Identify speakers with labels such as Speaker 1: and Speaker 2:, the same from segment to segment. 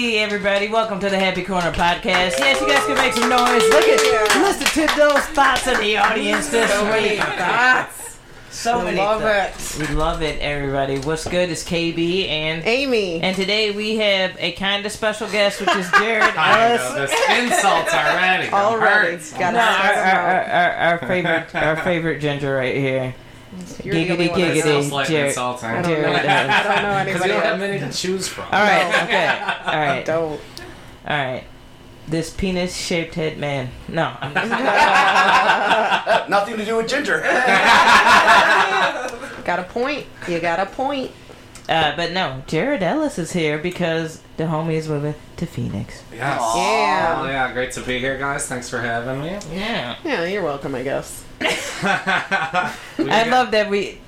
Speaker 1: everybody. Welcome to the Happy Corner podcast. Yes, you guys can make some noise. Look at, listen to those thoughts in the audience this week.
Speaker 2: Thoughts.
Speaker 1: So many
Speaker 2: Love
Speaker 1: thoughts.
Speaker 2: it.
Speaker 1: We love it, everybody. What's good is KB and
Speaker 2: Amy.
Speaker 1: and today we have a kind of special guest, which is Jared.
Speaker 3: I
Speaker 1: Ellis.
Speaker 3: know this insults already. It
Speaker 2: Already.
Speaker 3: hurts.
Speaker 2: Got
Speaker 1: No, our, our,
Speaker 2: to
Speaker 1: our, our, our favorite our favorite ginger right here.
Speaker 2: You're the only
Speaker 1: giggity,
Speaker 2: one that
Speaker 1: giggity.
Speaker 3: It's
Speaker 2: knows.
Speaker 3: still slightly
Speaker 1: Jared.
Speaker 3: insulting.
Speaker 2: I
Speaker 3: I
Speaker 2: don't know.
Speaker 1: Jared
Speaker 2: I
Speaker 1: does.
Speaker 2: don't know
Speaker 3: Because you
Speaker 2: anybody
Speaker 3: don't have
Speaker 2: else. Oh,
Speaker 3: many to choose from.
Speaker 1: All right,
Speaker 2: No.
Speaker 1: okay, all right.
Speaker 2: Don't.
Speaker 1: All right. This penis shaped head man. No, I'm just
Speaker 4: Nothing to do with ginger.
Speaker 2: Got a point. You got a point.
Speaker 1: uh, but no, Jared Ellis is here because the homie is moving to Phoenix.
Speaker 3: Yes.
Speaker 2: Yeah.
Speaker 3: Well, yeah, great to be here, guys. Thanks for having me.
Speaker 1: Yeah.
Speaker 2: Yeah, you're welcome, I guess.
Speaker 3: We
Speaker 1: I
Speaker 3: got-
Speaker 1: love that we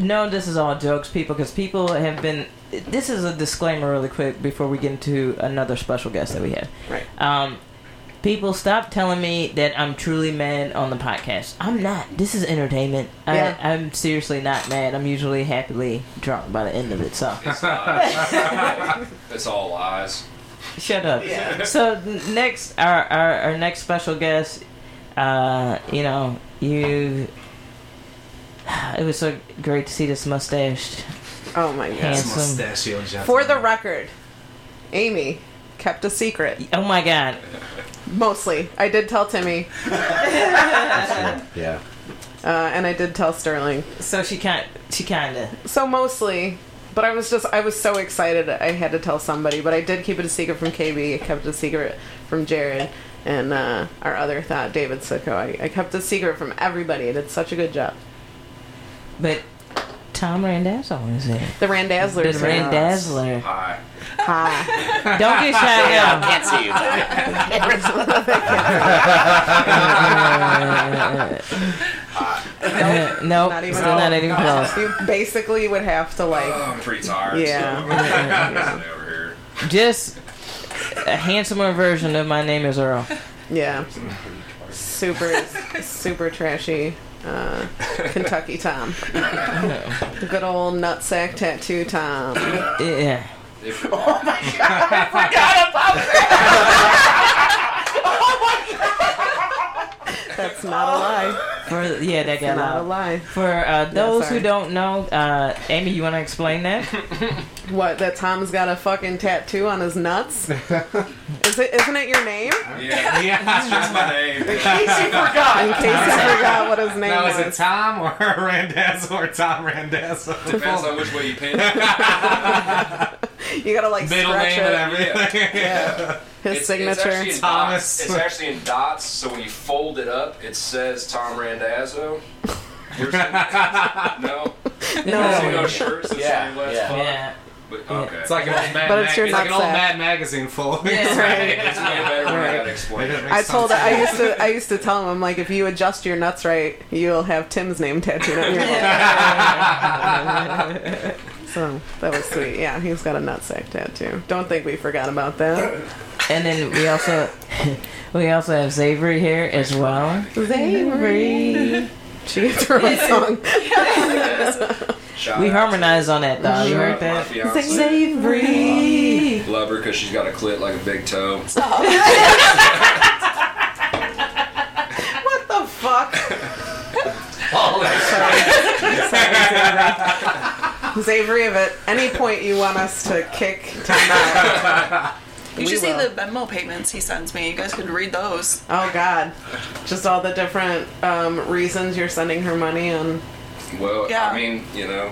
Speaker 1: no, this is all jokes, people, because people have been. This is a disclaimer, really quick, before we get into another special guest that we have.
Speaker 2: Right.
Speaker 1: Um, people, stop telling me that I'm truly mad on the podcast. I'm not. This is entertainment.
Speaker 2: Yeah.
Speaker 1: I, I'm seriously not mad. I'm usually happily drunk by the end of it. So.
Speaker 5: It's not. it's all lies.
Speaker 1: Shut up. So n- next, our, our our next special guest, uh, you know, you. It was so great to see this mustached.
Speaker 2: Oh my
Speaker 1: Hands.
Speaker 2: gosh.
Speaker 3: This
Speaker 1: handsome.
Speaker 3: mustachio gentleman.
Speaker 2: For the record, Amy kept a secret.
Speaker 1: Oh my god!
Speaker 2: Mostly. I did tell Timmy,
Speaker 4: Yeah.
Speaker 2: uh, and I did tell Sterling.
Speaker 1: So she kind she kinda.
Speaker 2: So mostly. But I was just, I was so excited I had to tell somebody. But I did keep it a secret from KB. I kept it a secret from Jared. And uh, our other thought, David Sicko. I, I kept a secret from everybody. I did such a good job.
Speaker 1: But Tom Randazzo is there.
Speaker 2: The Randazzlers.
Speaker 1: The
Speaker 2: are-
Speaker 1: Randazzler.
Speaker 5: Hi.
Speaker 2: Ah.
Speaker 1: Don't get shot
Speaker 4: I
Speaker 1: down.
Speaker 4: can't see you.
Speaker 1: Uh, nope,
Speaker 2: Not even
Speaker 1: still not
Speaker 2: all.
Speaker 1: even close.
Speaker 2: you basically would have to like
Speaker 5: I'm pretty tired.
Speaker 2: Yeah.
Speaker 5: So I'm sitting over here.
Speaker 1: Just a handsomer version of my name is Earl.
Speaker 2: yeah super super trashy uh, Kentucky Tom good old nutsack tattoo Tom
Speaker 1: Yeah.
Speaker 5: If,
Speaker 2: that's not a lie
Speaker 1: For, yeah, that got
Speaker 2: not a
Speaker 1: loud.
Speaker 2: lie
Speaker 1: For uh, those who
Speaker 2: sorry.
Speaker 1: don't know, uh, Amy, you want to explain that?
Speaker 2: what that Tom's got a fucking tattoo on his nuts is it isn't it your name
Speaker 5: yeah.
Speaker 3: Yeah.
Speaker 5: It's just my name.
Speaker 2: in case you forgot what his name
Speaker 3: Now, is it
Speaker 2: was
Speaker 3: Tom or Randazzo or Tom Randazzo?
Speaker 5: Depends on which way you pin.
Speaker 2: you gotta like
Speaker 3: Middle
Speaker 2: stretch
Speaker 3: name
Speaker 2: it
Speaker 3: and everything.
Speaker 2: his
Speaker 5: It's, It's
Speaker 2: signature
Speaker 5: actually, in
Speaker 3: Thomas.
Speaker 5: Dots. it's actually in dots, so when you fold it up, it says Tom Randazzo. You're saying, no. So you know, shirts that say
Speaker 4: Yeah,
Speaker 5: let's
Speaker 4: yeah.
Speaker 5: fuck,
Speaker 1: Yeah.
Speaker 5: But, okay.
Speaker 3: It's like an old Mad,
Speaker 2: But it's
Speaker 3: mag-
Speaker 2: your
Speaker 3: like an old
Speaker 2: nutsack.
Speaker 3: Mad magazine full.
Speaker 1: Yeah.
Speaker 2: right
Speaker 5: It's way better when I gotta explain it.
Speaker 2: I told I used to I used to tell him I'm like if you adjust your nuts right you'll have Tim's name tattooed on your So that was sweet. Yeah, he's got a nutsack tattoo. Don't think we forgot about that.
Speaker 1: And then we also we also have Savory here as well.
Speaker 2: Savory. She gets her own song.
Speaker 5: Shout
Speaker 1: We
Speaker 5: out to
Speaker 1: harmonized on that though. You heard
Speaker 5: my
Speaker 1: that?
Speaker 5: fiancée.
Speaker 1: Savory.
Speaker 5: Love her because she's got a clit like a big toe.
Speaker 2: What the fuck? Savory, if at any point you want us to kick Tim out.
Speaker 6: You
Speaker 2: We
Speaker 6: should see
Speaker 2: will.
Speaker 6: the Venmo payments he sends me. You guys could read those.
Speaker 2: Oh God. Just all the different um, reasons you're sending her money and
Speaker 5: Well,
Speaker 6: Yeah.
Speaker 5: I mean, you know,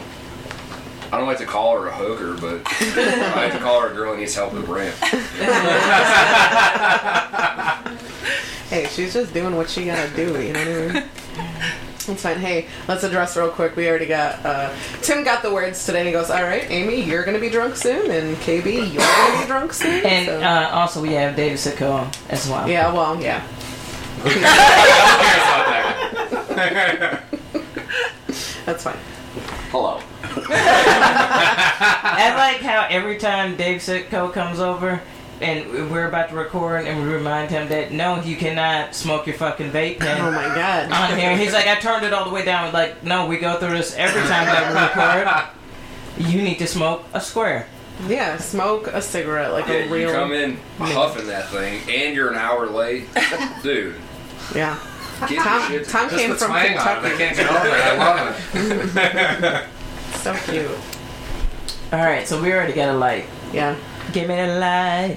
Speaker 5: I don't like to call her a hooker, but I like to call her a girl who needs help with rent.
Speaker 2: Hey, she's just doing what she gotta do, you know what I mean? That's fine. Hey, let's address real quick. We already got uh, Tim got the words today. He goes, "All right, Amy, you're gonna be drunk soon, and KB, you're gonna be drunk soon."
Speaker 1: And
Speaker 2: So-
Speaker 1: uh, also we have David Sicko as well.
Speaker 2: yeah, well, yeah. That's fine.
Speaker 4: Hello.
Speaker 1: I like how every time Dave Sitko comes over and we're about to record and we remind him that no, you cannot smoke your fucking vape pen.
Speaker 2: Oh my
Speaker 5: Uh,
Speaker 2: god.
Speaker 1: on here. He's like, I turned it all the way down. Like, no, we go through this every time that we record. You need to smoke a square.
Speaker 2: Yeah, smoke a cigarette like
Speaker 5: Yeah,
Speaker 2: a real.
Speaker 5: you come in huffing that thing, and you're an hour late, dude.
Speaker 2: Yeah.
Speaker 5: Get your
Speaker 2: Tom,
Speaker 5: shit.
Speaker 2: Tom
Speaker 3: Just
Speaker 2: came
Speaker 3: the
Speaker 2: from
Speaker 3: twang on it. I
Speaker 2: Kentucky.
Speaker 3: can't get over it. I love it.
Speaker 2: So cute.
Speaker 1: All right, so we already got a light.
Speaker 2: Yeah.
Speaker 1: Give me the light.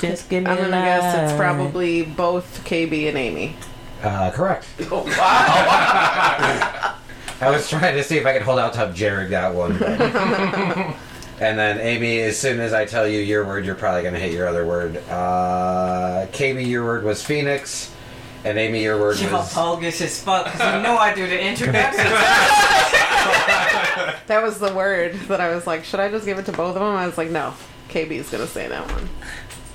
Speaker 1: Just give me
Speaker 2: I'm
Speaker 1: the
Speaker 2: gonna
Speaker 1: light.
Speaker 2: guess it's probably both KB and Amy.
Speaker 7: Uh, correct.
Speaker 4: Oh, wow.
Speaker 7: I was trying to see if I could hold out to help Jared that one. but- and then Amy, as soon as I tell you your word, you're probably going to hit your other word. Uh, KB, your word was Phoenix, and Amy, your word
Speaker 8: You're
Speaker 7: was.
Speaker 8: bogus as fuck 'cause you know I do the introduction.
Speaker 2: That was the word that I was like, should I just give it to both of them? I was like, no. KB is gonna say that one.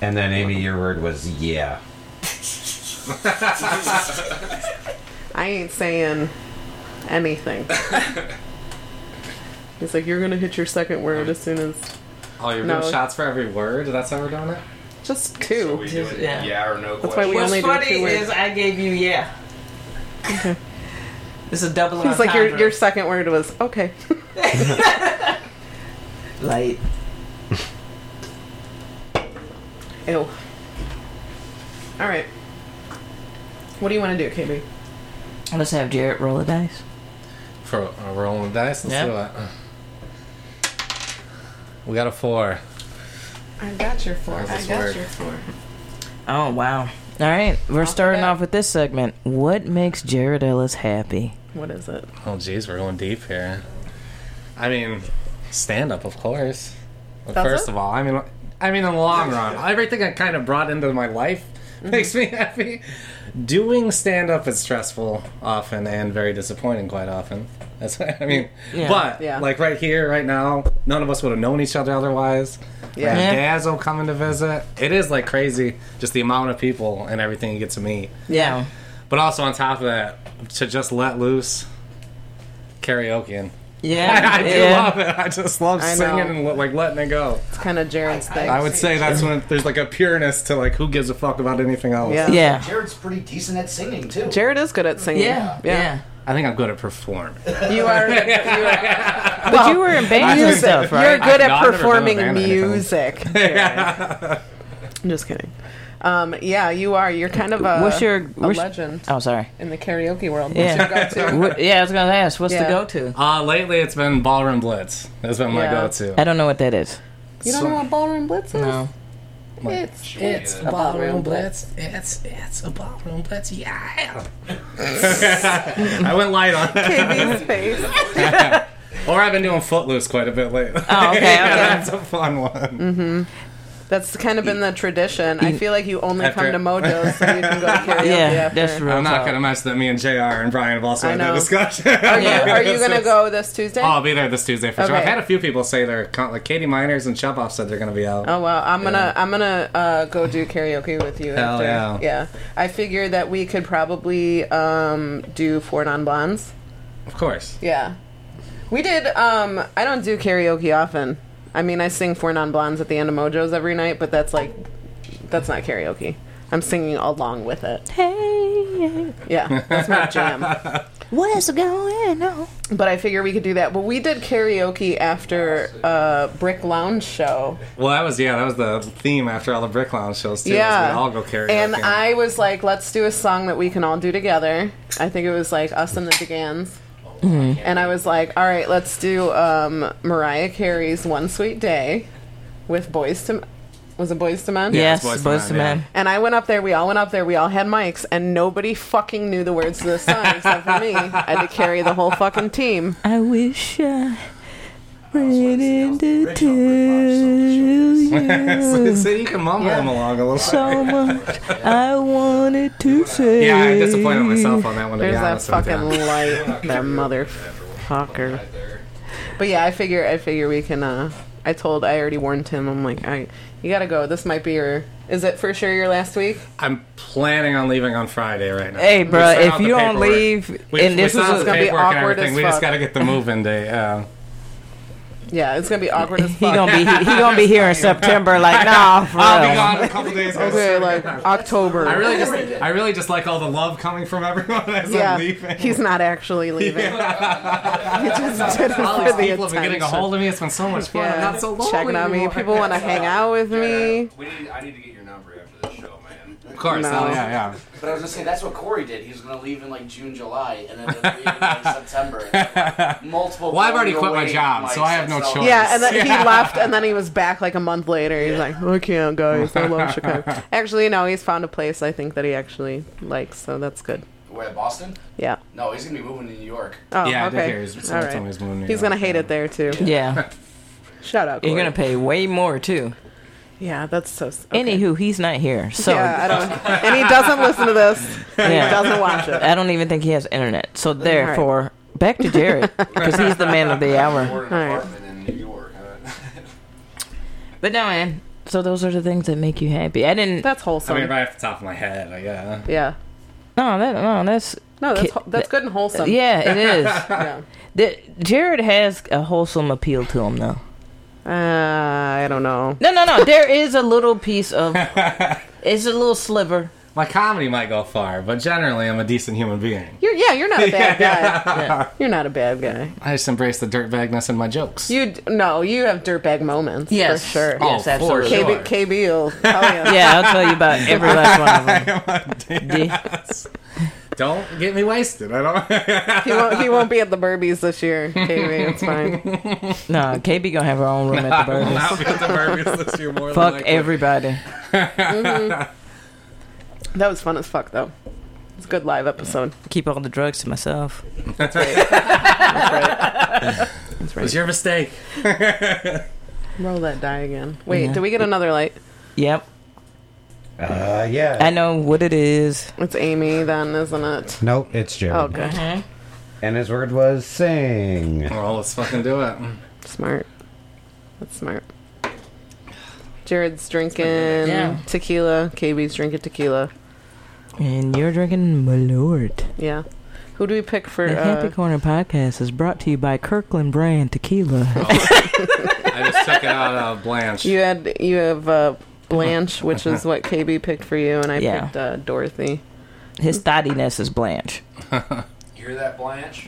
Speaker 7: And then Amy, your word was yeah.
Speaker 2: I ain't saying anything. He's like, you're gonna hit your second word as soon as
Speaker 3: Oh, you're
Speaker 2: No.
Speaker 3: doing shots for every word? That's how we're doing it?
Speaker 2: just
Speaker 5: So
Speaker 2: two.
Speaker 5: we do it
Speaker 1: Yeah.
Speaker 5: yeah. or no
Speaker 2: That's why
Speaker 5: question.
Speaker 2: we only
Speaker 1: What's
Speaker 2: do
Speaker 1: funny
Speaker 2: two words.
Speaker 1: is I gave you yeah. It's a double
Speaker 2: He's like, your
Speaker 1: entendre.
Speaker 2: your second word was okay.
Speaker 1: light.
Speaker 2: Ew. All right. What do you want to do, KB?
Speaker 1: Let's have Jarrett roll the dice.
Speaker 3: For uh, rolling the dice? Let's
Speaker 1: Yeah.
Speaker 3: do it. We got a four.
Speaker 2: I got your four.
Speaker 3: That was I got weird. your
Speaker 2: four.
Speaker 1: Oh wow! All right, we're starting
Speaker 2: that.
Speaker 1: off with this segment. What makes Jared Ellis happy?
Speaker 2: What is it?
Speaker 3: Oh, jeez, we're going deep here. I mean, stand up, of course. But
Speaker 2: Does
Speaker 3: first
Speaker 2: it?
Speaker 3: of all, I mean, I mean, in the long run, everything I kind of brought into my life
Speaker 2: Mm-hmm.
Speaker 3: makes me happy. Doing stand up is stressful often and very disappointing quite often. That's what I mean.
Speaker 1: Yeah.
Speaker 3: But
Speaker 2: Yeah.
Speaker 3: like right here, right now, none of us would have known each other otherwise.
Speaker 2: Yeah.
Speaker 3: My
Speaker 1: Yeah.
Speaker 3: dad's will coming to visit. It is like crazy, just the amount of people and everything you get to meet.
Speaker 1: Yeah,
Speaker 3: But also on top of that, to just let loose karaoke.
Speaker 1: yeah,
Speaker 3: I, I do
Speaker 1: yeah.
Speaker 3: love it. I just love
Speaker 2: I know.
Speaker 3: singing and lo- like letting it go.
Speaker 2: It's kind of Jared's thing.
Speaker 3: I would say that's when there's like a pureness to like who gives a fuck about anything else.
Speaker 2: Yeah.
Speaker 1: yeah.
Speaker 4: Jared's pretty decent at singing, too.
Speaker 2: Jared is good at singing.
Speaker 1: Yeah, yeah.
Speaker 3: I think I'm good at performing.
Speaker 2: You are. You are
Speaker 1: But you were in band and
Speaker 2: you're,
Speaker 1: stuff,
Speaker 2: you're
Speaker 1: right?
Speaker 3: I've
Speaker 2: good at
Speaker 3: not- I've never done a
Speaker 2: performing
Speaker 3: band or anything.
Speaker 2: music. Jared. I'm just kidding. Um, yeah, you are. You're kind of a,
Speaker 1: What's your-
Speaker 2: a
Speaker 1: what's-
Speaker 2: legend
Speaker 1: Oh, sorry.
Speaker 2: in the karaoke world.
Speaker 1: Yeah.
Speaker 2: What's your go-to?
Speaker 1: What- yeah, I was gonna ask. What's
Speaker 2: Yeah.
Speaker 1: the go-to?
Speaker 3: Uh, lately it's been ballroom blitz. That's been my
Speaker 2: Yeah.
Speaker 3: go-to.
Speaker 1: I don't know what that is.
Speaker 2: You don't know what ballroom blitz is?
Speaker 1: No.
Speaker 2: It's
Speaker 5: it's
Speaker 2: a ballroom
Speaker 3: blitz. It's it's a ballroom blitz. Yeah. I went light on that.
Speaker 2: KB's face.
Speaker 3: Or I've been doing Footloose quite a bit lately.
Speaker 1: Oh, okay, okay.
Speaker 3: that's a fun one.
Speaker 2: Mm-hmm. That's kind of been the tradition. I feel like you only
Speaker 3: After-
Speaker 2: come to Mojo's so you can go to karaoke.
Speaker 1: Yeah,
Speaker 2: after.
Speaker 1: that's real.
Speaker 3: I'm not
Speaker 1: talk.
Speaker 3: gonna mess that. Me and Jr. and Brian have also
Speaker 2: I
Speaker 3: had that
Speaker 2: know.
Speaker 3: discussion.
Speaker 2: Are you, are you gonna go this Tuesday?
Speaker 3: Oh, I'll be there this Tuesday for sure. I've
Speaker 2: Okay.
Speaker 3: had a few people say they're con- like Katie Miners and Chupoff said they're gonna be out.
Speaker 2: Oh well, I'm gonna I'm gonna uh, go do karaoke with you.
Speaker 3: Hell
Speaker 2: after.
Speaker 3: yeah.
Speaker 2: I figured that we could probably um, do four non blondes.
Speaker 3: Of course.
Speaker 2: Yeah, we did. Um, I don't do karaoke often. I mean, I sing four non blondes at the end of Mojo's every night, but that's like that's not karaoke. I'm singing along with it.
Speaker 1: Hey,
Speaker 2: Yeah, that's my jam.
Speaker 1: what's going on?
Speaker 2: But I figure we could do that. But we did karaoke after uh, Brick Lounge show.
Speaker 3: Well, that was yeah, that was the theme after all the Brick Lounge shows too.
Speaker 2: yeah,
Speaker 3: Yeah, we all go karaoke.
Speaker 2: And I was like, let's do a song that we can all do together. I think it was like us and the Begans.
Speaker 3: Mm-hmm.
Speaker 2: And I was like, all right, let's do um, Mariah Carey's "One Sweet Day" with Boys to was it Boys to Men?
Speaker 3: Yeah.
Speaker 1: Yes,
Speaker 3: it's Boyz II
Speaker 1: boys to
Speaker 3: Men,
Speaker 1: men.
Speaker 2: And I went up there. We all went up there. We all had mics, and nobody fucking knew the words to this song except for me. I had to carry the whole fucking team.
Speaker 1: I wish uh, I ran
Speaker 4: original
Speaker 1: into
Speaker 4: Brit Lounge
Speaker 1: to
Speaker 3: so,
Speaker 1: you
Speaker 3: so you can mumble them along a little.
Speaker 1: so much. I wanted to say.
Speaker 3: yeah, I disappointed myself on that one. To
Speaker 2: There's
Speaker 3: be
Speaker 2: that
Speaker 3: honest
Speaker 2: fucking
Speaker 3: with you.
Speaker 2: light, that motherfucker. But yeah, I figure I figure we can. uh I told I already warned Tim. I'm like, I you gotta go. This might be your. Is it for sure your last week?
Speaker 3: I'm planning on leaving on Friday right now.
Speaker 1: Hey,
Speaker 3: We
Speaker 1: bro,
Speaker 3: sent
Speaker 1: if
Speaker 3: out the
Speaker 1: you don't
Speaker 3: paperwork.
Speaker 1: leave,
Speaker 3: we,
Speaker 1: and
Speaker 3: we
Speaker 1: this
Speaker 3: sent
Speaker 1: is
Speaker 3: out
Speaker 1: a-
Speaker 3: the
Speaker 2: gonna be
Speaker 3: paperwork and
Speaker 2: awkward as
Speaker 3: everything. We just
Speaker 2: fuck.
Speaker 3: got to get the move in day. Uh,
Speaker 2: Yeah, it's gonna be awkward as
Speaker 1: He
Speaker 2: fuck.
Speaker 1: gonna be he, gonna be here in September. Like nah, for
Speaker 3: I'll be
Speaker 1: real.
Speaker 3: gone in a couple days. guys.
Speaker 2: Oh. okay, like October.
Speaker 3: I really just, I really just like all the love coming from everyone as
Speaker 2: yeah,
Speaker 3: I'm leaving.
Speaker 2: he's not actually leaving. he just did it for
Speaker 3: all these people have
Speaker 2: the attention.
Speaker 3: been getting a hold of me. It's been so much fun.
Speaker 2: yeah,
Speaker 3: I'm not so lonely.
Speaker 2: checking on me.
Speaker 3: anymore.
Speaker 2: People want to hang out with
Speaker 3: Uh,
Speaker 2: me.
Speaker 5: We need, I need to get your number after this show, man.
Speaker 3: Of course.
Speaker 2: No.
Speaker 3: Oh, yeah, yeah.
Speaker 4: But I was gonna say that's what Corey did. He was gonna leave in like June, July, and then leave in like September. Multiple.
Speaker 3: Well, I've already
Speaker 4: people
Speaker 3: quit my
Speaker 4: waiting,
Speaker 3: job, so I have no
Speaker 4: since-
Speaker 3: choice.
Speaker 2: Yeah, and then
Speaker 3: Yeah.
Speaker 2: he left, and then he was back like a month later. He's like, "I can't, guys. I love Chicago." Actually, no, he's found a place I think that he actually likes, so that's good.
Speaker 4: Where Boston?
Speaker 2: Yeah.
Speaker 4: No, he's gonna be moving to New York.
Speaker 2: Oh,
Speaker 3: Yeah, I
Speaker 2: okay.
Speaker 3: did hear he's-
Speaker 2: All
Speaker 3: someone told me
Speaker 2: right.
Speaker 3: he's moving to New
Speaker 2: He's gonna
Speaker 3: York.
Speaker 2: hate it there too.
Speaker 1: Yeah,
Speaker 2: Shout out.
Speaker 1: you're
Speaker 2: Corey.
Speaker 1: gonna pay way more too.
Speaker 2: Yeah, that's so. s- Okay.
Speaker 1: Anywho, he's not here, so
Speaker 2: Yeah, I don't. And he doesn't listen to this.
Speaker 1: Yeah.
Speaker 2: He doesn't watch it.
Speaker 1: I don't even think he has internet. So therefore, back to Jared because he's the man of the hour.
Speaker 5: Or an
Speaker 2: All right.
Speaker 5: apartment in New York. Huh?
Speaker 1: But no, man. So those are the things that make you happy. I didn't.
Speaker 2: That's
Speaker 3: I
Speaker 2: wholesome.
Speaker 3: mean, right off the top of my head, I yeah.
Speaker 2: Yeah.
Speaker 1: No, that no, that's
Speaker 2: No, that's
Speaker 1: Ki-
Speaker 2: ho- that's good and wholesome.
Speaker 1: yeah, it is.
Speaker 2: Yeah.
Speaker 1: That- Jared has a wholesome appeal to him, though.
Speaker 2: Uh, I don't know.
Speaker 1: No, no, no. There is a little piece of. It's a little sliver.
Speaker 3: My comedy might go far, but generally, I'm a decent human being.
Speaker 2: You're yeah, you're not a bad guy. You're not a bad guy.
Speaker 3: I just embrace the dirtbagness in my jokes.
Speaker 2: You d- no, you have dirtbag moments
Speaker 1: Yes.
Speaker 2: for sure.
Speaker 1: Oh, Yes,
Speaker 3: for
Speaker 1: absolutely.
Speaker 3: sure.
Speaker 2: KB, KB will Oh, tell you.
Speaker 1: Yeah, I'll tell you about every last
Speaker 3: Oh,
Speaker 1: one of them. D-
Speaker 3: Don't get me wasted. I don't.
Speaker 2: He won't, he won't be at the Burbies this year. KB, it's fine.
Speaker 1: no, KB gonna have her own room at the
Speaker 3: I will
Speaker 1: Burgers.
Speaker 3: not be at the Burbies this year more than
Speaker 1: Fuck
Speaker 3: likely.
Speaker 1: everybody.
Speaker 2: That was fun as fuck though. It's a good live episode.
Speaker 1: Keep all the drugs to myself.
Speaker 3: It was your mistake.
Speaker 2: Roll that die again. Wait, did we get another light?
Speaker 1: Yep,
Speaker 7: Uh, yeah.
Speaker 1: I know what it is.
Speaker 2: It's Amy then, isn't it?
Speaker 7: nope, it's Jared.
Speaker 2: Oh, good.
Speaker 1: Mm-hmm.
Speaker 7: And his word was sing.
Speaker 3: Well, let's fucking do it.
Speaker 2: Smart. That's smart. Jared's drinking
Speaker 1: Yeah.
Speaker 2: tequila. KB's drinking tequila.
Speaker 1: And you're drinking Malort.
Speaker 2: Yeah. Who do we pick for?
Speaker 1: The Happy
Speaker 2: Uh,
Speaker 1: Corner podcast is brought to you by Kirkland Brand Tequila.
Speaker 3: Oh. I just took it out uh, of Blanche.
Speaker 2: you had you have uh, Blanche, which is what KB picked for you, and I
Speaker 1: Yeah.
Speaker 2: picked uh, Dorothy.
Speaker 1: His thottiness is Blanche.
Speaker 5: You hear that, Blanche?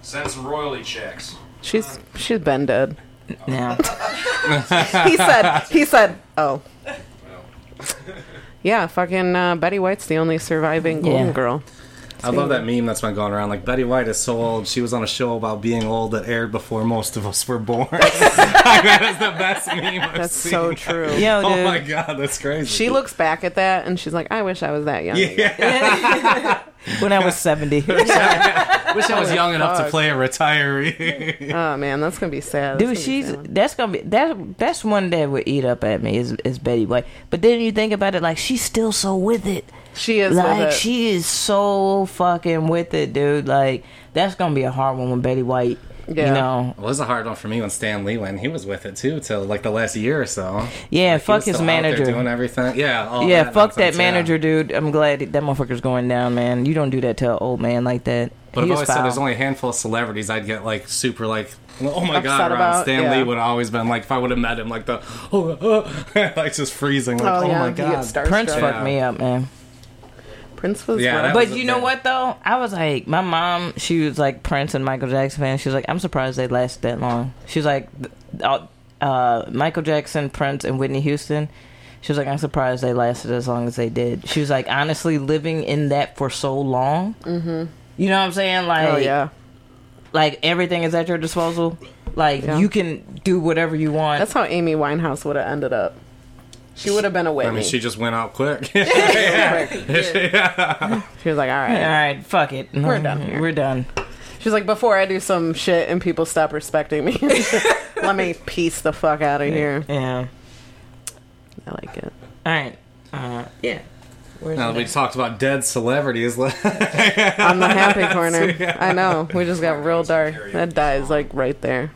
Speaker 5: Send some royalty checks.
Speaker 2: She's she's been dead.
Speaker 3: Oh.
Speaker 1: Now,
Speaker 2: He said he said oh
Speaker 5: Well,
Speaker 2: yeah fucking uh, Betty White's the only surviving Golden
Speaker 1: Yeah.
Speaker 2: Girl.
Speaker 3: I love that meme that's been going around. Like Betty White is so old. She was on a show about being old that aired before most of us were born. Like, that is the best meme. I've
Speaker 2: That's
Speaker 3: seen.
Speaker 2: so true.
Speaker 1: yo, dude.
Speaker 3: Oh my god, that's crazy.
Speaker 2: She looks back at that and she's like, I wish I was that young.
Speaker 3: Yeah.
Speaker 1: when I was 70.
Speaker 3: Wish I was young enough to
Speaker 2: fuck.
Speaker 3: play a retiree.
Speaker 2: Oh man, that's gonna be sad. That's
Speaker 1: Dude,
Speaker 2: gonna be
Speaker 1: she's
Speaker 2: sad.
Speaker 1: that's gonna be that that's one that would eat up at me is is Betty White. But then you think about it, like she's still so with it.
Speaker 2: she is with
Speaker 1: like
Speaker 2: it.
Speaker 1: she is so fucking with it, dude. Like that's gonna be a hard one when Betty White. You
Speaker 2: Yeah.
Speaker 1: know,
Speaker 3: It was a hard one for me when Stan Lee went. He was with it too till like the last year or so. He
Speaker 1: yeah. fuck
Speaker 3: was
Speaker 1: his
Speaker 3: still out there doing
Speaker 1: manager.
Speaker 3: everything. Yeah. all
Speaker 1: Yeah,
Speaker 3: that
Speaker 1: fuck that
Speaker 3: nonsense, yeah.
Speaker 1: manager, dude. I'm glad that motherfucker's going down, man. You don't do that to an old man like that.
Speaker 3: But
Speaker 1: He
Speaker 3: I've
Speaker 1: is
Speaker 3: always said there's
Speaker 1: foul.
Speaker 3: only a handful of celebrities I'd get like super like oh my god
Speaker 2: Upset
Speaker 3: Ron
Speaker 2: about,
Speaker 3: Stan
Speaker 2: yeah.
Speaker 3: Lee would always been like if I would have met him like the oh, oh like just freezing like oh,
Speaker 2: yeah,
Speaker 3: my
Speaker 2: you get
Speaker 3: god
Speaker 2: starstruck.
Speaker 1: Prince
Speaker 3: Yeah.
Speaker 1: fucked me up, man.
Speaker 2: Prince was
Speaker 3: Yeah,
Speaker 2: one
Speaker 3: that
Speaker 2: of-
Speaker 3: was-
Speaker 1: But
Speaker 3: a
Speaker 1: you know
Speaker 3: bit-
Speaker 1: what though? I was like, my mom, she was like Prince and Michael Jackson fan. She was like, I'm surprised they lasted that long. She was like, th- uh, uh, Michael Jackson, Prince, and Whitney Houston. She was like, I'm surprised they lasted as long as they did. She was like, honestly, living in that for so long. Mm-hmm. You know what I'm saying? Like,
Speaker 2: oh yeah,
Speaker 1: like everything is at your disposal. Like
Speaker 2: Yeah.
Speaker 1: you can do whatever you want.
Speaker 2: that's how Amy Winehouse would have ended up. She would have been a
Speaker 3: I
Speaker 2: Whitney.
Speaker 3: mean she just went out quick
Speaker 2: she was like, all
Speaker 1: all
Speaker 2: right.
Speaker 1: right, fuck it. Mm-hmm.
Speaker 2: We're done here.
Speaker 1: We're done.
Speaker 2: She's like, before I do some shit and people stop respecting me, let me piece the fuck out of here.
Speaker 1: Yeah.
Speaker 2: I like it.
Speaker 1: All right. Uh, yeah. Where's
Speaker 3: now
Speaker 1: the
Speaker 3: that we
Speaker 1: next-
Speaker 3: talked about dead celebrities
Speaker 2: On the happy corner, I know we just got real dark. That dies like right there.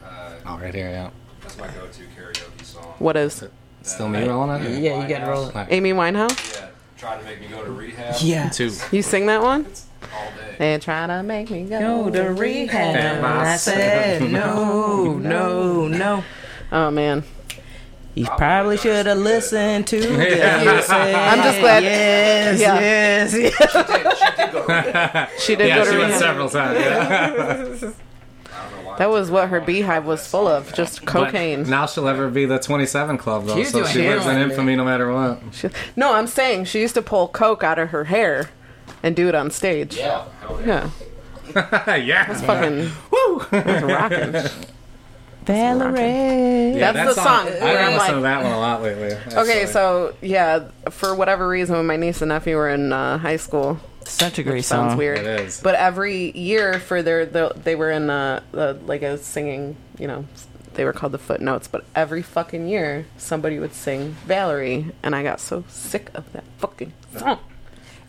Speaker 3: oh right here yeah
Speaker 5: that's my go-to karaoke song.
Speaker 2: What is
Speaker 3: still me rolling it
Speaker 1: yeah, you gotta roll it.
Speaker 2: Amy Winehouse?
Speaker 5: Yeah, trying to make me go to rehab.
Speaker 1: Yeah.
Speaker 3: two
Speaker 2: You sing that one?
Speaker 5: all day.
Speaker 2: They try to make me go.
Speaker 1: to rehab. And I said no, no, no.
Speaker 2: Oh man,
Speaker 1: You probably should have listened to the
Speaker 2: I'm just glad-
Speaker 1: Yes,
Speaker 2: yeah.
Speaker 1: yes, yes.
Speaker 2: she did
Speaker 3: yeah,
Speaker 2: go to
Speaker 3: she went
Speaker 2: rehab.
Speaker 3: several times. Yeah.
Speaker 5: I don't know why.
Speaker 2: That was what her beehive was full of, just
Speaker 3: But
Speaker 2: cocaine.
Speaker 3: Now she'll ever be the 27 Club, though,
Speaker 8: She's
Speaker 3: so
Speaker 8: doing
Speaker 3: she lives in
Speaker 8: heroin,
Speaker 3: infamy no matter what.
Speaker 2: She- no, I'm saying she used to pull coke out of her hair and do it on stage. Yeah.
Speaker 5: Yeah, hell yeah.
Speaker 2: Yeah,
Speaker 3: yeah.
Speaker 2: fucking That's rocking.
Speaker 1: Valerie.
Speaker 3: Yeah, that
Speaker 2: That's the song
Speaker 3: I've
Speaker 2: where I'm
Speaker 3: been listening
Speaker 2: like-
Speaker 3: to that one a lot lately. actually.
Speaker 2: Okay, so yeah, for whatever reason, when my niece and nephew were in uh, high school,
Speaker 1: Such a great
Speaker 2: sounds
Speaker 1: song.
Speaker 2: weird.
Speaker 3: It is.
Speaker 2: But every year for their, the, they were in uh, the, like a singing, you know, they were called the footnotes. But every fucking year, somebody would sing Valerie, and I got so sick of that fucking song.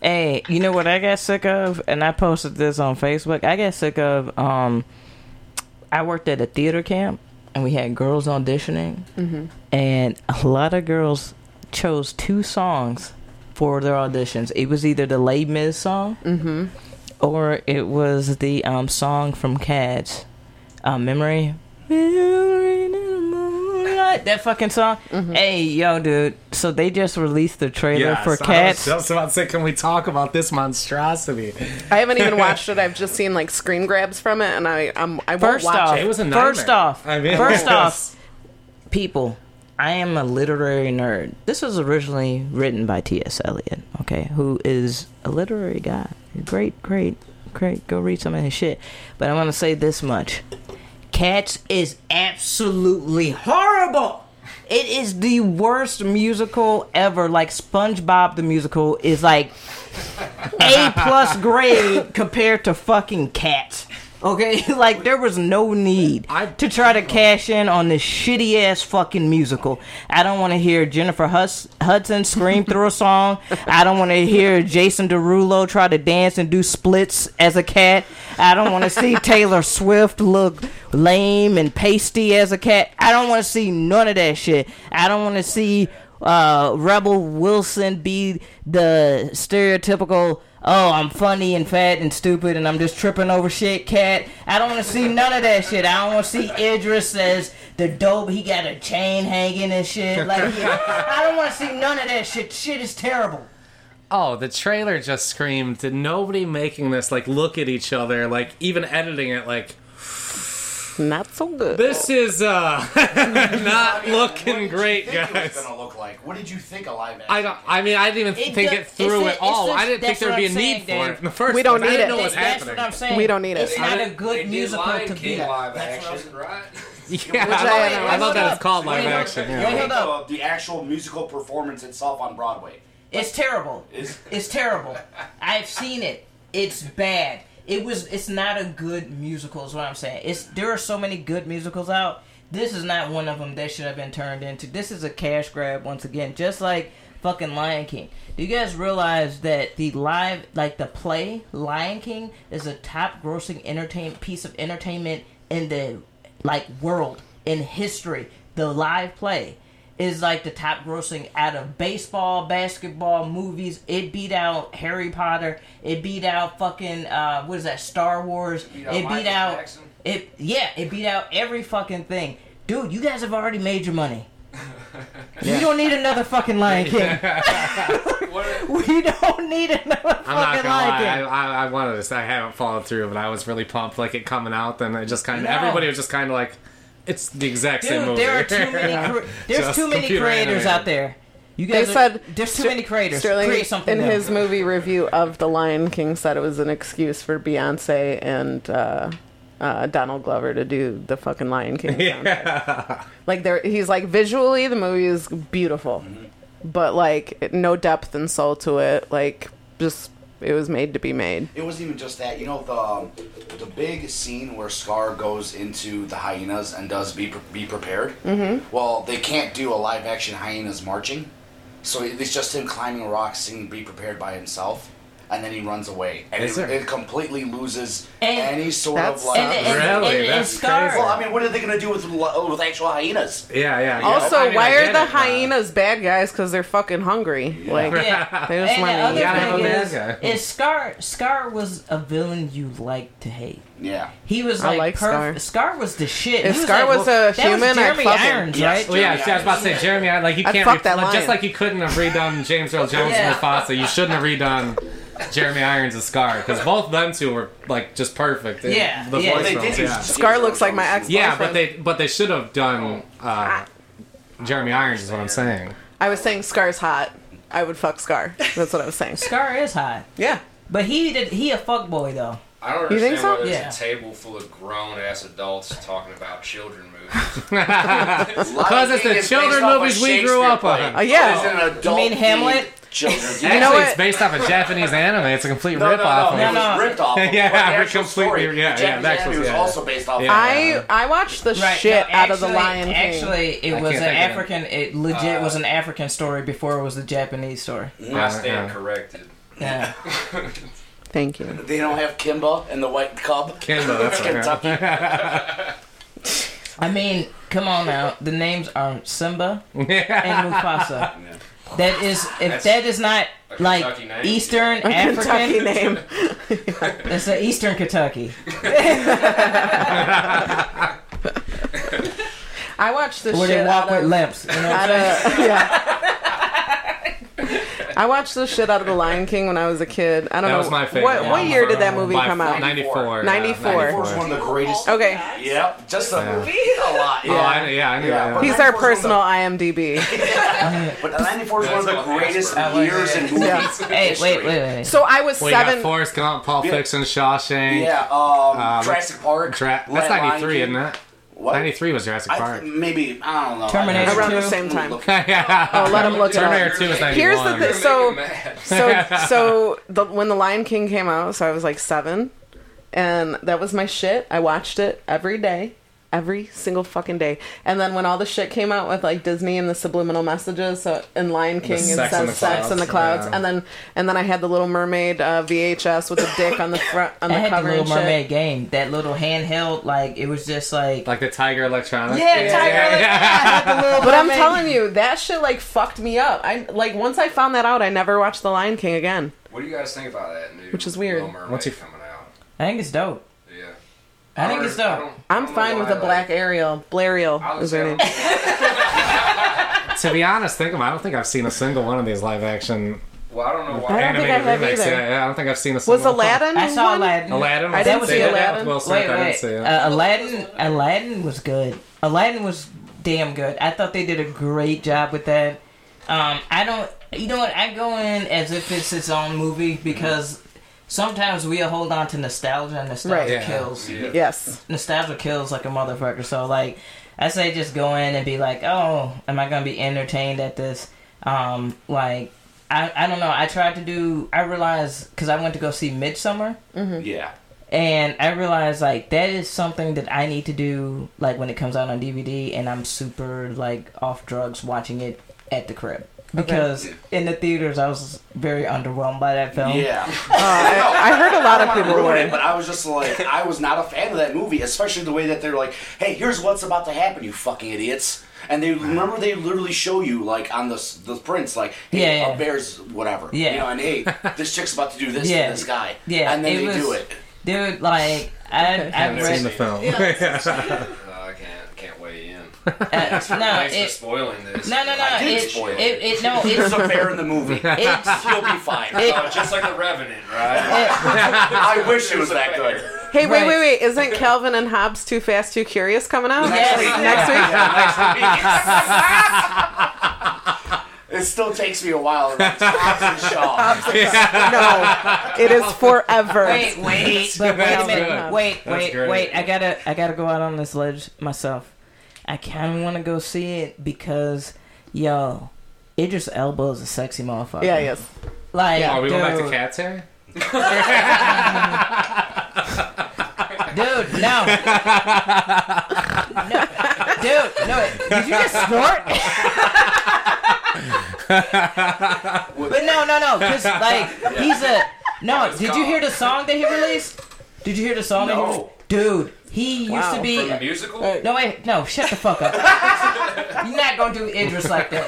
Speaker 1: Hey, you know what I got sick of? And I posted this on Facebook. I got sick of um I worked at a theater camp and we had girls auditioning and a lot of girls chose two songs for their auditions. It was either the Les Mis song or it was the um song from Cats. Uh, memory. Memory in the moonlight. That fucking song. Hey, yo, dude. So they just released the trailer
Speaker 3: Yes,
Speaker 1: for Cats.
Speaker 3: I was just about to say, can we talk about this monstrosity?
Speaker 2: I haven't even watched it. I've just seen like screen grabs from it, and I I'm, I won't
Speaker 1: First
Speaker 2: watch
Speaker 1: off,
Speaker 2: it.
Speaker 3: It was a nightmare.
Speaker 1: first off,
Speaker 3: I mean,
Speaker 1: first
Speaker 3: it
Speaker 1: off, people, I am a literary nerd. This was originally written by T.S. Eliot, okay, who is a literary guy. Great, great, great. Go read some of his shit. But I'm gonna say this much: Cats is absolutely horrible. It is the worst musical ever. Like SpongeBob the musical is like a plus grade compared to fucking cats. Okay, like there was no need
Speaker 3: I-
Speaker 1: to try to cash in on this shitty ass fucking musical. I don't want to hear Jennifer Hus- Hudson scream through a song. I don't want to hear Jason Derulo try to dance and do splits as a cat. I don't want to see Taylor Swift look lame and pasty as a cat. I don't want to see none of that shit. I don't want to see uh, Rebel Wilson be the stereotypical, oh, I'm funny and fat and stupid and I'm just tripping over shit cat. I don't want to see none of that shit. I don't want to see Idris as the dope, he got a chain hanging and shit. Like, I don't want to see none of that shit. Shit is terrible.
Speaker 3: Oh, the trailer just screamed. Did nobody making this like look at each other, like even editing it, like
Speaker 2: not so good.
Speaker 3: this is uh
Speaker 4: I
Speaker 3: not
Speaker 4: mean, what did
Speaker 3: looking
Speaker 4: you
Speaker 3: great,
Speaker 4: think It was
Speaker 3: guys.
Speaker 4: gonna look like. What did you think a live action?
Speaker 3: I don't. I mean, I didn't even
Speaker 1: It
Speaker 3: think
Speaker 1: do-
Speaker 3: it through
Speaker 1: it's
Speaker 3: at
Speaker 1: a-
Speaker 3: all.
Speaker 1: it's a-
Speaker 3: I didn't think
Speaker 1: that's
Speaker 3: there would
Speaker 1: what
Speaker 3: be a
Speaker 1: I'm
Speaker 3: need
Speaker 1: saying,
Speaker 3: for
Speaker 1: Dan.
Speaker 3: it. in The first
Speaker 2: We don't
Speaker 3: place. I
Speaker 2: need
Speaker 3: didn't
Speaker 2: it.
Speaker 3: know what was
Speaker 1: That's what I'm
Speaker 3: happening.
Speaker 1: saying.
Speaker 2: We don't need it.
Speaker 1: It's
Speaker 2: They
Speaker 1: not a
Speaker 5: did- they
Speaker 1: good
Speaker 5: did
Speaker 1: musical
Speaker 5: Lion
Speaker 1: to
Speaker 5: King
Speaker 1: be.
Speaker 5: live action,
Speaker 1: That's what
Speaker 5: right?
Speaker 3: Yeah,
Speaker 2: Which I
Speaker 3: I,
Speaker 2: am-
Speaker 3: love, I love that it's called
Speaker 1: Wait,
Speaker 3: live
Speaker 1: hold up.
Speaker 3: action.
Speaker 1: Wait,
Speaker 3: yeah.
Speaker 1: hold up.
Speaker 4: The actual musical performance itself on Broadway.
Speaker 1: It's terrible.
Speaker 4: Is-
Speaker 1: It's terrible. I've seen it. It's bad. It was. It's not a good musical. Is what I'm saying. It's there are so many good musicals out. This is not one of them that should have been turned into. This is a cash grab once again, just like fucking Lion King. Do you guys realize that the live, like the play Lion King, is a top grossing entertain piece of entertainment in the like world in history? The live play is like the top grossing out of baseball, basketball, movies. It beat out Harry Potter. It beat out fucking uh, what is that? Star Wars. It beat out.
Speaker 5: out Michael Jackson.
Speaker 1: it yeah. It beat out every fucking thing, dude. You guys have already made your money. You don't need another fucking Lion King. we don't need another
Speaker 3: I'm not
Speaker 1: fucking
Speaker 3: gonna lie.
Speaker 1: Lion
Speaker 3: I,
Speaker 1: King.
Speaker 3: I, I wanted to. I haven't followed through, but I was really pumped. Like it coming out, then I just kind of
Speaker 1: No.
Speaker 3: everybody was just kind of like, it's the exact same
Speaker 1: Dude,
Speaker 3: movie.
Speaker 1: there are too many. Cre- there's
Speaker 3: Just
Speaker 1: too many
Speaker 3: computer
Speaker 1: creators
Speaker 3: animated.
Speaker 1: out there. You
Speaker 2: They
Speaker 1: guys are-
Speaker 2: said
Speaker 1: there's too
Speaker 2: Ster-
Speaker 1: many creators.
Speaker 2: Sterling
Speaker 1: Create something
Speaker 2: in
Speaker 1: new.
Speaker 2: his movie review of The Lion King said it was an excuse for Beyonce and uh, uh, Donald Glover to do the fucking Lion King. soundtrack. Like there, he's like visually the movie is beautiful,
Speaker 1: Mm-hmm.
Speaker 2: but like it- no depth and soul to it. Like just it was made to be made.
Speaker 4: It wasn't even just that. You know the um, the big scene where Scar goes into the hyenas and does be Pre- be prepared. Mm-hmm. Well, they can't do a live action hyenas marching, so it's just him climbing rocks singing "Be Prepared" by himself. and then he runs away, and
Speaker 3: Is
Speaker 4: it,
Speaker 3: there-
Speaker 4: it completely loses
Speaker 1: And
Speaker 4: any sort
Speaker 2: that's-
Speaker 4: of like.
Speaker 1: And, and, and,
Speaker 3: Really?
Speaker 1: and, and
Speaker 3: That's
Speaker 1: Scar.
Speaker 3: crazy.
Speaker 4: well, I mean, what are they gonna do with li- with actual hyenas?
Speaker 3: Yeah, yeah. yeah.
Speaker 2: Also,
Speaker 3: I mean, I
Speaker 2: why
Speaker 3: get
Speaker 2: are
Speaker 3: it,
Speaker 2: the
Speaker 3: but-
Speaker 2: hyenas bad guys? Because they're fucking hungry. Like
Speaker 1: Yeah.
Speaker 2: they just
Speaker 1: And the
Speaker 2: want
Speaker 1: other
Speaker 2: to.
Speaker 3: gotta have
Speaker 1: thing
Speaker 3: a bad
Speaker 1: is,
Speaker 3: guy.
Speaker 1: is Scar. Scar was a villain you liked to hate.
Speaker 4: Yeah.
Speaker 1: He was
Speaker 2: I
Speaker 1: like,
Speaker 2: like Scar.
Speaker 1: Scar. Scar was the shit.
Speaker 2: If
Speaker 1: He
Speaker 2: Scar
Speaker 1: like,
Speaker 2: was
Speaker 1: well,
Speaker 2: a
Speaker 1: that was
Speaker 2: human, I'd
Speaker 1: Jeremy
Speaker 2: fuck him.
Speaker 1: Irons,
Speaker 4: Yes,
Speaker 1: right?
Speaker 3: Well, yeah,
Speaker 4: Jeremy
Speaker 3: see, I was about to say,
Speaker 4: Irons.
Speaker 3: Jeremy, I- like you
Speaker 2: I'd
Speaker 3: can't,
Speaker 2: fuck
Speaker 3: re-
Speaker 2: that
Speaker 3: like,
Speaker 2: lion.
Speaker 3: just like you couldn't have redone James Earl Jones
Speaker 1: Yeah.
Speaker 3: and Mufasa, you shouldn't have redone Jeremy Irons as Scar because both them two were like just perfect. in
Speaker 1: Yeah,
Speaker 3: the voice
Speaker 1: yeah. Well, they
Speaker 3: roles, yeah.
Speaker 2: Scar looks like my ex.
Speaker 3: Yeah, but they but they should have done uh, Jeremy Irons is what I'm saying.
Speaker 2: I was saying Scar's hot. I would fuck Scar. That's what I was saying.
Speaker 1: Scar is hot,
Speaker 2: Yeah.
Speaker 1: but he did. He a fuck boy though.
Speaker 5: I don't
Speaker 2: You
Speaker 5: understand
Speaker 2: think so?
Speaker 5: why there's
Speaker 1: Yeah.
Speaker 5: a table full of grown ass adults talking about children movies.
Speaker 3: Because it's the children movies we grew up on.
Speaker 2: Uh, yeah.
Speaker 4: an adult
Speaker 1: mean Hamlet?
Speaker 4: Children's
Speaker 3: Actually,
Speaker 2: You know
Speaker 3: it's
Speaker 2: what?
Speaker 3: based off a Japanese anime. It's a complete
Speaker 4: No, no,
Speaker 3: rip off.
Speaker 4: no, it
Speaker 1: No,
Speaker 4: was
Speaker 1: no.
Speaker 4: ripped off. of-
Speaker 3: Yeah,
Speaker 4: but the
Speaker 3: we're
Speaker 4: actual
Speaker 3: completely-
Speaker 4: story,
Speaker 3: yeah, yeah,
Speaker 4: Japanese
Speaker 3: that's
Speaker 4: anime
Speaker 3: what-
Speaker 4: was
Speaker 3: yeah.
Speaker 4: also based off.
Speaker 3: Yeah.
Speaker 2: I I watched the
Speaker 1: Right,
Speaker 2: shit
Speaker 1: no,
Speaker 2: out of the
Speaker 1: actually-
Speaker 2: Lion King.
Speaker 1: Actually, it
Speaker 3: I
Speaker 1: was
Speaker 3: can't think
Speaker 1: an
Speaker 3: of it.
Speaker 1: African. It legit
Speaker 5: Uh,
Speaker 1: was an African story before it was the Japanese story.
Speaker 5: I stand
Speaker 3: Yeah.
Speaker 5: corrected.
Speaker 1: Yeah,
Speaker 2: Thank you.
Speaker 4: They don't have Kimba and the White Cub.
Speaker 3: Kimba, that's right.
Speaker 4: Kentucky.
Speaker 1: I mean, come on now. The names are Simba
Speaker 3: Yeah.
Speaker 1: and Mufasa. That is, if
Speaker 5: That's
Speaker 1: that is not
Speaker 5: a
Speaker 1: like
Speaker 5: Kentucky name.
Speaker 1: Eastern
Speaker 2: Kentucky
Speaker 1: African,
Speaker 2: name.
Speaker 1: it's an Eastern Kentucky.
Speaker 2: I watched the
Speaker 1: Where
Speaker 2: shit
Speaker 1: they walk
Speaker 2: out
Speaker 1: with
Speaker 2: of,
Speaker 1: limps. You know what
Speaker 2: out
Speaker 1: I'm saying?
Speaker 2: of yeah. I watched the shit out of the Lion King when I was a kid. I don't
Speaker 3: That
Speaker 2: know
Speaker 3: was my favorite
Speaker 2: what what
Speaker 3: one.
Speaker 2: year did that movie
Speaker 3: By
Speaker 2: come out.
Speaker 3: 94.
Speaker 2: 94.
Speaker 3: Yeah,
Speaker 4: It was one of the greatest.
Speaker 2: Okay.
Speaker 4: Yep, just a,
Speaker 3: Yeah.
Speaker 4: a lot. Yeah.
Speaker 3: Oh, I, yeah, I knew
Speaker 4: Yeah,
Speaker 3: that.
Speaker 4: but-
Speaker 2: He's our personal IMDb.
Speaker 4: But 94 is one of the greatest
Speaker 1: like
Speaker 4: years
Speaker 1: it.
Speaker 4: in movies.
Speaker 2: Yeah.
Speaker 1: Hey,
Speaker 4: history.
Speaker 1: wait, wait, wait.
Speaker 2: So I was
Speaker 3: Well, you got
Speaker 2: seven.
Speaker 3: Forrest Gump, Pulp
Speaker 4: Yeah.
Speaker 3: Fiction, Shawshank.
Speaker 4: Yeah, um,
Speaker 3: Uh,
Speaker 4: Jurassic Park.
Speaker 3: Dra-
Speaker 4: Lion
Speaker 3: that's 93,
Speaker 4: King.
Speaker 3: isn't it?
Speaker 4: What?
Speaker 3: 93 was Jurassic
Speaker 4: I
Speaker 3: Park.
Speaker 4: th- maybe, I don't know.
Speaker 1: Terminator
Speaker 2: Around the
Speaker 1: two.
Speaker 2: same time.
Speaker 4: Look-
Speaker 3: yeah.
Speaker 2: Oh, let him look it
Speaker 3: Terminator
Speaker 2: up.
Speaker 3: 2 was 91.
Speaker 2: Here's the thing.
Speaker 5: You're
Speaker 2: So-
Speaker 5: making mad.
Speaker 2: So so the, when the Lion King came out, so I was like seven, and that was my shit. I watched it every day, every single fucking day. And then when all the shit came out with like Disney and the subliminal messages, so in Lion King it
Speaker 3: Sex in
Speaker 2: says
Speaker 3: the
Speaker 2: "sex in
Speaker 3: Clouds,"
Speaker 2: the clouds,"
Speaker 3: yeah.
Speaker 2: and then and then I had the Little Mermaid uh, VHS with the dick on the front on
Speaker 1: I
Speaker 2: the
Speaker 1: had the
Speaker 2: cover
Speaker 1: Little
Speaker 2: and shit.
Speaker 1: Mermaid game. That little handheld, like it was just like,
Speaker 3: Like the Tiger Electronics.
Speaker 1: yeah, Tiger. like, I had the Little
Speaker 2: But I'm
Speaker 1: Mermaid.
Speaker 2: telling you, that shit like fucked me up. I like once I found that out, I never watched The Lion King again.
Speaker 5: What do you guys think about that new
Speaker 2: Which is weird.
Speaker 5: Little Mermaid
Speaker 3: What's your-
Speaker 5: coming out?
Speaker 1: I think it's dope.
Speaker 5: Yeah.
Speaker 1: I think it's
Speaker 5: don't- I
Speaker 1: dope.
Speaker 5: don't- I
Speaker 2: I'm
Speaker 3: Oh,
Speaker 5: don't know
Speaker 2: fine with
Speaker 5: why,
Speaker 2: a black
Speaker 5: like,
Speaker 2: Ariel, Blariel
Speaker 5: I
Speaker 2: is
Speaker 5: was
Speaker 2: her
Speaker 5: down-
Speaker 2: name.
Speaker 3: To be honest, think about it. I don't think I've seen a single one of these live action
Speaker 5: Well, I don't know
Speaker 2: I
Speaker 5: why.
Speaker 2: don't think
Speaker 3: animated
Speaker 2: I have
Speaker 3: remakes.
Speaker 2: either.
Speaker 3: Yeah, yeah, I don't think I've seen a single
Speaker 2: Was Aladdin?
Speaker 1: I saw
Speaker 2: one?
Speaker 1: Aladdin.
Speaker 3: one. Aladdin?
Speaker 2: I didn't
Speaker 3: was-
Speaker 2: see
Speaker 3: yeah, that
Speaker 2: Aladdin.
Speaker 3: was Will Smith,
Speaker 1: Wait,
Speaker 3: I didn't
Speaker 1: wait.
Speaker 3: see it.
Speaker 1: Uh, Aladdin. Aladdin was good. Aladdin was damn good. I thought they did a great job with that. Um, I don't. You know what? I go in as if it's its own movie
Speaker 3: Mm-hmm.
Speaker 1: because sometimes we hold on to nostalgia and nostalgia
Speaker 2: Right.
Speaker 3: Yeah.
Speaker 1: kills.
Speaker 2: Yes.
Speaker 1: Nostalgia kills like a motherfucker. So like, I say just go in and be like, oh, am I gonna be entertained at this? Um, like. I, I don't know. I tried to do. I realized because I went to go see Midsummer,
Speaker 4: Yeah.
Speaker 2: Mm-hmm.
Speaker 1: and I realized like that is something that I need to do like when it comes out on DVD and I'm super like off drugs watching it at the crib because in the theaters I was very underwhelmed by that film.
Speaker 4: Yeah.
Speaker 2: I heard a lot of
Speaker 4: I don't
Speaker 2: people
Speaker 4: wanna ruin it,
Speaker 2: were.
Speaker 4: but I was just like, I was not a fan of that movie, especially the way that they're like, "Hey, here's what's about to happen, you fucking idiots!" And they remember they literally show you like on the s- the prints, like, hey,
Speaker 1: Yeah, yeah.
Speaker 4: a bear's whatever,
Speaker 1: Yeah.
Speaker 4: you know, and hey, this chick's about to do this
Speaker 1: Yeah.
Speaker 4: to this guy,
Speaker 1: Yeah,
Speaker 4: and then
Speaker 1: it
Speaker 4: they
Speaker 1: was-
Speaker 4: do it.
Speaker 1: Dude, like I I
Speaker 3: I've seen the
Speaker 1: read
Speaker 3: film.
Speaker 5: Uh, I can't, can't weigh in.
Speaker 1: uh, no
Speaker 5: Thanks for
Speaker 1: it,
Speaker 5: spoiling this.
Speaker 1: no no no
Speaker 5: I did
Speaker 1: it,
Speaker 5: spoil
Speaker 1: it, it, no
Speaker 4: There's
Speaker 1: it's
Speaker 4: a bear in the movie.
Speaker 1: it's
Speaker 4: He'll be fine.
Speaker 5: Uh, just like the Revenant, right?
Speaker 4: I wish it was that good.
Speaker 2: Hey, wait,
Speaker 1: Right.
Speaker 2: wait, wait! Isn't Calvin and Hobbes Too Fast, Too Curious coming out
Speaker 1: Yes.
Speaker 2: next week? Next week?
Speaker 4: It still takes me a while. Like, Hobbs and Shaw.
Speaker 2: No, it is forever.
Speaker 1: wait wait but wait a
Speaker 2: That's
Speaker 1: minute
Speaker 2: good.
Speaker 1: wait
Speaker 3: That's
Speaker 1: wait
Speaker 3: great.
Speaker 1: wait I gotta I gotta go out on this ledge myself. I kind of want to go see it because yo, Idris Elba is a sexy motherfucker.
Speaker 2: Yeah, yes.
Speaker 1: Like,
Speaker 3: Are we
Speaker 1: dude,
Speaker 3: going back to Cat's Hair?
Speaker 1: dude, no. no. Dude, no. Did you just snort? but no, no, no. Because, like, he's a. No,
Speaker 5: It's
Speaker 1: did you
Speaker 5: gone.
Speaker 1: hear the song that he released? Did you hear the song?
Speaker 4: No.
Speaker 1: That he re- Dude, he used to
Speaker 5: From the
Speaker 1: be.
Speaker 5: musical?
Speaker 1: No wait, no, shut the fuck up. You're not gonna do Idris like that.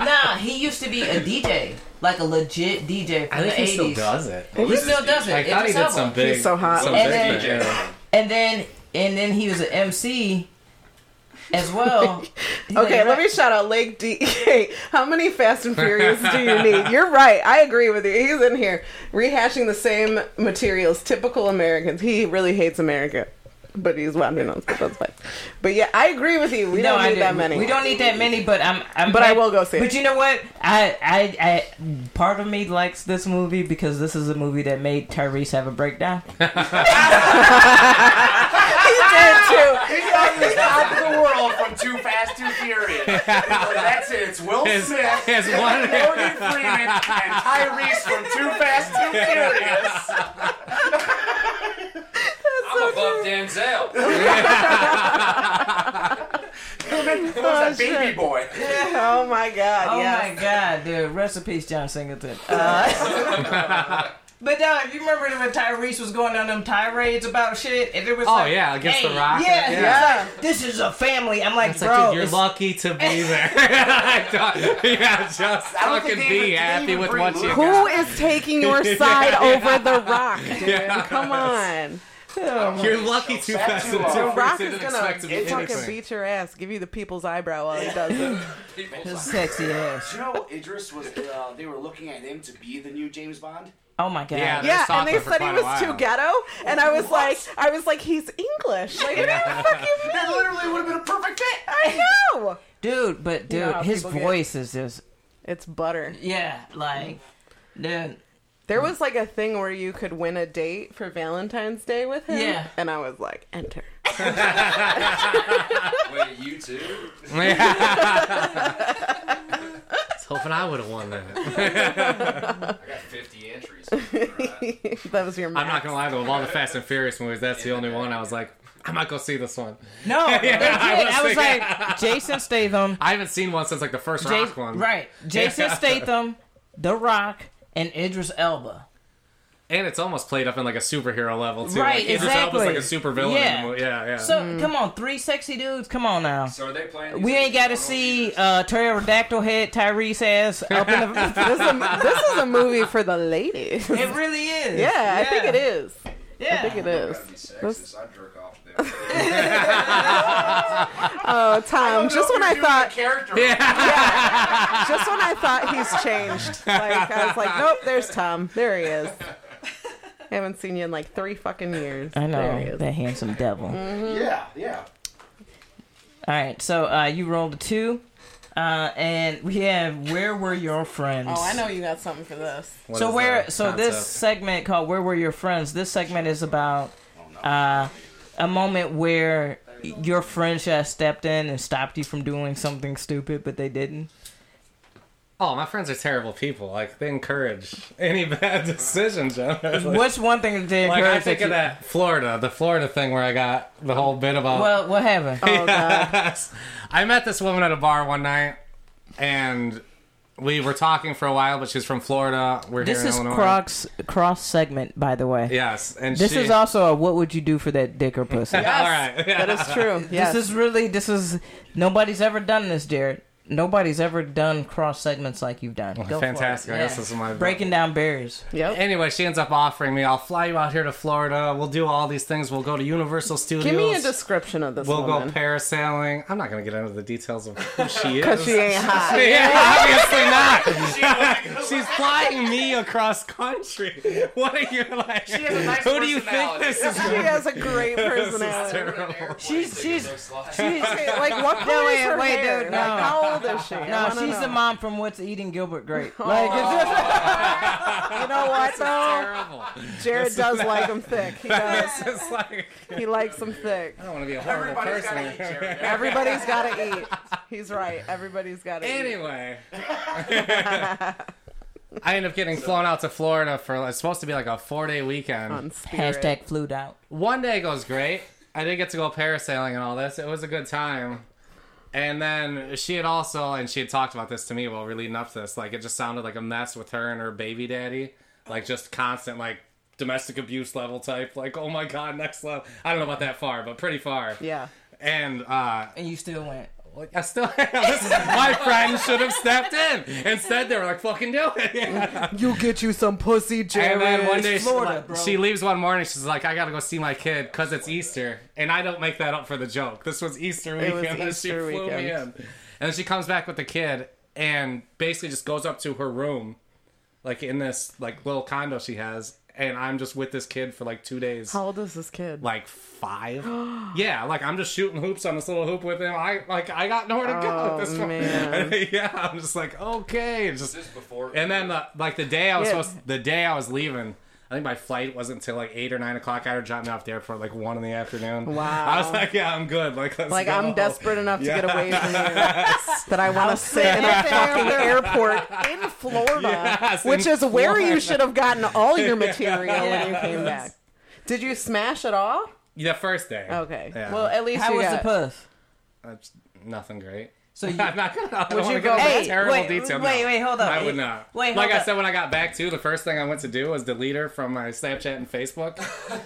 Speaker 1: Nah, he used to be a DJ, like a legit DJ from
Speaker 3: I think
Speaker 1: the
Speaker 3: he still
Speaker 1: 80s.
Speaker 3: does it.
Speaker 1: He still does it.
Speaker 3: I thought he
Speaker 1: Idris
Speaker 3: did
Speaker 1: Elba.
Speaker 3: some big.
Speaker 2: He's so hot.
Speaker 3: some
Speaker 1: And
Speaker 3: big-
Speaker 1: then-
Speaker 3: yeah.
Speaker 1: And then and then he was an MC as well. He's
Speaker 2: Okay,
Speaker 1: like,
Speaker 2: let me shout out Lake DK. How many Fast and Furious do you need? You're right. I agree with you. He's in here rehashing the same materials, typical Americans. He really hates America, but he's wandering on. so That's fine. But yeah, I agree with you. We
Speaker 1: No,
Speaker 2: don't
Speaker 1: I
Speaker 2: need that
Speaker 1: didn't.
Speaker 2: many.
Speaker 1: We don't need that many, but I'm. I'm
Speaker 2: But I will go see it.
Speaker 1: But you know what? I, I, I, part of me likes this movie because this is a movie that made Tyrese have a breakdown.
Speaker 2: He did too.
Speaker 4: He's out of the world from Too Fast, Too Furious. He's like, That's it. It's Will
Speaker 3: His-
Speaker 4: Smith,
Speaker 3: his one-
Speaker 4: Morgan Freeman, and Tyrese from Too Fast, Too Furious.
Speaker 5: I'm above Denzel.
Speaker 4: Who was that baby boy?
Speaker 2: Oh my god.
Speaker 1: Oh
Speaker 2: yes.
Speaker 1: my god, dude! Rest in peace, John Singleton. Uh, but no, if you remember when Tyrese was going on them tirades about shit, and it was
Speaker 3: Oh,
Speaker 1: like,
Speaker 3: yeah, against
Speaker 1: hey,
Speaker 3: The Rock.
Speaker 1: Yeah,
Speaker 3: Yeah.
Speaker 1: yeah. this is a family. I'm like,
Speaker 3: It's like,
Speaker 1: bro,
Speaker 3: dude, you're
Speaker 1: it's-
Speaker 3: lucky to be there. I don't- yeah, just
Speaker 4: I don't think
Speaker 3: fucking
Speaker 4: they even-
Speaker 3: be
Speaker 4: they
Speaker 3: happy
Speaker 4: even
Speaker 3: with
Speaker 4: bring
Speaker 3: what
Speaker 4: Luke.
Speaker 3: you
Speaker 4: Who
Speaker 2: Who
Speaker 3: got.
Speaker 2: is taking your side over the rock, dude?
Speaker 3: Yeah.
Speaker 2: Come on.
Speaker 3: You're lucky too
Speaker 4: That's
Speaker 3: fast and
Speaker 4: who I-
Speaker 3: too
Speaker 2: The rock
Speaker 3: fast.
Speaker 2: is
Speaker 3: Didn't
Speaker 2: gonna
Speaker 3: expect to be
Speaker 2: fucking
Speaker 3: anything.
Speaker 2: beat your ass, give you the people's eyebrow while he does it.
Speaker 5: People's
Speaker 1: sexy ass.
Speaker 4: Do you know Idris was? Uh, they were looking at him to be the new James Bond.
Speaker 1: Oh my god.
Speaker 3: Yeah.
Speaker 2: Yeah,
Speaker 3: They're
Speaker 2: and they
Speaker 3: soccer for
Speaker 2: said he
Speaker 3: quite a
Speaker 2: was
Speaker 3: while.
Speaker 2: too ghetto, and I was like, I was like, he's English. Like, what do you fucking
Speaker 4: That
Speaker 2: mean?
Speaker 4: literally would have been a perfect fit.
Speaker 2: I know.
Speaker 1: dude, but dude,
Speaker 2: know how
Speaker 1: his
Speaker 2: people get-
Speaker 1: voice is just
Speaker 2: It's butter.
Speaker 1: yeah, like, dude.
Speaker 2: There was like a thing where you could win a date for Valentine's Day with him.
Speaker 1: Yeah.
Speaker 2: And I was like, enter.
Speaker 5: Wait, you too?
Speaker 3: I was hoping I would have won that.
Speaker 5: I got 50 entries.
Speaker 2: that was your
Speaker 3: I'm not
Speaker 2: max.
Speaker 3: gonna lie though, of all the Fast and Furious movies, that's the only one I was like, I might go see this one.
Speaker 1: No, legit,
Speaker 3: I was
Speaker 1: I was
Speaker 3: thinking-
Speaker 1: like Jason Statham,
Speaker 3: I haven't seen one since like the first
Speaker 1: Ja-
Speaker 3: Rock one,
Speaker 1: right? Jason
Speaker 3: Yeah.
Speaker 1: Statham, The Rock, and Idris Elba.
Speaker 3: And it's almost played up in like a superhero level too.
Speaker 1: Right,
Speaker 3: like, Idris Elba's
Speaker 1: exactly.
Speaker 3: like a super villain. in the
Speaker 1: Yeah.
Speaker 3: movie. yeah, yeah.
Speaker 1: So
Speaker 2: Mm.
Speaker 1: come on, three sexy dudes. Come on now.
Speaker 5: So are they playing? these
Speaker 1: We
Speaker 5: as
Speaker 1: ain't got to
Speaker 5: normal
Speaker 1: see
Speaker 5: leaders?
Speaker 1: uh, pterodactyl head Tyrese ass up in the.
Speaker 2: This is, a, this is a movie for the ladies. Yeah,
Speaker 1: It really is.
Speaker 2: I think it is.
Speaker 1: Yeah.
Speaker 2: I think it
Speaker 5: Gotta
Speaker 2: is.
Speaker 5: be
Speaker 2: That's-
Speaker 5: sexist. I jerk off to them.
Speaker 2: Oh, Tom,
Speaker 4: No,
Speaker 2: just when
Speaker 4: you're
Speaker 2: I
Speaker 4: doing
Speaker 2: thought
Speaker 4: the character.
Speaker 2: just when I thought he's changed. Like I was like, nope, there's Tom. There he is. I haven't seen you in like three fucking years.
Speaker 1: I
Speaker 2: There he
Speaker 1: know
Speaker 2: is. Mm.
Speaker 1: that handsome devil. All
Speaker 4: Yeah, yeah.
Speaker 1: right, so uh, you rolled a two, uh, and we have where were your friends?
Speaker 2: Oh, I know you got something for this.
Speaker 3: What
Speaker 1: so
Speaker 3: is
Speaker 1: where
Speaker 3: the
Speaker 1: so this
Speaker 3: concept?
Speaker 1: segment called where were your friends this segment is about uh, a moment where your friend should have stepped in and stopped you from doing something stupid but they didn't
Speaker 3: Oh, my friends are terrible people. Like they encourage any bad decision, John. Like,
Speaker 1: what's one thing that they
Speaker 3: like I
Speaker 1: encourage
Speaker 3: think
Speaker 1: you-
Speaker 3: of that Florida, the Florida thing where I got the whole bit about
Speaker 1: well what happened
Speaker 2: Oh god.
Speaker 3: I met this woman at a bar one night, and we were talking for a while. But she's from Florida. We're
Speaker 1: this
Speaker 3: here
Speaker 1: is
Speaker 3: in Illinois.
Speaker 1: cross cross segment by the way
Speaker 3: Yes, and
Speaker 1: this
Speaker 3: she-
Speaker 1: is also a what would you do for that dick or pussy
Speaker 3: all right. Yeah.
Speaker 2: That is true. Yes.
Speaker 1: this is really this is nobody's ever done this jared nobody's ever done cross segments like you've done Go for it.
Speaker 3: Fantastic. I guess
Speaker 1: Yeah.
Speaker 3: this is my
Speaker 1: breaking down barriers
Speaker 2: yep.
Speaker 3: Anyway, she ends up offering me, "I'll fly you out here to Florida. We'll do all these things. We'll go to Universal Studios.
Speaker 2: Give me a description of this
Speaker 3: we'll go
Speaker 2: woman.
Speaker 3: parasailing. I'm not going to get into the details of who she
Speaker 2: Because
Speaker 3: is.
Speaker 2: she ain't hot.
Speaker 3: yeah, obviously not. She's flying me across country. What are you like?
Speaker 4: has a nice
Speaker 3: who do you think
Speaker 4: personality.
Speaker 3: this is?
Speaker 2: She has a great
Speaker 3: This is
Speaker 2: personality.
Speaker 3: terrible.
Speaker 1: she's she's
Speaker 2: She's like what color
Speaker 1: wait,
Speaker 2: is her
Speaker 1: wait,
Speaker 2: hair?
Speaker 1: dude,
Speaker 2: Like,
Speaker 1: no.
Speaker 2: how old is she? I
Speaker 1: No,
Speaker 2: wanna
Speaker 1: she's
Speaker 2: know.
Speaker 1: the mom from What's Eating Gilbert Grape. Like, it's just,
Speaker 2: You know what though?
Speaker 3: terrible.
Speaker 2: Jared does like them thick. He does.
Speaker 3: It's like
Speaker 2: He likes them thick.
Speaker 3: I don't want to be a horrible
Speaker 4: Everybody's
Speaker 3: person.
Speaker 4: gotta eat, Jared.
Speaker 2: Everybody's got to eat. He's right. Everybody's got to eat.
Speaker 3: Anyway. I end up getting flown out to Florida for it's supposed to be like a four day weekend.
Speaker 2: On spirit.
Speaker 1: hashtag flued out.
Speaker 3: One day goes great. I did get to go parasailing and all this. It was a good time. And then she had also, and she had talked about this to me while we are leading up to this. Like it just sounded like a mess with her and her baby daddy. like just constant like domestic abuse level type. Like oh my god, next level. I don't know about that far, but pretty far.
Speaker 2: Yeah.
Speaker 3: And uh,
Speaker 1: and you still went.
Speaker 3: like, I still this is my friend should have stepped in. Instead, they were like fucking do it. Yeah.
Speaker 2: You'll get you some pussy,
Speaker 3: And then one day she,
Speaker 1: Florida, bro.
Speaker 3: she leaves one morning. She's like, "I gotta go see my kid because it's Easter," and I don't make that up for the joke. This was Easter
Speaker 2: It was
Speaker 3: weekend, and she
Speaker 2: Easter
Speaker 3: flew me in.
Speaker 2: weekend.
Speaker 3: And then she comes back with the kid and basically just goes up to her room, like in this like little condo she has, and I'm just with this kid for like two days.
Speaker 2: How old is this kid?
Speaker 3: like five, yeah. Like I'm just shooting hoops on this little hoop with him. I like I got nowhere to go.
Speaker 2: Oh,
Speaker 3: at this point.
Speaker 2: man.
Speaker 3: yeah. I'm just like okay, and just
Speaker 5: This before.
Speaker 3: and then the, like the day I was
Speaker 2: Yeah.
Speaker 3: supposed, the day I was leaving, I think my flight wasn't till like eight or nine o'clock. I had to drop me off at the airport like one in the afternoon.
Speaker 2: Wow.
Speaker 3: I was like, yeah, I'm good. Like, let's
Speaker 2: like
Speaker 3: go.
Speaker 2: I'm uh, desperate enough to get away from you that I want to sit in a
Speaker 3: sad.
Speaker 2: fucking airport in Florida,
Speaker 3: Yes,
Speaker 2: which
Speaker 3: in
Speaker 2: is where you
Speaker 3: Florida.
Speaker 2: should have gotten all your material when you
Speaker 1: Yes.
Speaker 2: came back. Did you smash at all?
Speaker 3: The first day.
Speaker 2: Okay.
Speaker 3: Yeah.
Speaker 2: Well, at least
Speaker 1: How
Speaker 2: you
Speaker 1: was the
Speaker 2: got-
Speaker 1: puss?
Speaker 3: That's nothing great.
Speaker 1: So you,
Speaker 3: I'm not gonna. I
Speaker 2: Would
Speaker 3: don't
Speaker 2: you
Speaker 3: wanna go
Speaker 2: go
Speaker 3: into
Speaker 2: back?
Speaker 3: terrible
Speaker 1: wait,
Speaker 3: detail. No.
Speaker 1: wait, wait, hold up.
Speaker 3: I would
Speaker 1: Hey,
Speaker 3: not.
Speaker 1: Wait,
Speaker 3: like
Speaker 1: hold
Speaker 3: I
Speaker 1: up.
Speaker 3: said when I got back too, the first thing I went to do was delete her from my Snapchat and Facebook.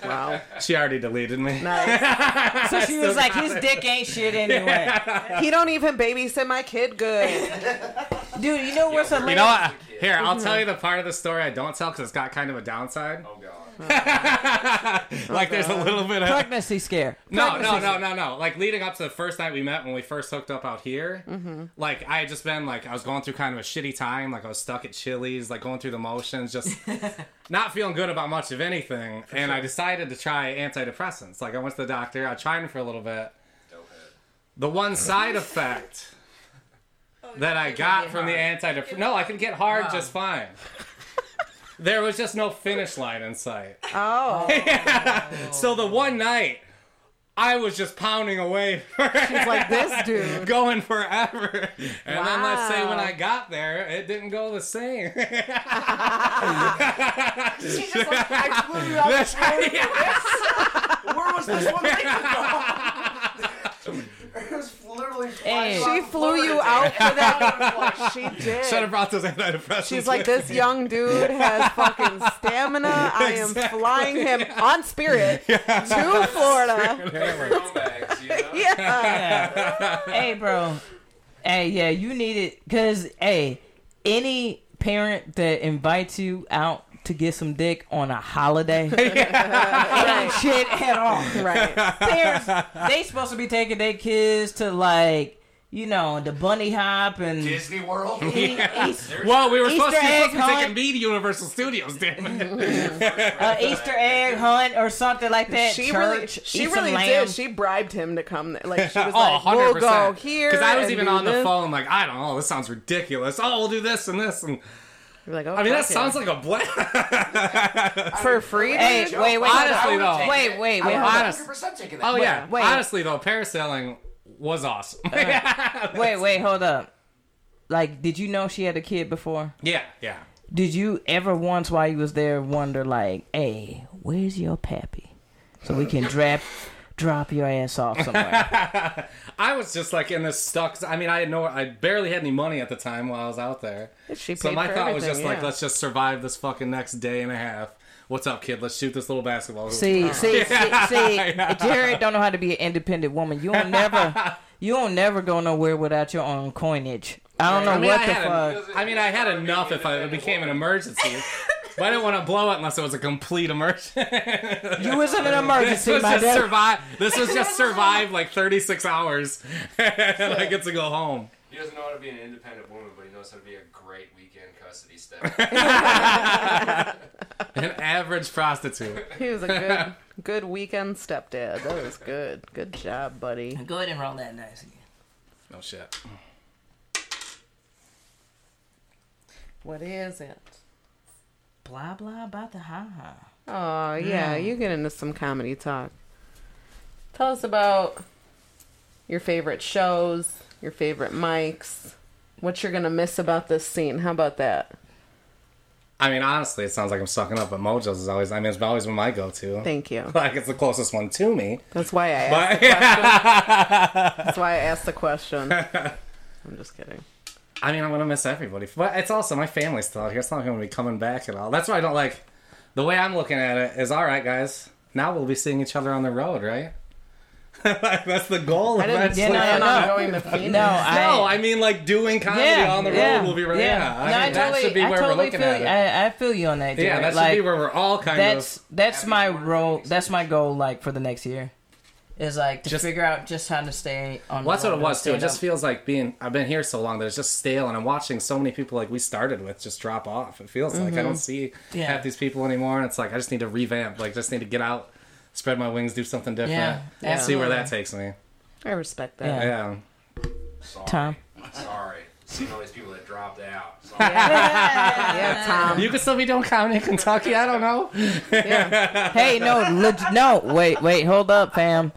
Speaker 2: Wow.
Speaker 3: she already deleted me.
Speaker 2: Nice.
Speaker 1: so she was like, his dick ain't shit anyway.
Speaker 2: he don't even babysit my kid good.
Speaker 1: Dude, you know where some
Speaker 3: You know what? Here, I'll tell you the part of the story I don't tell because it's got kind of a downside.
Speaker 5: Oh god.
Speaker 3: like, there's a little bit of
Speaker 1: pregnancy scare?
Speaker 3: No, no, no, no, no. Like leading up to the first night we met when we first hooked up out here, like I had just been like I was going through kind of a shitty time. Like I was stuck at Chili's, like going through the motions, just not feeling good about much of anything. and I decided to try antidepressants. Like I went to the doctor, I tried them for a little bit. The one side effect that I got from the antidepressant, no, I could get hard just fine. there was just no finish line in sight.
Speaker 2: Oh.
Speaker 3: So the one night, I was just pounding away,
Speaker 2: It's like this dude.
Speaker 3: going forever. And then let's say when
Speaker 2: Wow.
Speaker 3: I got there, it didn't go the same.
Speaker 2: She just like, I flew you out the
Speaker 4: Where was this one week ago? it was literally.
Speaker 1: Hey.
Speaker 2: She flew you out for that. She did.
Speaker 3: Should have brought those antidepressants.
Speaker 2: She's like, this young dude has fucking stamina. I am
Speaker 3: Exactly.
Speaker 2: flying him on spirit to Florida.
Speaker 5: Throwbacks, you know?
Speaker 2: Yeah.
Speaker 1: hey, bro. Hey, yeah, you need it because hey, any parent that invites you out to get some dick on a holiday ain't shit at all.
Speaker 2: Right.
Speaker 1: Parents, they supposed to be taking their kids to like you know the bunny hop and.
Speaker 4: Disney World.
Speaker 1: E- East-
Speaker 3: Whoa, we were supposed to,
Speaker 1: Easter
Speaker 3: be supposed to
Speaker 1: egg
Speaker 3: be taking
Speaker 1: hunt.
Speaker 3: me to Universal Studios, damn it.
Speaker 1: uh, Easter egg hunt or something like that.
Speaker 2: She really,
Speaker 1: Church,
Speaker 2: she
Speaker 1: eat some
Speaker 2: really
Speaker 1: lamb.
Speaker 2: did. She bribed him to come. There. Like she was
Speaker 3: oh,
Speaker 2: like,
Speaker 3: 100%.
Speaker 2: we'll go here.
Speaker 3: Because I was
Speaker 2: and
Speaker 3: even
Speaker 2: do
Speaker 3: on the
Speaker 2: this."
Speaker 3: phone, like, I don't know, this sounds ridiculous. Oh, we'll do this and this. and
Speaker 2: You're like, oh,
Speaker 3: I mean, that
Speaker 2: fuck
Speaker 3: sounds
Speaker 2: yeah.
Speaker 3: like a blast.
Speaker 2: for free.
Speaker 1: Hey,
Speaker 2: dude?
Speaker 1: wait, wait,
Speaker 3: Honestly,
Speaker 1: wait,
Speaker 3: though.
Speaker 1: wait, wait, wait,
Speaker 4: I would
Speaker 1: hold
Speaker 3: honest-
Speaker 1: up.
Speaker 4: have 100% taken that.
Speaker 3: Oh, yeah.
Speaker 1: wait.
Speaker 3: Honestly, though, parasailing was awesome.
Speaker 2: Uh.
Speaker 1: wait, wait, hold up. Like, did you know she had a kid before?
Speaker 3: yeah, yeah.
Speaker 1: Did you ever once while you was there wonder like, hey, where's your pappy? So we can drop drop your ass off somewhere.
Speaker 3: I was just like in this stuck. I mean, I had no, I barely had any money at the time while I was out there.
Speaker 2: She
Speaker 3: So
Speaker 2: paid
Speaker 3: my
Speaker 2: for
Speaker 3: thought was
Speaker 2: everything,
Speaker 3: just like,
Speaker 2: yeah.
Speaker 3: let's just survive this fucking next day and a half. What's up, kid? Let's shoot this little basketball. hoop. Uh-huh.
Speaker 1: see, see, see, see, Jared don't know how to be an independent woman. You don't never you don't never go nowhere without your own coinage. I don't know
Speaker 3: I mean,
Speaker 1: what
Speaker 3: I
Speaker 1: the
Speaker 3: had en-
Speaker 1: fuck.
Speaker 3: I mean, I had enough if I, it became an emergency. but I didn't want to blow it unless it was a complete emergency.
Speaker 1: you was in an
Speaker 3: this
Speaker 1: emergency,
Speaker 3: was
Speaker 1: my
Speaker 3: just
Speaker 1: dad.
Speaker 3: survive. This was just survive like 36 hours, and I get to go home.
Speaker 5: He doesn't know how to be an independent woman, but he knows how to be a great weekend custody step.
Speaker 3: An average prostitute.
Speaker 2: he was a good, good weekend stepdad. That was good. Good job, buddy.
Speaker 1: Go ahead and roll that nice again.
Speaker 3: No Oh, shit.
Speaker 2: What is it?
Speaker 1: Blah blah about the ha ha.
Speaker 2: Oh yeah, you get into some comedy talk. Tell us about your favorite shows, your favorite mics, what you're gonna miss about this scene. How about that?
Speaker 3: I mean, honestly, it sounds like I'm sucking up, but Mojo's is always. I mean, it's always been my go-to.
Speaker 2: Thank you.
Speaker 3: like it's the closest one to me.
Speaker 2: That's why I asked.
Speaker 3: But
Speaker 2: That's why I asked the question. I'm just kidding.
Speaker 3: I mean, I'm gonna miss everybody, but it's also my family's still out here. It's not gonna be coming back at all. That's why I don't like. The way I'm looking at it is, all right, guys. Now we'll be seeing each other on the road, right? Like, That's the goal.
Speaker 2: I didn't
Speaker 3: eventually.
Speaker 1: no,
Speaker 2: plan
Speaker 1: no,
Speaker 2: on
Speaker 1: no.
Speaker 2: going to Phoenix.
Speaker 1: No, I,
Speaker 3: No, I mean like doing comedy
Speaker 1: yeah,
Speaker 3: on the road
Speaker 1: yeah,
Speaker 3: will be right. Yeah,
Speaker 1: Yeah,
Speaker 3: I
Speaker 1: No,
Speaker 3: mean, that
Speaker 1: totally-
Speaker 3: should be
Speaker 1: I
Speaker 3: where
Speaker 1: totally
Speaker 3: we're looking
Speaker 1: feel
Speaker 3: at it.
Speaker 1: you. I, I feel you on that.
Speaker 3: yeah,
Speaker 1: Jared.
Speaker 3: that should
Speaker 1: like,
Speaker 3: be where we're all kind
Speaker 1: that's
Speaker 3: of.
Speaker 1: that's my role. That's my goal. Like for the next year, is like to
Speaker 3: Just-
Speaker 1: figure out just how to stay on.
Speaker 3: Well, that's
Speaker 1: the
Speaker 3: what it
Speaker 1: road,
Speaker 3: was too. It
Speaker 1: stand
Speaker 3: just
Speaker 1: up.
Speaker 3: feels like being. I've been here so long that it's just stale, and I'm watching so many people like we started with just drop off. It feels like I don't see
Speaker 1: Mm-hmm. Yeah.
Speaker 3: half these people anymore, and it's like I just need to revamp. Like just need to get out, spread my wings, do something different,
Speaker 1: Yeah,
Speaker 3: and see where that
Speaker 1: absolutely.
Speaker 3: takes me.
Speaker 2: I respect that.
Speaker 1: Yeah.
Speaker 3: Yeah.
Speaker 5: Sorry.
Speaker 1: Tom.
Speaker 5: Sorry. Seeing all these people that dropped out. Sorry.
Speaker 2: Yeah,
Speaker 1: Um,
Speaker 2: Tom.
Speaker 3: You could still be doing comedy in Kentucky. I don't know.
Speaker 1: Hey, no, leg- no. Wait, wait, hold up, fam.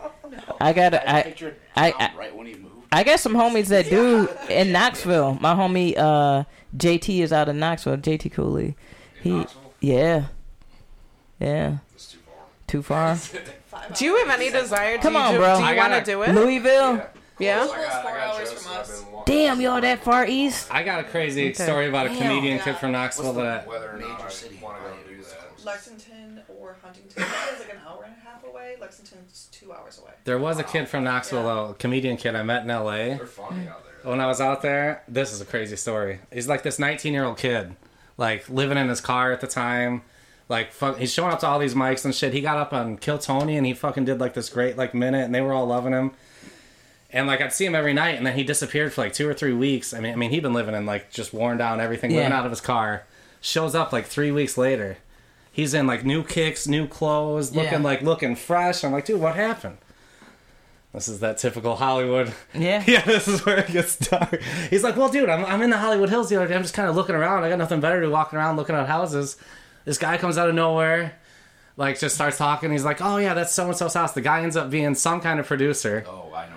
Speaker 1: I gotta. I,
Speaker 4: Picture
Speaker 1: I-
Speaker 4: Tom
Speaker 1: I-
Speaker 4: right when he moved.
Speaker 1: I got some homies that do in Knoxville. My homie uh, JT is out in Knoxville. JT Cooley. He yeah, yeah.
Speaker 5: It's too far.
Speaker 1: Too far.
Speaker 2: Do you have any desire to
Speaker 1: Come on,
Speaker 2: do,
Speaker 1: bro.
Speaker 2: Do
Speaker 1: I
Speaker 2: you want
Speaker 3: gotta-
Speaker 2: to do it?
Speaker 1: Louisville.
Speaker 2: Yeah.
Speaker 5: I got,
Speaker 6: four
Speaker 5: I got
Speaker 6: hours
Speaker 5: jokes
Speaker 6: from
Speaker 5: that I've
Speaker 6: us.
Speaker 5: been wanting
Speaker 1: Damn, y'all that far east?
Speaker 3: I got a crazy story about a comedian kid from Knoxville that
Speaker 5: Whether or not
Speaker 4: Major
Speaker 5: I
Speaker 4: city.
Speaker 5: want to go do that.
Speaker 6: Lexington or Huntington is like an hour and a half away. Lexington's two hours away.
Speaker 3: There was a kid from Knoxville, though, a comedian kid I met in LA.
Speaker 5: They're funny out there.
Speaker 3: When I was out there, this is a crazy story. He's like this 19 year old kid, like living in his car at the time. Like, fuck, he's showing up to all these mics and shit. He got up on Kill Tony and he fucking did like this great, like, minute, and they were all loving him. And like, I'd see him every night, and then he disappeared for like two or three weeks. I mean, I mean, he'd been living in like just worn down everything, living
Speaker 1: Yeah.
Speaker 3: out of his car. Shows up like three weeks later. He's in like new kicks, new clothes, looking
Speaker 1: Yeah.
Speaker 3: like looking fresh. I'm like, dude, what happened? This is that typical Hollywood.
Speaker 1: Yeah.
Speaker 3: Yeah, this is where it gets dark. He's like, well, dude, I'm, I'm in the Hollywood Hills the other day. I'm just kind of looking around. I got nothing better to do walking around looking at houses. This guy comes out of nowhere, like, just starts talking. He's like, oh, yeah, that's so and so's house. The guy ends up being some kind of producer.
Speaker 4: Oh, I know.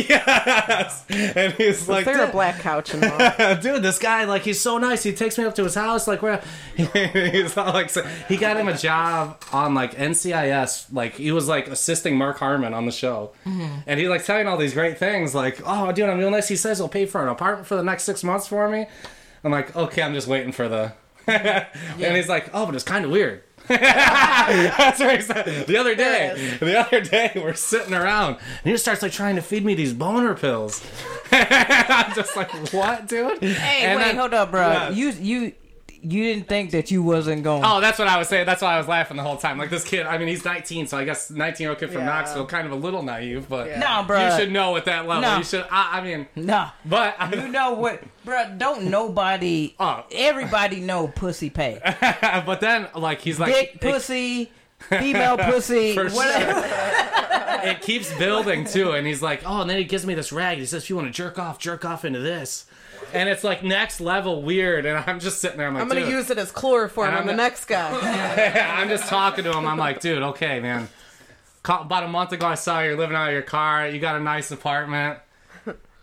Speaker 3: yes. And he's like,
Speaker 2: Is there a
Speaker 3: "Dude,
Speaker 2: black couch involved?
Speaker 3: dude, this guy, like, he's so nice. He takes me up to his house. Like, where he's all like, so- he got him a job on like NCIS. Like, he was like assisting Mark Harmon on the show, and he like telling all these great things. Like, oh, dude, I'm doing this. He says he'll pay for an apartment for the next six months for me. I'm like, okay, I'm just waiting for the. And he's like, oh, but it's kind of weird. That's what he said. The other day, the other day, we're sitting around, and he just starts like trying to feed me these boner pills. I'm just like, what, dude?
Speaker 1: Hey,
Speaker 3: And
Speaker 1: wait,
Speaker 3: then-
Speaker 1: hold up, bro.
Speaker 3: Yeah.
Speaker 1: You you you didn't think that you wasn't going.
Speaker 3: Oh, that's what I was saying. That's why I was laughing the whole time. Like this kid, I mean, he's 19, so I guess 19 year old kid from
Speaker 2: Yeah.
Speaker 3: Knoxville, kind of a little naive, but
Speaker 2: Yeah.
Speaker 1: Nah, bro.
Speaker 3: Oh. you should know at that level.
Speaker 1: Uh, No.
Speaker 3: You should. I, I mean,
Speaker 1: Nah.
Speaker 3: but
Speaker 1: You know what, bro? Don't nobody.
Speaker 3: Oh.
Speaker 1: Everybody know pussy pay.
Speaker 3: but then like he's like
Speaker 1: Dick
Speaker 3: it-
Speaker 1: pussy, female pussy,
Speaker 3: For
Speaker 1: whatever.
Speaker 3: it keeps building too, and he's like, oh, and then he gives me this rag. He says, if you want to jerk off, jerk off into this, and it's like next level weird. And I'm just sitting there, I'm like,
Speaker 2: I'm gonna
Speaker 3: "Dude."
Speaker 2: use it as chloroform
Speaker 3: And
Speaker 2: on
Speaker 3: I'm
Speaker 2: the
Speaker 3: not-
Speaker 2: next guy.
Speaker 3: I'm just talking to him. I'm like, dude, okay, man. Ca- About a month ago, I saw you're living out of your car. You got a nice apartment.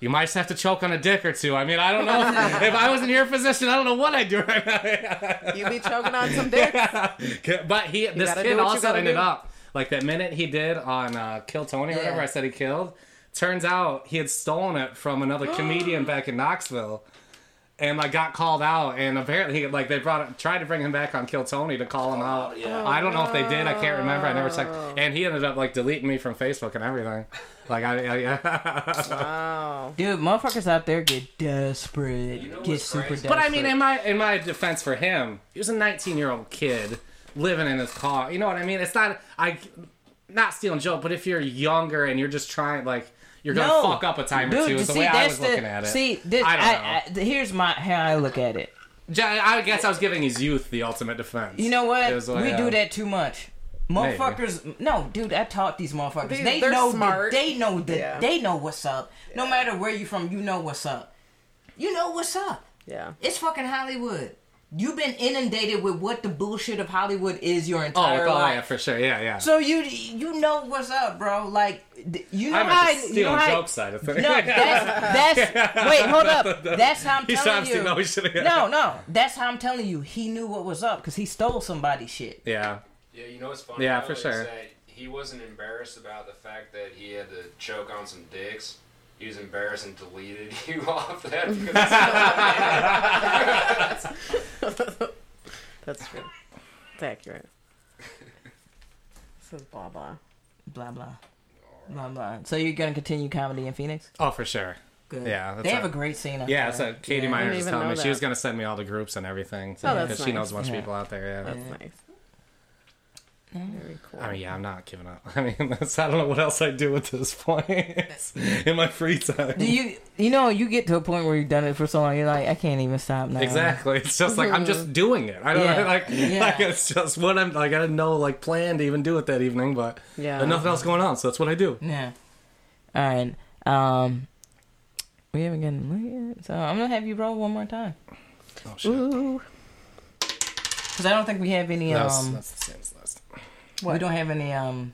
Speaker 3: You might just have to choke on a dick or two. I mean, I don't know. If, if I was in your position, I don't know what I'd do right now.
Speaker 2: You be choking on some dick.
Speaker 3: but he, this
Speaker 2: gotta do
Speaker 3: kid
Speaker 2: what you
Speaker 3: also
Speaker 2: gotta
Speaker 3: ended
Speaker 2: do.
Speaker 3: up like that minute he did on uh, Kill Tony or whatever
Speaker 1: Yeah.
Speaker 3: I said he killed. Turns out he had stolen it from another comedian back in Knoxville, and like got called out. And apparently, like they brought tried to bring him back on Kill Tony to call him out.
Speaker 4: Yeah.
Speaker 3: I don't know if they did. I can't remember. I never checked.
Speaker 2: Oh,
Speaker 3: And he ended up like deleting me from Facebook and everything. Like I, I yeah.
Speaker 2: Wow.
Speaker 1: Dude, motherfuckers out there get desperate.
Speaker 5: know
Speaker 1: get
Speaker 5: what's
Speaker 1: super
Speaker 5: crazy?
Speaker 1: desperate.
Speaker 3: but I mean, in my in my defense for him, he was a 19 year old kid living in his car. You know what I mean? It's not I, not stealing joke, but if you're younger and you're just trying like. You're gonna
Speaker 1: No.
Speaker 3: fuck up a time or two. Is the
Speaker 1: see,
Speaker 3: way I
Speaker 1: that's
Speaker 3: was
Speaker 1: the-
Speaker 3: looking at it.
Speaker 1: See, this,
Speaker 3: I don't know.
Speaker 1: I, I, here's my how I look at it.
Speaker 3: J- I guess I was giving his youth the ultimate defense.
Speaker 1: You know what?
Speaker 3: It was like,
Speaker 1: we
Speaker 3: yeah.
Speaker 1: do that too much. Motherfuckers, no, dude. I taught these motherfuckers.
Speaker 2: They-
Speaker 1: They,
Speaker 2: they're
Speaker 1: know. the-
Speaker 2: smart.
Speaker 1: they know that.
Speaker 2: Yeah.
Speaker 1: They know what's up. No matter where you from, you know what's up. You know what's up.
Speaker 2: Yeah.
Speaker 1: It's fucking Hollywood. You've been inundated with what the bullshit of Hollywood is your
Speaker 3: Oh,
Speaker 1: entire
Speaker 3: with- oh,
Speaker 1: life.
Speaker 3: yeah, for sure. Yeah, yeah.
Speaker 1: So you you know what's up, bro? Like d- you know
Speaker 3: I'm
Speaker 1: how
Speaker 3: at
Speaker 1: I-
Speaker 3: the
Speaker 1: you know
Speaker 3: stealing
Speaker 1: how I-
Speaker 3: joke side of things.
Speaker 1: No, that's that's wait, hold up. That's how I'm
Speaker 3: He's
Speaker 1: telling
Speaker 3: obviously
Speaker 1: you.
Speaker 3: not- we should've-
Speaker 1: No, no, that's how I'm telling you. He knew what was up because he stole somebody's shit.
Speaker 3: yeah.
Speaker 5: Yeah, you know what's funny?
Speaker 3: Yeah,
Speaker 5: though,
Speaker 3: for
Speaker 5: is
Speaker 3: sure.
Speaker 5: that he wasn't embarrassed about the fact that he had to choke on some dicks. he was embarrassed and deleted you off that. Because it's-
Speaker 2: That's true. It's accurate. This is blah blah.
Speaker 1: Blah blah. Blah blah. So you're gonna continue comedy in Phoenix?
Speaker 3: Oh, for sure.
Speaker 1: Good.
Speaker 3: Yeah, that's
Speaker 1: they have
Speaker 3: a-
Speaker 1: a great scene. up
Speaker 3: Yeah,
Speaker 1: there.
Speaker 3: so Katie
Speaker 1: Yeah.
Speaker 3: Myers
Speaker 2: didn't
Speaker 3: was
Speaker 2: even
Speaker 3: telling
Speaker 2: know
Speaker 3: me
Speaker 2: that.
Speaker 3: she was gonna send me all the groups and everything
Speaker 2: Oh, that's
Speaker 3: she
Speaker 2: nice.
Speaker 3: knows a bunch of
Speaker 1: Yeah.
Speaker 3: people out there. Yeah.
Speaker 2: That's nice. Very cool.
Speaker 3: I mean, yeah, I'm not giving up. I mean, that's, I don't know what else I do at this point in my free time.
Speaker 1: Do you you know you get to a point where you've done it for so long you're like I can't even stop now.
Speaker 3: Exactly. It's just like I'm just doing it. I don't
Speaker 1: Mm-hmm. Yeah.
Speaker 3: like,
Speaker 1: Yeah.
Speaker 3: like it's just what I'm like I didn't know like plan to even do it that evening, but
Speaker 2: Yeah.
Speaker 3: there's nothing else going on, so that's what I do.
Speaker 1: Yeah. All right. Um, we haven't gotten yet, so I'm gonna have you roll one more time Mm-hmm.
Speaker 3: Oh shit.
Speaker 2: Ooh.
Speaker 1: because I don't think we have any.
Speaker 3: That was-
Speaker 1: Um,
Speaker 3: that's the same as last. time.
Speaker 1: we don't have any um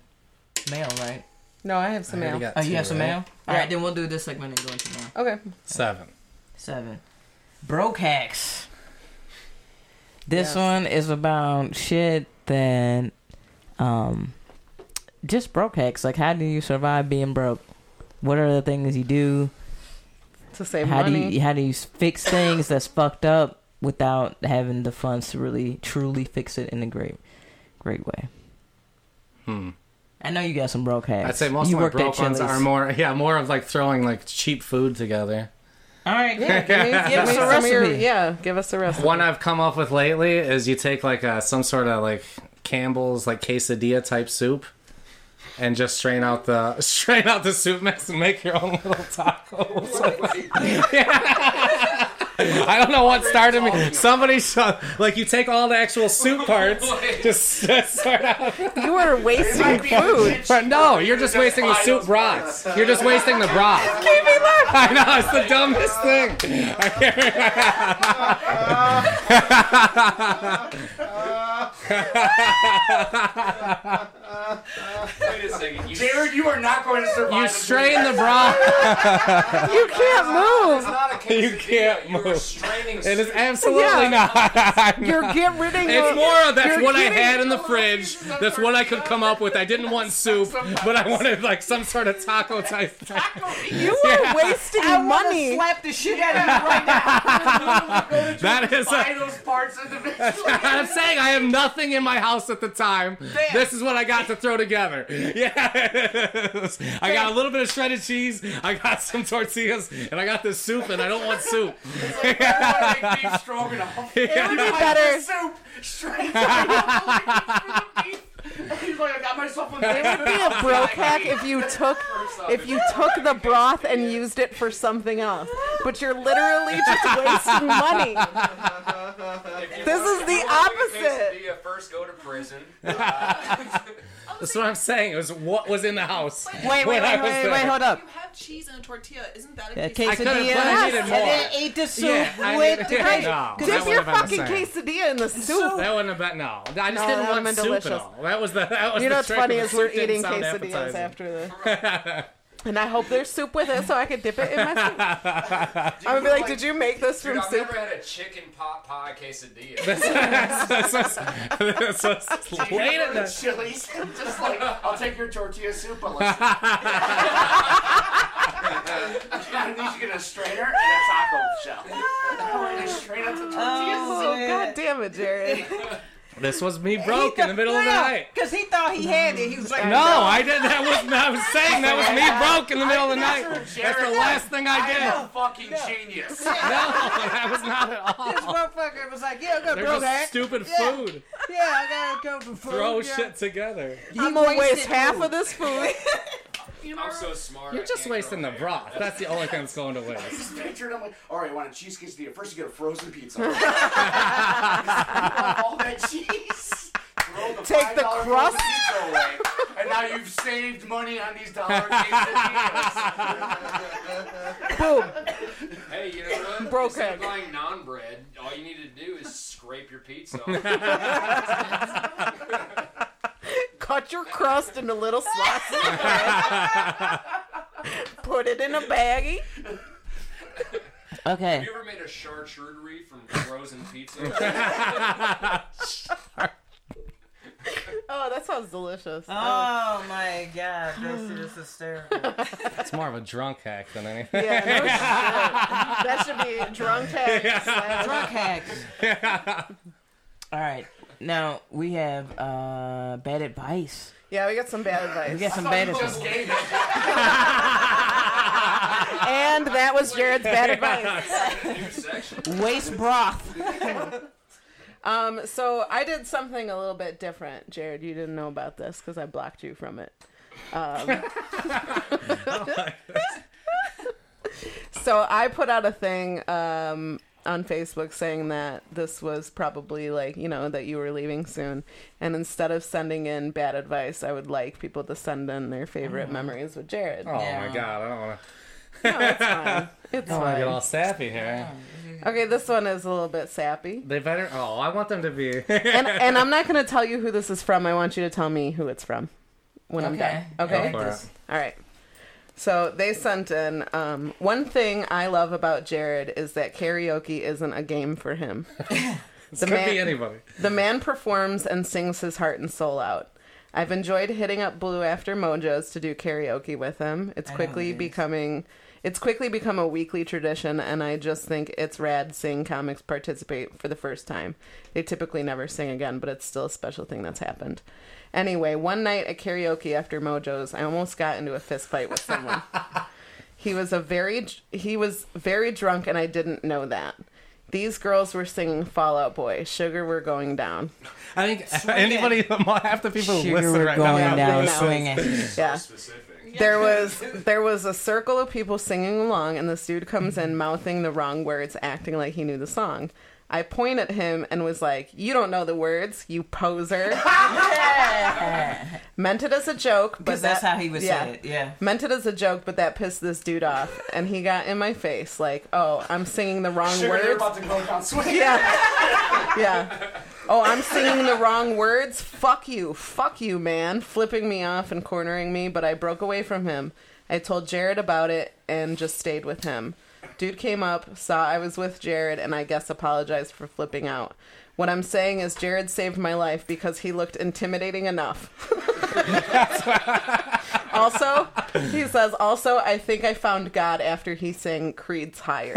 Speaker 1: mail, right?
Speaker 2: No, I have some
Speaker 3: I already
Speaker 2: mail.
Speaker 3: got
Speaker 1: Oh, you
Speaker 3: two,
Speaker 1: have some
Speaker 3: right?
Speaker 1: mail. All right, then we'll do this segment and go into mail.
Speaker 2: Okay.
Speaker 3: Seven.
Speaker 1: Seven. Broke hacks. This
Speaker 2: Yes.
Speaker 1: one is about shit that, um, just broke hacks. Like, how do you survive being broke? What are the things you do?
Speaker 2: To save
Speaker 1: how
Speaker 2: money.
Speaker 1: do you how do you fix things that's fucked up without having the funds to really truly fix it in a great great way?
Speaker 3: Hmm.
Speaker 1: I know you got some broke hacks.
Speaker 3: I'd say most
Speaker 1: you
Speaker 3: of my
Speaker 1: worked at
Speaker 3: broke ones
Speaker 1: Chili's.
Speaker 3: are more yeah, more of like throwing like cheap food together.
Speaker 1: All right,
Speaker 2: Yeah, give me, give
Speaker 1: us a
Speaker 2: me some of your-
Speaker 1: recipe.
Speaker 2: yeah, give us a recipe.
Speaker 3: One I've come up with lately is you take like uh some sort of like Campbell's like quesadilla type soup, and just strain out the strain out the soup mix and make your own little tacos. I don't know what started me. Somebody saw like you take all the actual soup parts, just, just start out.
Speaker 2: You are wasting food.
Speaker 3: But no, you're just wasting the soup broth. You're just wasting the broth. I know it's the dumbest thing. I can't
Speaker 5: Wait a second. You
Speaker 4: Jared, you are not going to survive.
Speaker 3: You
Speaker 4: this
Speaker 3: strain the broth.
Speaker 2: You can't move.
Speaker 5: not a
Speaker 3: You
Speaker 5: quesadilla,
Speaker 3: can't
Speaker 5: you are
Speaker 3: move.
Speaker 5: straining
Speaker 3: It is
Speaker 5: soup.
Speaker 3: absolutely
Speaker 2: Yeah.
Speaker 3: not.
Speaker 2: You're getting rid of your.
Speaker 3: It's more of that's
Speaker 2: you're
Speaker 3: what I
Speaker 2: getting-
Speaker 3: had in the fridge. That's what I could come up with. I didn't want soup, but I wanted like some sort of taco type. thing.
Speaker 2: you are wasting money.
Speaker 8: Slap the shit out of you right now.
Speaker 3: That is
Speaker 4: Buy
Speaker 3: a,
Speaker 4: those parts individually.
Speaker 3: I'm saying I have nothing in my house at the time. This is what I got to throw together. Yes. I got a little bit of shredded cheese. I got some tortillas, and I got this soup, and I don't want soup.
Speaker 4: I wanna make beef stroganoff.
Speaker 2: It would be better.
Speaker 4: Soup. Strain the beef. He's like, I got myself a
Speaker 2: It would be a broke hack if you took if you took the broth and used it for something else. But you're literally just wasting money. This is the opposite.
Speaker 5: Quesadilla, first go to prison.
Speaker 3: That's what I'm saying. It was what was in the house.
Speaker 2: Wait, wait,
Speaker 3: When I
Speaker 2: wait,
Speaker 3: was
Speaker 2: wait,
Speaker 3: there.
Speaker 2: wait, hold up.
Speaker 6: You have cheese in a tortilla. Isn't that a
Speaker 1: Yeah, quesadilla,
Speaker 6: quesadilla?
Speaker 3: could've put- I needed
Speaker 1: and
Speaker 3: more.
Speaker 1: then ate the soup
Speaker 3: Yeah, I
Speaker 1: with
Speaker 3: needed-
Speaker 1: the-
Speaker 3: no, that
Speaker 2: Dip your
Speaker 3: would've been the
Speaker 2: fucking
Speaker 3: same.
Speaker 2: quesadilla in the soup.
Speaker 3: That wouldn't have been no. I just
Speaker 2: No, that
Speaker 3: didn't
Speaker 2: would've
Speaker 3: want
Speaker 2: been
Speaker 3: soup
Speaker 2: delicious.
Speaker 3: at all. That was the that was
Speaker 2: You know
Speaker 3: the
Speaker 2: what's
Speaker 3: trick,
Speaker 2: funny
Speaker 3: but
Speaker 2: is
Speaker 3: the
Speaker 2: we're
Speaker 3: soup didn't
Speaker 2: eating
Speaker 3: sound
Speaker 2: quesadillas
Speaker 3: appetizing.
Speaker 2: after this. and I hope there's soup with it so I could dip it in my soup. I'm gonna be like, did you make this
Speaker 5: Dude,
Speaker 2: from
Speaker 5: I've
Speaker 2: soup?
Speaker 5: never had a chicken pot pie quesadilla.
Speaker 3: That's what's- that's what's- wait a minute.
Speaker 4: Chili's. Just like, I'll take your tortilla soup, but let's. I need you to get a strainer and a taco shell. We're gonna strain up the tortilla
Speaker 2: Oh, God damn it, Jared.
Speaker 3: This was me broke in the middle of the night.
Speaker 8: Because he thought he had it. He was like,
Speaker 3: No, I did. That was I was saying that was me broke in the middle of the night. That's the last thing I did.
Speaker 4: I'm a fucking genius.
Speaker 3: No, that was not at all.
Speaker 8: This motherfucker was like, yeah, I'm gonna
Speaker 3: They're
Speaker 8: throw
Speaker 3: just
Speaker 8: that.
Speaker 3: stupid food.
Speaker 8: Yeah, I gotta go to food.
Speaker 3: Throw
Speaker 8: yeah.
Speaker 3: shit together.
Speaker 2: I'm gonna waste half of this food.
Speaker 5: I'm so smart.
Speaker 3: You're
Speaker 5: I
Speaker 3: just
Speaker 5: can't grow
Speaker 3: wasting the
Speaker 5: hair.
Speaker 3: broth. That's the only thing that's going to waste.
Speaker 4: Just pictured, I'm like, all right, want a cheese quesadilla? First, you get a frozen pizza. all that cheese. Throw the
Speaker 2: Take the
Speaker 4: $5
Speaker 2: crust.
Speaker 4: frozen pizza away, and now you've saved money on these dollar quesadillas.
Speaker 2: Boom.
Speaker 5: Hey, you know what?
Speaker 2: Broke
Speaker 5: Instead
Speaker 2: egg.
Speaker 5: of buying non bread, all you need to do is scrape your pizza. off.
Speaker 2: Cut your crust into little slices. of bread. Put it in a baggie.
Speaker 1: Okay.
Speaker 5: Have you ever made a charcuterie from frozen pizza?
Speaker 2: Oh, that sounds delicious.
Speaker 8: Oh my god.
Speaker 9: god, this is hysterical.
Speaker 3: It's more of a drunk hack than anything.
Speaker 2: Yeah, no shit. That should be drunk tag.
Speaker 1: Drunk hacks. All right. Now we have uh, bad advice.
Speaker 2: Yeah, we got some bad
Speaker 1: We
Speaker 2: advice.
Speaker 1: got some bad advice.
Speaker 2: And that was Jared's bad advice.
Speaker 5: New section.
Speaker 1: Waste broth.
Speaker 2: Um, so I did something a little bit different, Jared. You didn't know about this because I blocked you from it. Um, so I put out a thing um, on Facebook saying that this was probably like you know that you were leaving soon, and instead of sending in bad advice, I would like people to send in their favorite memories with Jared.
Speaker 3: Oh
Speaker 1: Yeah.
Speaker 3: my god, I don't want to.
Speaker 2: No, it's fine. It's
Speaker 3: I get all
Speaker 2: fine.
Speaker 3: sappy here.
Speaker 2: Okay, this one is a little bit sappy.
Speaker 3: They better. Oh, I want them to be.
Speaker 2: and, and I'm not going to tell you who this is from. I want you to tell me who it's from when I'm done.
Speaker 1: Okay.
Speaker 2: Okay.
Speaker 3: Go for it.
Speaker 2: All right. So they sent in um, one thing I love about Jared is that karaoke isn't a game for him. the,
Speaker 3: Could be
Speaker 2: man,
Speaker 3: anybody.
Speaker 2: the man performs and sings his heart and soul out. I've enjoyed hitting up Blue after Mojo's to do karaoke with him. It's quickly becoming it's quickly become a weekly tradition and I just think it's rad seeing comics participate for the first time. They typically never sing again, but it's still a special thing that's happened. Anyway, one night at karaoke after Mojo's, I almost got into a fist fight with someone. He was a very he was very drunk and I didn't know that. These girls were singing Fallout Boy, Sugar We're Going Down.
Speaker 3: I think anybody, half the people who
Speaker 1: Sugar,
Speaker 3: listen
Speaker 1: we're
Speaker 3: right
Speaker 1: going
Speaker 3: now.
Speaker 1: down
Speaker 2: now.
Speaker 1: swinging.
Speaker 2: Yeah.
Speaker 5: Specific.
Speaker 2: there was there was a circle of people singing along and this dude comes in mouthing the wrong words acting like he knew the song i point at him and was like you don't know the words you poser meant it as a joke but
Speaker 1: Because that's
Speaker 2: that-
Speaker 1: how he would
Speaker 2: yeah.
Speaker 1: say it. Yeah.
Speaker 2: meant it as a joke but that pissed this dude off and he got in my face like oh i'm singing the wrong
Speaker 4: Sugar, they're
Speaker 2: words
Speaker 4: about to go down swinging.
Speaker 2: yeah. Yeah. Oh, I'm singing the wrong words. Fuck you. Fuck you, man. Flipping me off and cornering me, but I broke away from him. I told Jared about it and just stayed with him. Dude came up, saw I was with Jared, and I guess apologized for flipping out. What I'm saying is, Jared saved my life because he looked intimidating enough. also, he says, also, I think I found God after he sang Creed's Higher.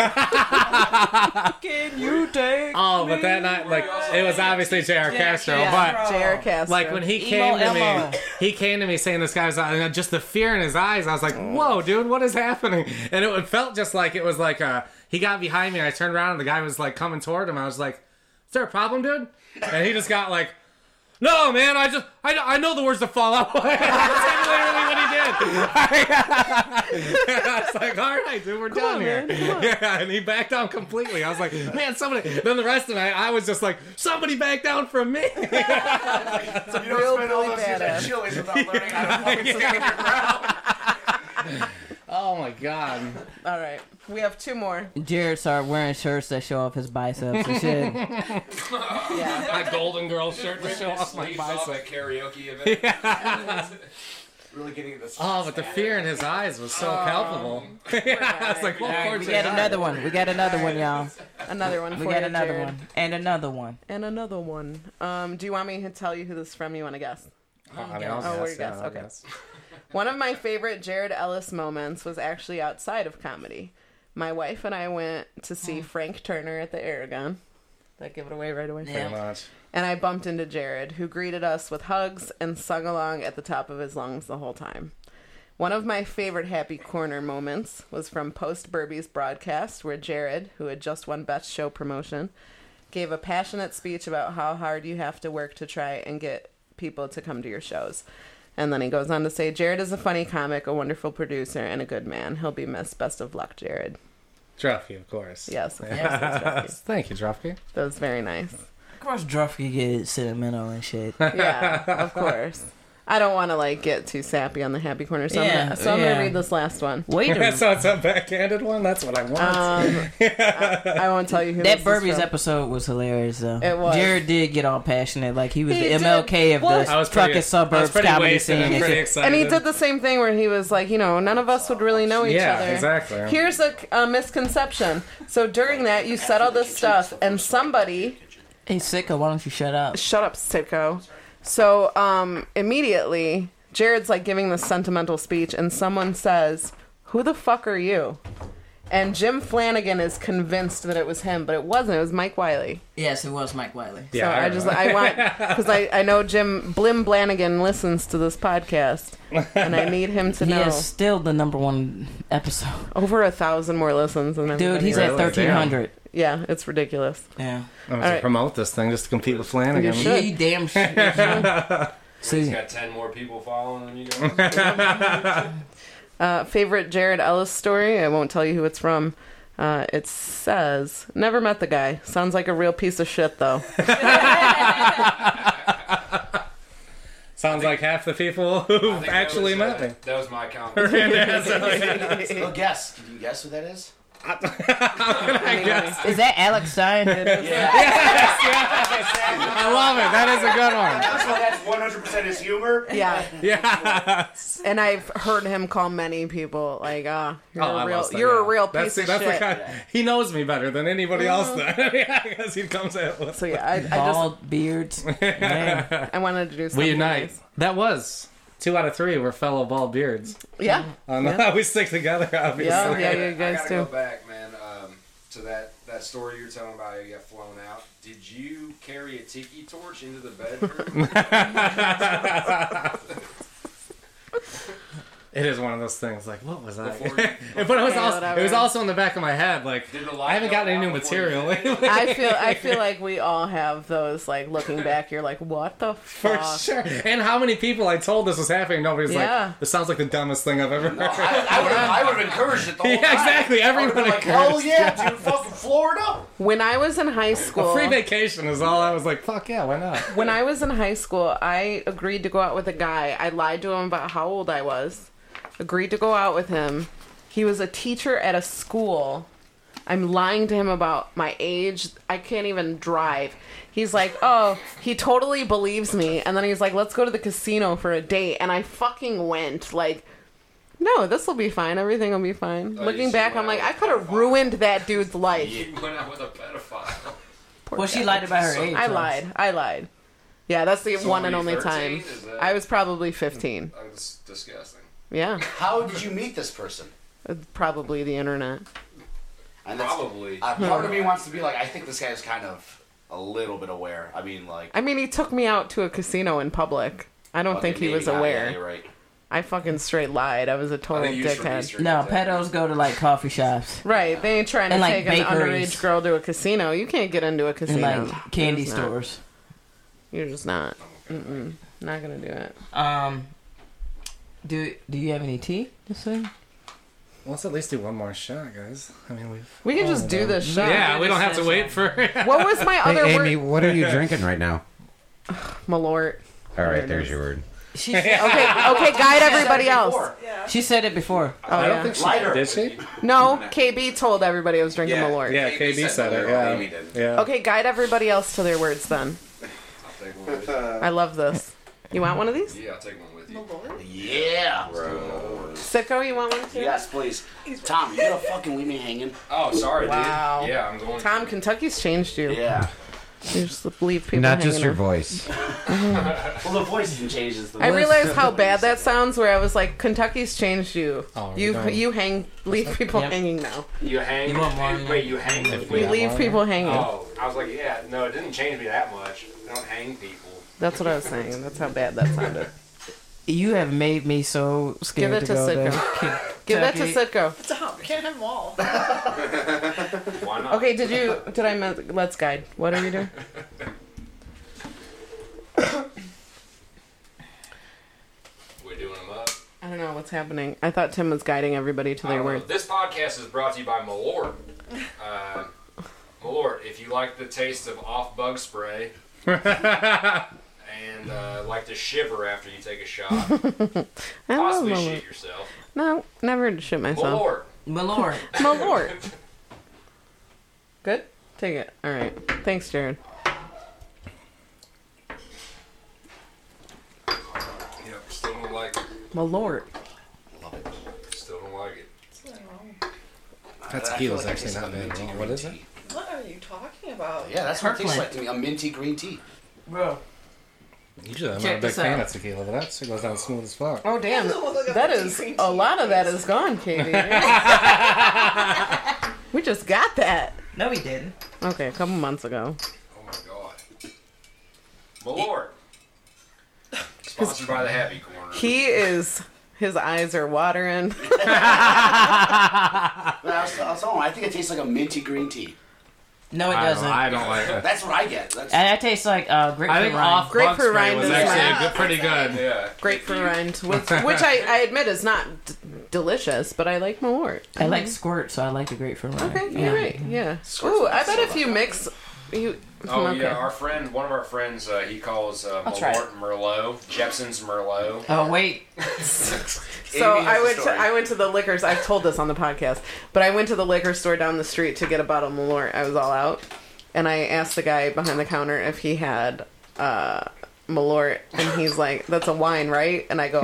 Speaker 1: Can you take?
Speaker 3: Oh, but that night, like it was obviously J.R. Castro, but
Speaker 2: J.R. Castro.
Speaker 3: like when he
Speaker 1: Emo
Speaker 3: came to
Speaker 1: Elmo.
Speaker 3: me, he came to me saying this guy's and just the fear in his eyes. I was like, "Whoa, dude, what is happening?" And it felt just like it was like uh, he got behind me. and I turned around and the guy was like coming toward him. I was like, "Is there a problem, dude?" And he just got like. No man, I just I, I know the words to fall out. That's literally what he did. I was like, all right, dude, we're done
Speaker 2: on,
Speaker 3: here.
Speaker 2: man,
Speaker 3: Yeah, and he backed down completely. I was like, man, somebody. Then the rest of the night, I was just like, somebody back down from me.
Speaker 4: You don't spend all those years at Chili's without learning how to fucking stand your ground.
Speaker 3: Oh my god.
Speaker 2: All right, we have two more.
Speaker 1: Jared started wearing shirts that show off his biceps and shit.
Speaker 2: Yeah.
Speaker 3: My Golden Girl shirt to show off my
Speaker 5: Sleeves off
Speaker 3: bicep.
Speaker 5: at karaoke event.
Speaker 4: Really getting into this.
Speaker 2: Uh-huh.
Speaker 3: Oh, but the fear in his eyes was so
Speaker 2: Um,
Speaker 3: palpable. yeah, I was like, well, of
Speaker 1: we
Speaker 3: course
Speaker 1: got
Speaker 3: it's-
Speaker 1: another one. We got another one, y'all.
Speaker 2: Another one.
Speaker 1: We
Speaker 2: for
Speaker 1: got
Speaker 2: you,
Speaker 1: another
Speaker 2: Jared.
Speaker 1: one and another one.
Speaker 2: And another one. Um, do you want me to tell you who this is from? You want to guess?
Speaker 3: I mean, uh, I'll
Speaker 2: Oh,
Speaker 3: guess,
Speaker 2: we're guess.
Speaker 3: yeah, I'll
Speaker 2: Okay.
Speaker 3: guess.
Speaker 2: One of my favorite Jared Ellis moments was actually outside of comedy. My wife and I went to see Frank Turner at the Aragon. Did I give Oh. it away right away?
Speaker 3: Pretty much.
Speaker 2: And I bumped into Jared, who greeted us with hugs and sung along at the top of his lungs the whole time. One of my favorite happy corner moments was from post Burby's broadcast, where Jared, who had just won Best Show promotion, gave a passionate speech about how hard you have to work to try and get people to come to your shows. And then he goes on to say, Jared is a funny comic, a wonderful producer, and a good man. He'll be missed. Best of luck, Jared.
Speaker 3: Druffy, of course.
Speaker 2: Yes, of course, that's right.
Speaker 3: Thank you, Druffy.
Speaker 2: that was very nice.
Speaker 1: Of course, Druffy gets sentimental and shit.
Speaker 2: yeah, of course. I don't want to like get too sappy on the happy corner, so
Speaker 1: Yeah,
Speaker 2: I'm gonna, so I'm
Speaker 1: yeah.
Speaker 2: gonna read this last one.
Speaker 1: Waiter,
Speaker 3: so it's a backhanded one. That's what I want.
Speaker 2: Um, I, I won't tell you who
Speaker 1: that
Speaker 2: this is
Speaker 1: Burby's
Speaker 2: from.
Speaker 1: episode was hilarious though.
Speaker 2: It was.
Speaker 1: Jared did get all passionate, like he was
Speaker 2: He
Speaker 1: the
Speaker 2: did.
Speaker 1: MLK of
Speaker 2: What?
Speaker 1: the
Speaker 3: I was pretty,
Speaker 1: fucking
Speaker 3: I
Speaker 1: suburbs
Speaker 3: was pretty
Speaker 1: comedy
Speaker 3: wasted
Speaker 1: scene.
Speaker 3: and
Speaker 1: and
Speaker 3: pretty
Speaker 1: shit.
Speaker 3: excited.
Speaker 2: And he did the same thing where he was like, you know, none of us would really know each
Speaker 3: Yeah,
Speaker 2: other.
Speaker 3: exactly.
Speaker 2: Here's a, a misconception. So during that, you said all this stuff, and somebody
Speaker 1: Hey, sicko, why don't you shut up?
Speaker 2: shut up, sicko. So um, immediately Jared's like giving this sentimental speech, and someone says, Who the fuck are you? And Jim Flanagan is convinced that it was him, but it wasn't. It was Mike Wiley.
Speaker 1: Yes, it was Mike Wiley.
Speaker 3: Yeah,
Speaker 2: so I, just I want because I, I know Jim Blim Blanigan listens to this podcast, and I need him to
Speaker 1: He
Speaker 2: know
Speaker 1: is still the number one episode.
Speaker 2: over a thousand more listens than
Speaker 1: Dude,
Speaker 2: everybody
Speaker 1: he's
Speaker 2: else.
Speaker 1: at
Speaker 3: Really?
Speaker 1: 1300.
Speaker 2: yeah, it's ridiculous.
Speaker 1: Yeah.
Speaker 3: I'm gonna
Speaker 2: All right.
Speaker 3: promote this thing just to compete with Flanagan.
Speaker 2: You
Speaker 1: He damn sure.
Speaker 5: He's
Speaker 1: See,
Speaker 5: got ten more people following than you guys.
Speaker 2: Uh, favorite Jared Ellis story. I won't tell you who it's from. Uh, it says, "Never met the guy. Sounds like a real piece of shit, though."
Speaker 3: Sounds like half the people who
Speaker 5: I
Speaker 3: have
Speaker 5: think that
Speaker 3: actually
Speaker 5: was,
Speaker 3: met
Speaker 5: uh,
Speaker 3: me.
Speaker 5: That was my comment.
Speaker 4: Well, guess. Can you guess who that is?
Speaker 1: is that Alex Stein?
Speaker 3: I love it. That is a good one.
Speaker 4: First of all, that's 100% his humor.
Speaker 2: yeah,
Speaker 3: Yeah.
Speaker 2: and I've heard him call many people like, "Ah, you're
Speaker 3: Oh, I
Speaker 2: a real,
Speaker 3: lost that,
Speaker 2: you're a
Speaker 3: yeah.
Speaker 2: real
Speaker 3: That's-
Speaker 2: piece of
Speaker 3: that's the
Speaker 2: shit."
Speaker 3: kind- he knows me better than anybody else. Then, because he comes at us.
Speaker 2: So yeah, I, I just
Speaker 1: Bald beards. Man.
Speaker 2: I wanted to do something.
Speaker 3: We unite.
Speaker 2: nice.
Speaker 3: That was two out of three. We're fellow bald beards.
Speaker 2: Yeah,
Speaker 3: I know we stick together, obviously.
Speaker 2: yeah, Oh, yeah, you
Speaker 5: I
Speaker 2: guys
Speaker 5: gotta
Speaker 2: too.
Speaker 5: go back, man, um, to that, that story you were telling about how you got flown out. Did you carry a tiki torch into the bedroom?
Speaker 3: It is one of those things. Like, what was I?
Speaker 5: Before you-
Speaker 3: but it was
Speaker 2: Yeah,
Speaker 3: also
Speaker 2: whatever.
Speaker 3: it was also in the back of my head. Like,
Speaker 5: Did the light
Speaker 3: I haven't
Speaker 5: go
Speaker 3: gotten any
Speaker 5: out
Speaker 3: new
Speaker 5: before you
Speaker 3: material.
Speaker 5: did it?
Speaker 2: I feel I feel like we all have those like looking back. You're like, what the
Speaker 3: For
Speaker 2: fuck?
Speaker 3: sure. And how many people I told this was happening? Nobody's
Speaker 2: Yeah.
Speaker 3: like, this sounds like the dumbest thing I've ever heard.
Speaker 4: I, I would have I would've encouraged it the whole
Speaker 3: Yeah,
Speaker 4: time.
Speaker 3: exactly.
Speaker 4: I would've
Speaker 3: Everyone
Speaker 4: been like, hell
Speaker 3: encouraged
Speaker 4: yeah, dude, fucking Florida.
Speaker 2: When I was in high
Speaker 3: A
Speaker 2: school,
Speaker 3: free vacation is all I was like, fuck yeah, why not?
Speaker 2: when I was in high school, I agreed to go out with a guy. I lied to him about how old I was. Agreed to go out with him. He was a teacher at a school. I'm lying to him about my age. I can't even drive. He's like, "Oh, he totally believes me." And then he's like, "Let's go to the casino for a date." And I fucking went. Like, no, this will be fine. Everything will be fine.
Speaker 5: Oh,
Speaker 2: Looking
Speaker 5: you
Speaker 2: back,
Speaker 5: went
Speaker 2: I'm like,
Speaker 5: out
Speaker 2: I
Speaker 5: with
Speaker 2: could have
Speaker 5: pedophile.
Speaker 2: ruined that dude's life.
Speaker 5: You went out with a pedophile.
Speaker 1: Well, she lied about her age.
Speaker 2: I
Speaker 1: huh?
Speaker 2: lied. I lied. Yeah, that's the
Speaker 5: So
Speaker 2: one
Speaker 5: were
Speaker 2: and
Speaker 5: you
Speaker 2: only
Speaker 5: 13?
Speaker 2: time.
Speaker 5: Is that-
Speaker 2: I was probably 15.
Speaker 5: That was disgusting.
Speaker 2: Yeah,
Speaker 4: How did you meet this person?
Speaker 2: probably the internet.
Speaker 4: And that's-
Speaker 5: Probably.
Speaker 4: Uh, part of me wants to be like, I think this guy is kind of a little bit aware. I mean, like,
Speaker 2: I mean, he took me out to a casino in public. I don't think
Speaker 4: okay,
Speaker 2: he was
Speaker 4: maybe not. Yeah,
Speaker 2: aware.
Speaker 4: you're right.
Speaker 2: I fucking straight lied. I was a
Speaker 5: I
Speaker 2: total
Speaker 5: think you should
Speaker 2: dickhead.
Speaker 5: research
Speaker 1: No,
Speaker 5: that.
Speaker 1: pedos go to like coffee shops
Speaker 2: Right, they ain't trying to
Speaker 1: And, like,
Speaker 2: take an
Speaker 1: bakeries.
Speaker 2: underage girl to a casino. You can't get into a
Speaker 1: and
Speaker 2: casino.
Speaker 1: like candy
Speaker 2: It's not.
Speaker 1: stores.
Speaker 2: You're just not. Mm-mm. Not gonna do it.
Speaker 1: Um, do do you have any tea this thing?
Speaker 3: Let's at least do one more shot, guys. I mean, we've.
Speaker 2: We can
Speaker 1: Oh,
Speaker 2: just do this show.
Speaker 3: Yeah, we don't have to wait for.
Speaker 2: What was my
Speaker 7: Hey,
Speaker 2: other
Speaker 7: Amy,
Speaker 2: word?
Speaker 7: what are you drinking right now?
Speaker 2: Malort.
Speaker 7: All
Speaker 2: There
Speaker 7: right,
Speaker 2: it
Speaker 7: there's
Speaker 2: is.
Speaker 7: your word.
Speaker 1: She
Speaker 2: Okay, okay, guide everybody else.
Speaker 4: Before.
Speaker 6: Yeah.
Speaker 1: she said it before.
Speaker 2: Oh,
Speaker 3: I
Speaker 2: yeah.
Speaker 3: don't think she
Speaker 4: Lighter.
Speaker 3: did. She?
Speaker 2: No, KB told everybody I was drinking
Speaker 7: Yeah,
Speaker 2: Malort.
Speaker 3: Yeah, KB, said it. Yeah.
Speaker 7: Amy did.
Speaker 3: yeah.
Speaker 2: Okay, guide everybody else to their words then.
Speaker 5: I'll take one with you.
Speaker 2: I love this. You want one of these?
Speaker 5: Yeah, I'll take one with you.
Speaker 6: Malort?
Speaker 4: Yeah.
Speaker 2: Sicko, you want one too?
Speaker 4: Yes, please. Tom, you're gonna fucking leave me hanging.
Speaker 5: Oh, sorry,
Speaker 2: Wow.
Speaker 5: dude. Yeah, I'm going.
Speaker 2: Tom, Kentucky's changed you.
Speaker 4: Yeah.
Speaker 2: You just leave people
Speaker 7: Not just
Speaker 2: hanging
Speaker 7: your
Speaker 2: out.
Speaker 7: voice.
Speaker 4: Well, the voice didn't change. It's the
Speaker 2: I
Speaker 4: voice.
Speaker 2: realize how bad that sounds. Where I was like, Kentucky's changed you.
Speaker 3: Oh,
Speaker 2: you
Speaker 3: no.
Speaker 2: you hang leave people
Speaker 1: Yep.
Speaker 2: hanging now.
Speaker 5: You hang.
Speaker 1: You want one?
Speaker 5: wait, you hang with
Speaker 2: You
Speaker 5: me?
Speaker 2: leave people hanging.
Speaker 5: Oh, I was like, yeah, no, it didn't change me that much. I don't hang people.
Speaker 2: That's what I was saying. That's how bad that sounded.
Speaker 1: You have made me so scared
Speaker 2: Give it to
Speaker 1: go there.
Speaker 2: Sicko. Give that to
Speaker 1: Kentucky.
Speaker 2: Sicko.
Speaker 6: Tom, can't have them all.
Speaker 5: Why not?
Speaker 2: Okay, did you did I miss, let's guide? What are we doing?
Speaker 5: We're doing them up.
Speaker 2: I don't know what's happening. I thought Tim was guiding everybody to
Speaker 5: I
Speaker 2: their
Speaker 5: don't know.
Speaker 2: words.
Speaker 5: This podcast is brought to you by Malort. Uh, Malort, if you like the taste of off bug spray and uh, like to shiver after you take a shot,
Speaker 2: I love
Speaker 5: possibly
Speaker 2: Malort.
Speaker 5: shit yourself,
Speaker 2: No, never shit myself.
Speaker 5: Malort.
Speaker 1: My lord.
Speaker 2: My lord. Good? Take it. All right. Thanks, Jared.
Speaker 5: Yep, still don't like it.
Speaker 2: My lord.
Speaker 5: Still don't like it.
Speaker 3: That tequila's actually not bad. at all. What is it?
Speaker 6: What are you talking about?
Speaker 4: Yeah, that's what it tastes
Speaker 1: Kirkland.
Speaker 4: like to me. A minty green tea.
Speaker 1: Bro.
Speaker 3: Usually I'm
Speaker 2: Check
Speaker 3: not a big
Speaker 2: this
Speaker 3: fan
Speaker 2: out.
Speaker 3: of tequila, but that shit goes down smooth as fuck.
Speaker 2: Oh damn!
Speaker 6: Oh, look at
Speaker 2: That
Speaker 6: the
Speaker 2: is
Speaker 6: cream
Speaker 2: a
Speaker 6: cheese.
Speaker 2: lot of that is gone, Katie. we just got that.
Speaker 8: No, he didn't.
Speaker 2: Okay, a couple months ago.
Speaker 5: Oh my god. My lord. Sponsored by the Happy Corner.
Speaker 2: He is. His eyes are watering.
Speaker 4: But I was, I was telling him, I think it tastes like a minty green tea.
Speaker 1: No, it
Speaker 3: I don't,
Speaker 1: doesn't.
Speaker 3: I don't like it.
Speaker 4: That's what I get. That's,
Speaker 1: and that tastes like uh, grapefruit
Speaker 3: I think
Speaker 1: rind.
Speaker 3: off
Speaker 2: Grapefruit
Speaker 3: Bug Spray
Speaker 2: rind
Speaker 3: was
Speaker 2: is
Speaker 3: actually
Speaker 2: my-
Speaker 3: a good, pretty good.
Speaker 5: Yeah.
Speaker 2: Grapefruit rind, which, which I, I admit is not d- delicious, but I like more.
Speaker 1: I like squirt, so I like the grapefruit rind.
Speaker 2: Okay,
Speaker 1: Yeah.
Speaker 2: you're right. Yeah.
Speaker 4: Squirt's
Speaker 2: Ooh, I bet
Speaker 4: so
Speaker 2: if you
Speaker 4: bad.
Speaker 2: mix, you.
Speaker 5: Oh
Speaker 2: okay.
Speaker 5: yeah, our friend, one of our friends, uh, he calls uh,
Speaker 1: I'll try it.
Speaker 5: Malort Merlot, Jepson's Merlot.
Speaker 1: Oh wait,
Speaker 2: So
Speaker 5: Amy has
Speaker 2: I
Speaker 5: the
Speaker 2: went to
Speaker 5: story.
Speaker 2: I went to the liquor. I've told this on the podcast, but I went to the liquor store down the street to get a bottle of Malort. I was all out, and I asked the guy behind the counter if he had uh, Malort, and he's like, "That's a wine, right?" And I go,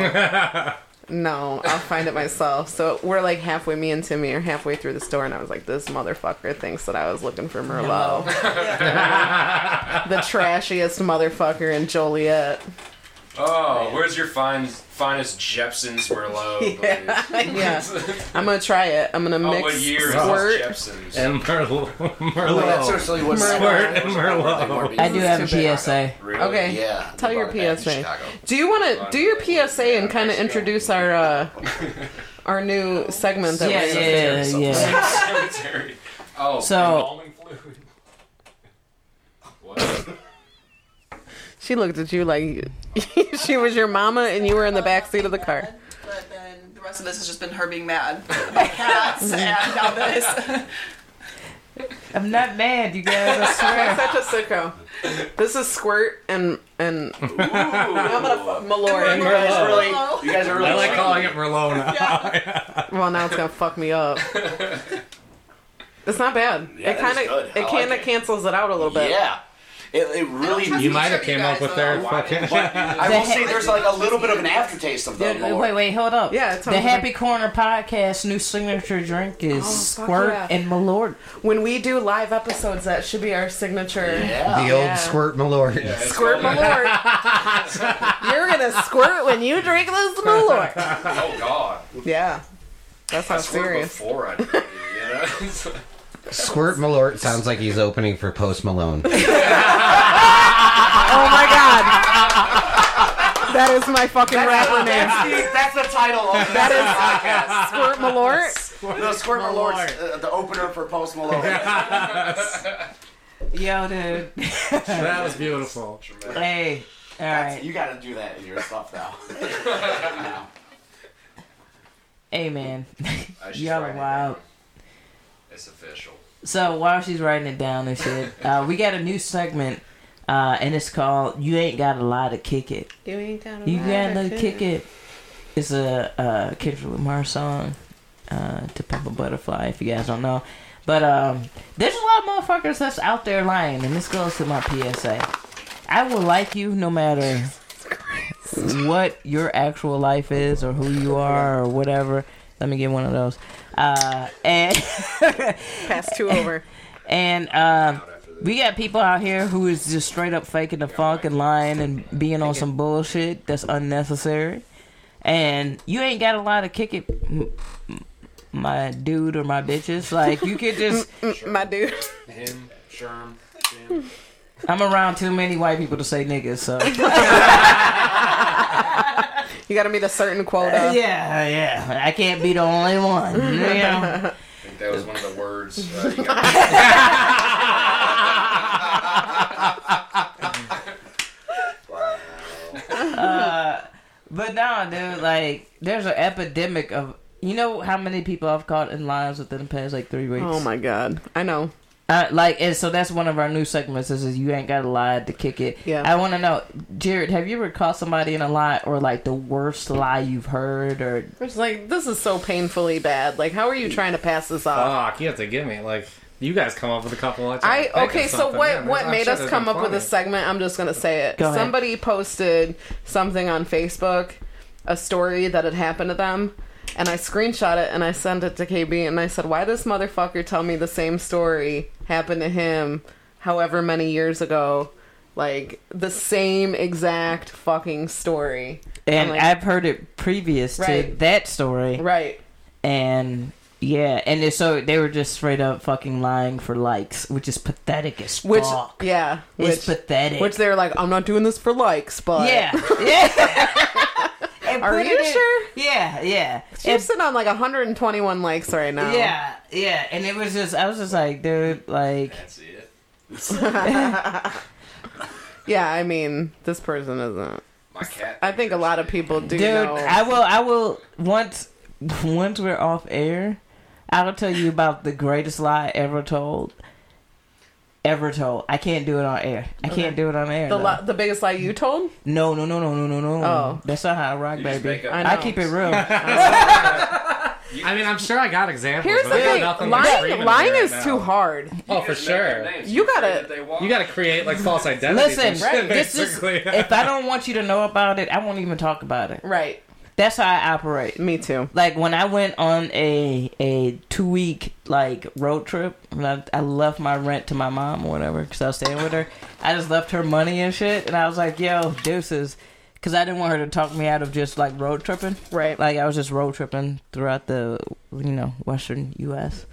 Speaker 2: "No, I'll find it myself." So we're like halfway. Me and Timmy are halfway through the store, and I was like, "This motherfucker thinks that I was looking for Merlot." the trashiest motherfucker in Joliet.
Speaker 5: Oh, where's your fine, finest Jepson's Merlot? please?
Speaker 2: Yeah, I'm gonna try it. I'm gonna
Speaker 5: Oh,
Speaker 2: mix
Speaker 5: what year is
Speaker 2: squirt.
Speaker 5: this Jepson's?
Speaker 3: And Merlot. Merlot.
Speaker 4: Oh, that's certainly what
Speaker 3: Squirt and Merlot.
Speaker 1: I do have a
Speaker 2: Too bad.
Speaker 1: PSA.
Speaker 5: Really?
Speaker 2: Okay.
Speaker 4: Yeah.
Speaker 2: Tell
Speaker 4: they
Speaker 2: your
Speaker 4: brought it back from
Speaker 2: PSA.
Speaker 4: Chicago.
Speaker 2: Do you want to do your PSA and kind of
Speaker 5: Nice
Speaker 2: introduce our uh, our new segment that
Speaker 1: Yeah,
Speaker 2: we
Speaker 1: yeah, yeah, yeah.
Speaker 5: Cemetery. Oh,
Speaker 1: So-
Speaker 5: embalming fluid. What?
Speaker 2: She looked at you like she was your mama and you were in the back seat of the car.
Speaker 6: But then the rest of this has just been her being mad. My cats and now this.
Speaker 1: I'm not mad, you guys. I
Speaker 2: You're
Speaker 1: swear.
Speaker 2: such a sicko. This is squirt and and
Speaker 4: You
Speaker 2: malort.
Speaker 4: guys really,
Speaker 6: Merlot.
Speaker 4: you guys are really.
Speaker 3: I like calling it Merlot now.
Speaker 2: Well, now it's gonna fuck me up. It's not bad.
Speaker 4: Yeah,
Speaker 2: it
Speaker 4: that is
Speaker 2: kind of
Speaker 4: good. I
Speaker 2: it
Speaker 4: like
Speaker 2: kind of
Speaker 4: it.
Speaker 2: cancels it out a little bit.
Speaker 4: Yeah. It, it really.
Speaker 3: You might have came up with their fucking.
Speaker 4: I will say there's like a little bit of an aftertaste of the
Speaker 1: Wait,
Speaker 4: Malort.
Speaker 1: wait, wait, hold up.
Speaker 2: Oh, Yeah, it's
Speaker 1: the
Speaker 2: on the-
Speaker 1: Happy Corner podcast new signature drink is
Speaker 2: Oh, fuck
Speaker 1: squirt
Speaker 2: yeah.
Speaker 1: and Malort.
Speaker 2: When we do live episodes, that should be our signature.
Speaker 4: Yeah.
Speaker 7: The old
Speaker 2: Oh, Yeah.
Speaker 7: squirt malort.
Speaker 2: Squirt Malort. You're gonna squirt when you drink this Malort.
Speaker 5: Oh God!
Speaker 2: Yeah. That's
Speaker 5: I
Speaker 2: not
Speaker 5: swear
Speaker 2: serious.
Speaker 5: before I did it, you know. It's like-
Speaker 7: Squirt malort sounds like he's opening for Post Malone.
Speaker 2: Oh my god. That is my fucking rapper name.
Speaker 4: That's, the, that's the title of this that
Speaker 2: Squirt Malort.
Speaker 4: podcast. The Squirt Malort's uh, the opener for Post Malone.
Speaker 1: Yo, dude.
Speaker 3: That was beautiful.
Speaker 1: hey. All right.
Speaker 4: You gotta do that in your stuff now. Now.
Speaker 1: Hey, man.
Speaker 5: I should
Speaker 1: Y'all
Speaker 5: write
Speaker 1: are
Speaker 5: it
Speaker 1: wild.
Speaker 5: down. It's official.
Speaker 1: So while she's writing it down and shit, uh, we got a new segment, uh, and it's called "You Ain't Got a Lot to Kick It."
Speaker 2: You ain't got
Speaker 1: You Got to Kick It. It's a uh, Kendrick Lamar song, uh, "To Pimp a Butterfly." If you guys don't know, but um, there's a lot of motherfuckers that's out there lying, and this goes to my PSA. I will like you no matter what your actual life is or who you are or whatever. Let me get one of those. Uh, and
Speaker 2: Pass two over.
Speaker 1: And um, we got people out here who is just straight up faking the funk and lying and being on some bullshit that's unnecessary. And you ain't got a lot of kick it, m- m- my dude or my bitches. Like you could just.
Speaker 2: My dude.
Speaker 5: Him, Sherm,
Speaker 1: I'm around too many white people to say niggas. So
Speaker 2: You gotta meet a certain quota.
Speaker 1: yeah, yeah. I can't be the only one. You know?
Speaker 5: I think that was one of the words. Uh, you got
Speaker 1: But no, dude. Like there's an epidemic of. You know how many people I've caught in lines within the past like three weeks?
Speaker 2: Oh my god. I know.
Speaker 1: Uh, like and so that's one of our new segments. This is you ain't got a lie to kick it.
Speaker 2: Yeah.
Speaker 1: I want to know, Jared, have you ever caught somebody in a lie or like the worst lie you've heard or
Speaker 2: It's like this is so painfully bad. Like how are you trying to pass this off?
Speaker 3: Fuck, you have to give me like you guys come up with a couple. Of
Speaker 2: I okay, so what what made us come up with
Speaker 3: a
Speaker 2: this segment? I'm just gonna say it.
Speaker 1: Go ahead.
Speaker 2: Somebody posted something on Facebook, a story that had happened to them, and I screenshot it and I sent it to KB and I said, "Why this motherfucker tell me the same story happened to him, however many years ago?" Like the same exact fucking story.
Speaker 1: And
Speaker 2: I'm like-
Speaker 1: I've heard it previous to
Speaker 2: Right.
Speaker 1: that story.
Speaker 2: Right.
Speaker 1: And yeah, and it- so they were just straight up fucking lying for likes, which is pathetic as
Speaker 2: Which
Speaker 1: fuck.
Speaker 2: yeah, which
Speaker 1: it's pathetic.
Speaker 2: which they're like, I'm not doing this for likes, but
Speaker 1: yeah, yeah. And
Speaker 2: Are
Speaker 1: put
Speaker 2: you
Speaker 1: it in-
Speaker 2: sure?
Speaker 1: Yeah, yeah.
Speaker 2: She's sitting on like 121 likes right now.
Speaker 1: Yeah, yeah, and it was just I was just like, dude, like,
Speaker 5: That's it.
Speaker 2: Yeah, I mean, this person isn't.
Speaker 5: My cat.
Speaker 2: I think a lot of people do
Speaker 1: dude,
Speaker 2: know.
Speaker 1: I will, I will once, once we're off air, I will tell you about the greatest lie ever told, ever told. I can't do it on air. I can't do it on air.
Speaker 2: the
Speaker 1: though.
Speaker 2: lo- the biggest lie you told?
Speaker 1: no, no, no, no, no, no, no.
Speaker 2: Oh.
Speaker 1: that's not how I rock,
Speaker 5: You just
Speaker 1: baby.
Speaker 5: make up-
Speaker 2: I know.
Speaker 1: I keep it real.
Speaker 3: I mean, I'm sure I got examples.
Speaker 2: Here's
Speaker 3: but
Speaker 2: the
Speaker 3: there's
Speaker 2: thing:
Speaker 3: nothing like
Speaker 2: lying,
Speaker 3: screaming
Speaker 2: lying
Speaker 3: right
Speaker 2: is
Speaker 3: now.
Speaker 2: too hard.
Speaker 3: Oh, for
Speaker 5: Just make up
Speaker 3: sure.
Speaker 5: names.
Speaker 2: You
Speaker 5: You're
Speaker 2: gotta-
Speaker 5: afraid that they walk.
Speaker 3: You got to create like false identities.
Speaker 1: Listen,
Speaker 3: and shit,
Speaker 1: this is
Speaker 3: basically.
Speaker 1: if I don't want you to know about it, I won't even talk about it.
Speaker 2: Right.
Speaker 1: That's how I operate.
Speaker 2: Me too.
Speaker 1: like when I went on a a two week like road trip, and I, I left my rent to my mom or whatever because I was staying with her. I just left her money and shit, and I was like, "Yo, deuces," because I didn't want her to talk me out of just like road tripping.
Speaker 2: Right.
Speaker 1: Like I was just road tripping throughout the you know Western U.S.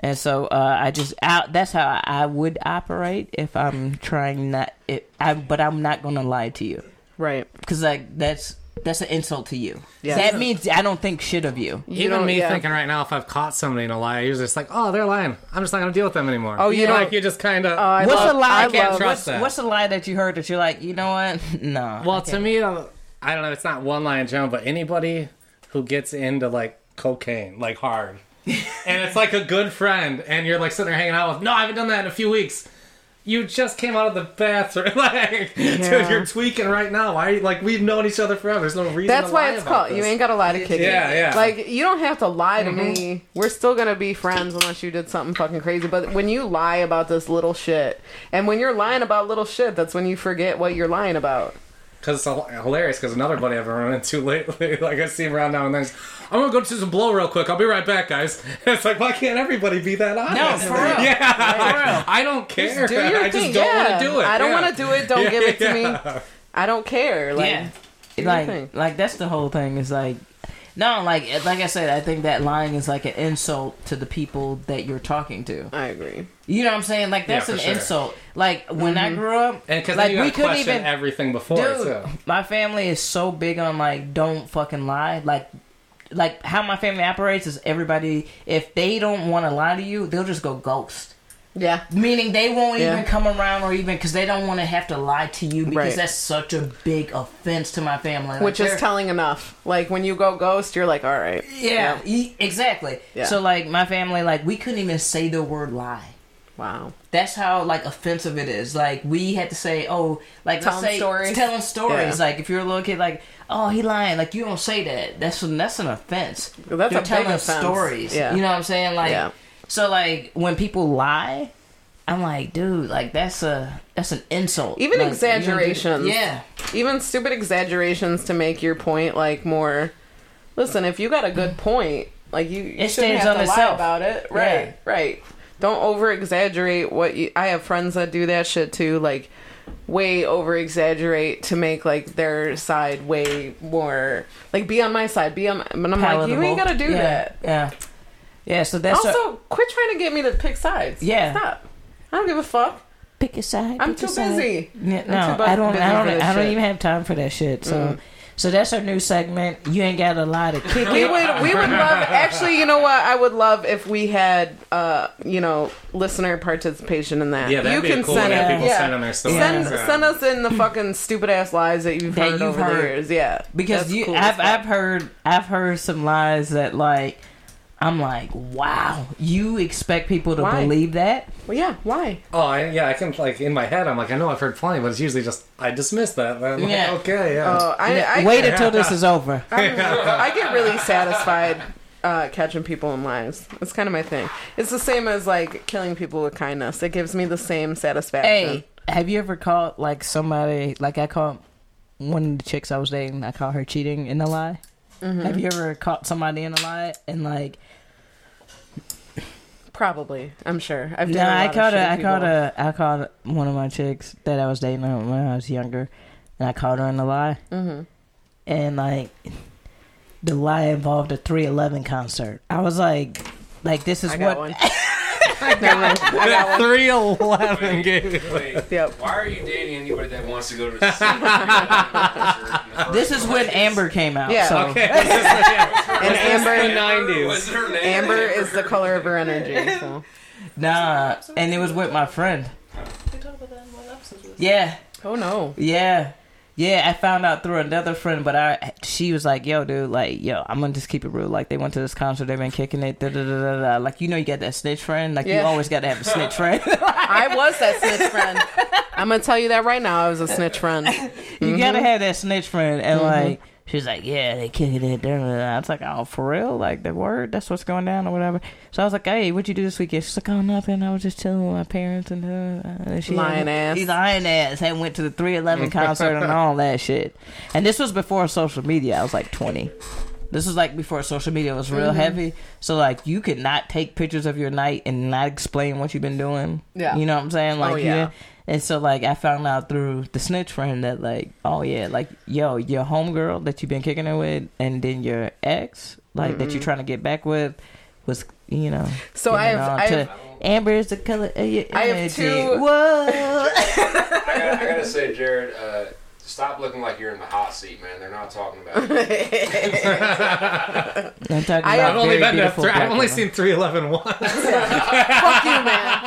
Speaker 1: And so uh, I just out. That's how I would operate if I'm trying not. It, I but I'm not gonna lie to you
Speaker 2: right.
Speaker 1: because like that's that's an insult to you.
Speaker 2: Yeah.
Speaker 1: That means I don't think shit of you.
Speaker 2: You
Speaker 3: Even
Speaker 2: don't-
Speaker 3: me
Speaker 2: yeah.
Speaker 3: thinking right now, if I've caught somebody in a lie, you're just like, oh, they're lying. I'm just not gonna deal with them anymore.
Speaker 2: Oh, you
Speaker 3: know,
Speaker 2: don't-
Speaker 3: like you just kind of.
Speaker 2: I
Speaker 1: What's
Speaker 2: love-
Speaker 1: a lie?
Speaker 2: I
Speaker 3: can't trust-
Speaker 2: love-
Speaker 1: what's,
Speaker 3: that.
Speaker 1: what's a lie that you heard that you're like, you know what? No.
Speaker 3: well, to me, uh, I don't know. It's not one lie in general, but anybody who gets into like cocaine, like hard, and it's like a good friend, and you're like sitting there hanging out with, no, I haven't done that in a few weeks. You just came out of the bathroom, like, dude, you're tweaking right now. Why? Are you, like, we've known each other forever. There's no reason.
Speaker 2: That's
Speaker 3: to
Speaker 2: why
Speaker 3: lie
Speaker 2: it's
Speaker 3: about
Speaker 2: called. You
Speaker 3: this.
Speaker 2: ain't got a lie to kick it.
Speaker 3: Yeah, yeah.
Speaker 2: Like you don't have to lie to me. We're still gonna be friends unless you did something fucking crazy. But when you lie about this little shit, and when you're lying about little shit, that's when you forget what you're lying about.
Speaker 3: Because it's hil- hilarious. Because another buddy I've run into lately, like I see him around now and then, he's, I'm gonna go to some blow real quick. I'll be right back, guys. it's like, why can't everybody be that
Speaker 1: no,
Speaker 3: honest?
Speaker 1: for real.
Speaker 3: Yeah, I don't care.
Speaker 2: Do your
Speaker 3: I just
Speaker 2: thing.
Speaker 3: don't
Speaker 2: Yeah.
Speaker 3: want to do it.
Speaker 2: I don't
Speaker 3: Yeah.
Speaker 2: want to do it. Don't
Speaker 3: Yeah,
Speaker 2: give it to
Speaker 3: yeah.
Speaker 2: me. I don't care. Like,
Speaker 1: yeah.
Speaker 2: your thing.
Speaker 1: Like, like that's the whole thing. Is like, no, like, like I said, I think that lying is like an insult to the people that you're talking to.
Speaker 2: I agree.
Speaker 1: You know what I'm saying? Like, that's
Speaker 3: Yeah, for
Speaker 1: an
Speaker 3: sure.
Speaker 1: insult. Like when I grew up,
Speaker 3: And because
Speaker 1: like
Speaker 3: you
Speaker 1: we
Speaker 3: gotta
Speaker 1: couldn't
Speaker 3: question
Speaker 1: even.
Speaker 3: everything before.
Speaker 1: Dude,
Speaker 3: too.
Speaker 1: my family is so big on like don't fucking lie. Like, like how my family operates is everybody. If they don't want to lie to you, they'll just go ghost.
Speaker 2: Yeah.
Speaker 1: Meaning they won't
Speaker 2: Yeah.
Speaker 1: even come around or even because they don't want to have to lie to you because
Speaker 2: Right.
Speaker 1: that's such a big offense to my family. Like,
Speaker 2: Which
Speaker 1: they're-
Speaker 2: is telling enough. Like when you go ghost, you're like, all right.
Speaker 1: yeah, e- exactly.
Speaker 2: Yeah.
Speaker 1: So like my family, like we couldn't even say the word lie.
Speaker 2: Wow.
Speaker 1: That's how like offensive it is. Like we had to say, oh, like
Speaker 2: Telling
Speaker 1: let's say,
Speaker 2: stories.
Speaker 1: telling stories.
Speaker 2: Yeah.
Speaker 1: Like if you're a little kid, like oh he lying. Like you don't say that. That's that's an offense.
Speaker 2: Well, that's
Speaker 1: you're
Speaker 2: a big
Speaker 1: telling
Speaker 2: offense.
Speaker 1: stories.
Speaker 2: Yeah.
Speaker 1: You know what I'm saying? Like
Speaker 2: Yeah.
Speaker 1: so like when people lie, I'm like dude, like that's a that's an insult.
Speaker 2: Even
Speaker 1: Like, you don't do-
Speaker 2: exaggerations.
Speaker 1: Yeah.
Speaker 2: Even stupid exaggerations to make your point like more. Listen, if you got a good point, like you, you
Speaker 1: It
Speaker 2: shouldn't
Speaker 1: stands
Speaker 2: have
Speaker 1: on
Speaker 2: to lie
Speaker 1: itself.
Speaker 2: about it. Right.
Speaker 1: Yeah.
Speaker 2: Right. Don't over exaggerate what you. I have friends that do that shit too. Like way over exaggerate to make like their side way more like be on my side be on my, and i'm like you
Speaker 1: Palatable.
Speaker 2: ain't gotta do
Speaker 1: Yeah,
Speaker 2: that
Speaker 1: Yeah. Yeah. So that's a-
Speaker 2: also, quit trying to get me to pick sides.
Speaker 1: Yeah.
Speaker 2: Stop. I don't give a fuck.
Speaker 1: pick a side.
Speaker 2: I'm
Speaker 1: pick a
Speaker 2: too
Speaker 1: side.
Speaker 2: busy.
Speaker 1: Yeah,
Speaker 2: I'm
Speaker 1: no,
Speaker 2: too bu-
Speaker 1: I don't.
Speaker 2: busy
Speaker 1: I
Speaker 2: for
Speaker 1: don't.
Speaker 2: this
Speaker 1: I don't
Speaker 2: shit. Mm.
Speaker 1: even have time for that shit. So, so that's our new segment. You ain't got a lot to kick
Speaker 2: We
Speaker 1: it.
Speaker 2: would we would love actually, you know what? I would love if we had uh, you know, listener participation in that.
Speaker 3: Yeah, that'd
Speaker 2: you
Speaker 3: be a cool one. Have people send in their stories.
Speaker 2: Send,
Speaker 3: Yeah.
Speaker 2: send us in the fucking stupid ass lies that you've
Speaker 1: That
Speaker 2: heard
Speaker 1: you've
Speaker 2: over the
Speaker 1: heard.
Speaker 2: years. Yeah.
Speaker 1: because
Speaker 2: That's
Speaker 1: you,
Speaker 2: cool as
Speaker 1: I've,
Speaker 2: fuck.
Speaker 1: I've heard, I've heard some lies that like, I'm like, wow, you expect people to
Speaker 2: Why?
Speaker 1: believe that?
Speaker 2: Well, yeah, why?
Speaker 3: Oh, I, yeah, I can like in my head. I'm like, I know I've heard plenty, but it's usually just I dismiss that. Then. Like,
Speaker 1: Yeah.
Speaker 3: Okay. Yeah.
Speaker 2: Oh, I, I,
Speaker 1: Wait until this is over.
Speaker 2: I get really satisfied uh, catching people in lies. It's kind of my thing. It's the same as like killing people with kindness. It gives me the same satisfaction.
Speaker 1: Hey, have you ever caught like somebody? Like I caught one of the chicks I was dating. I caught her cheating in a lie.
Speaker 2: Mm-hmm.
Speaker 1: Have you ever caught somebody in a lie and like
Speaker 2: Probably, I'm sure. I've dated
Speaker 1: No,
Speaker 2: a
Speaker 1: I
Speaker 2: lot
Speaker 1: called
Speaker 2: of
Speaker 1: a,
Speaker 2: shitty
Speaker 1: I called
Speaker 2: people.
Speaker 1: a, I called one of my chicks that I was dating when I was younger, and I called her in the lie,
Speaker 2: Mhm.
Speaker 1: and like, the lie involved a three eleven concert. I was like, like this is
Speaker 2: I got
Speaker 1: what
Speaker 2: one. Never mind. I got one.
Speaker 3: 311 gave
Speaker 5: Wait,
Speaker 2: Yep.
Speaker 5: why are you dating anybody that wants to go to the cinema?
Speaker 1: This is when Amber came out.
Speaker 2: Yeah.
Speaker 1: So.
Speaker 3: Okay, this is the, yeah.
Speaker 2: And
Speaker 3: the
Speaker 2: Amber,
Speaker 3: 90s.
Speaker 5: Was her name
Speaker 2: Amber is the color of her energy. So
Speaker 1: Nah, and it was with my friend.
Speaker 6: We talked about that in one episode. wasn't
Speaker 1: Yeah,
Speaker 2: oh no,
Speaker 1: yeah, yeah. I found out through another friend, but I she was like, "Yo, dude, like, yo, I'm gonna just keep it real. Like, they went to this concert, they've been kicking it, da da da da da. Like, you know, you got that snitch friend. Like,
Speaker 2: Yeah.
Speaker 1: you always got to have a snitch friend.
Speaker 2: I was that snitch friend. I'm gonna tell you that right now. I was a snitch friend.
Speaker 1: You
Speaker 2: Mm-hmm.
Speaker 1: gotta have that snitch friend. And like, she's like, yeah, they kicking it. da, da, da." I was like, oh, for real? Like the word? That's what's going down or whatever. So I was like, hey, what'd you do this weekend? She's like, oh, nothing. I was just chilling with my parents and her. Uh, and she
Speaker 2: Lying ass.
Speaker 1: She lying ass. And went to the 311 concert and all that shit. And this was before social media. I was like 20. This was like before social media was real
Speaker 2: Mm-hmm.
Speaker 1: heavy. So like you could not take pictures of your night and not explain what you've been doing.
Speaker 2: Yeah.
Speaker 1: You know what I'm saying? Like
Speaker 2: Oh,
Speaker 1: you
Speaker 2: yeah.
Speaker 1: didn't- And so like I found out through the snitch friend that like, oh yeah, like yo, your homegirl that you've been kicking it with and then your ex, like that you're trying to get back with was you know
Speaker 2: So
Speaker 1: giving
Speaker 2: I've-
Speaker 1: on
Speaker 2: I've-
Speaker 1: Amber is the color of your
Speaker 2: I have
Speaker 1: energy.
Speaker 2: two-
Speaker 1: Whoa.
Speaker 5: I gotta, I gotta say, Jared, uh, stop looking like you're in the hot seat, man. They're not talking about you.
Speaker 1: I'm talking
Speaker 2: I
Speaker 1: about
Speaker 2: have-
Speaker 3: I've only
Speaker 1: very
Speaker 3: been to
Speaker 1: beautiful
Speaker 3: three,
Speaker 1: black
Speaker 3: I've only seen
Speaker 1: women.
Speaker 3: 311 once.
Speaker 2: Fuck you, man.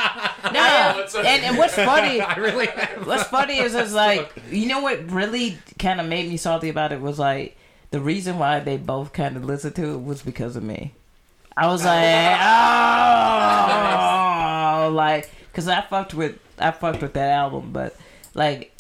Speaker 1: No,
Speaker 5: it's okay.
Speaker 1: and, and what's funny
Speaker 3: I really have.
Speaker 1: What's funny is it's like you know what really kind of made me salty about it was like the reason why they both kind of listened to it was because of me. I was like, oh, like because I fucked with I fucked with that album, but like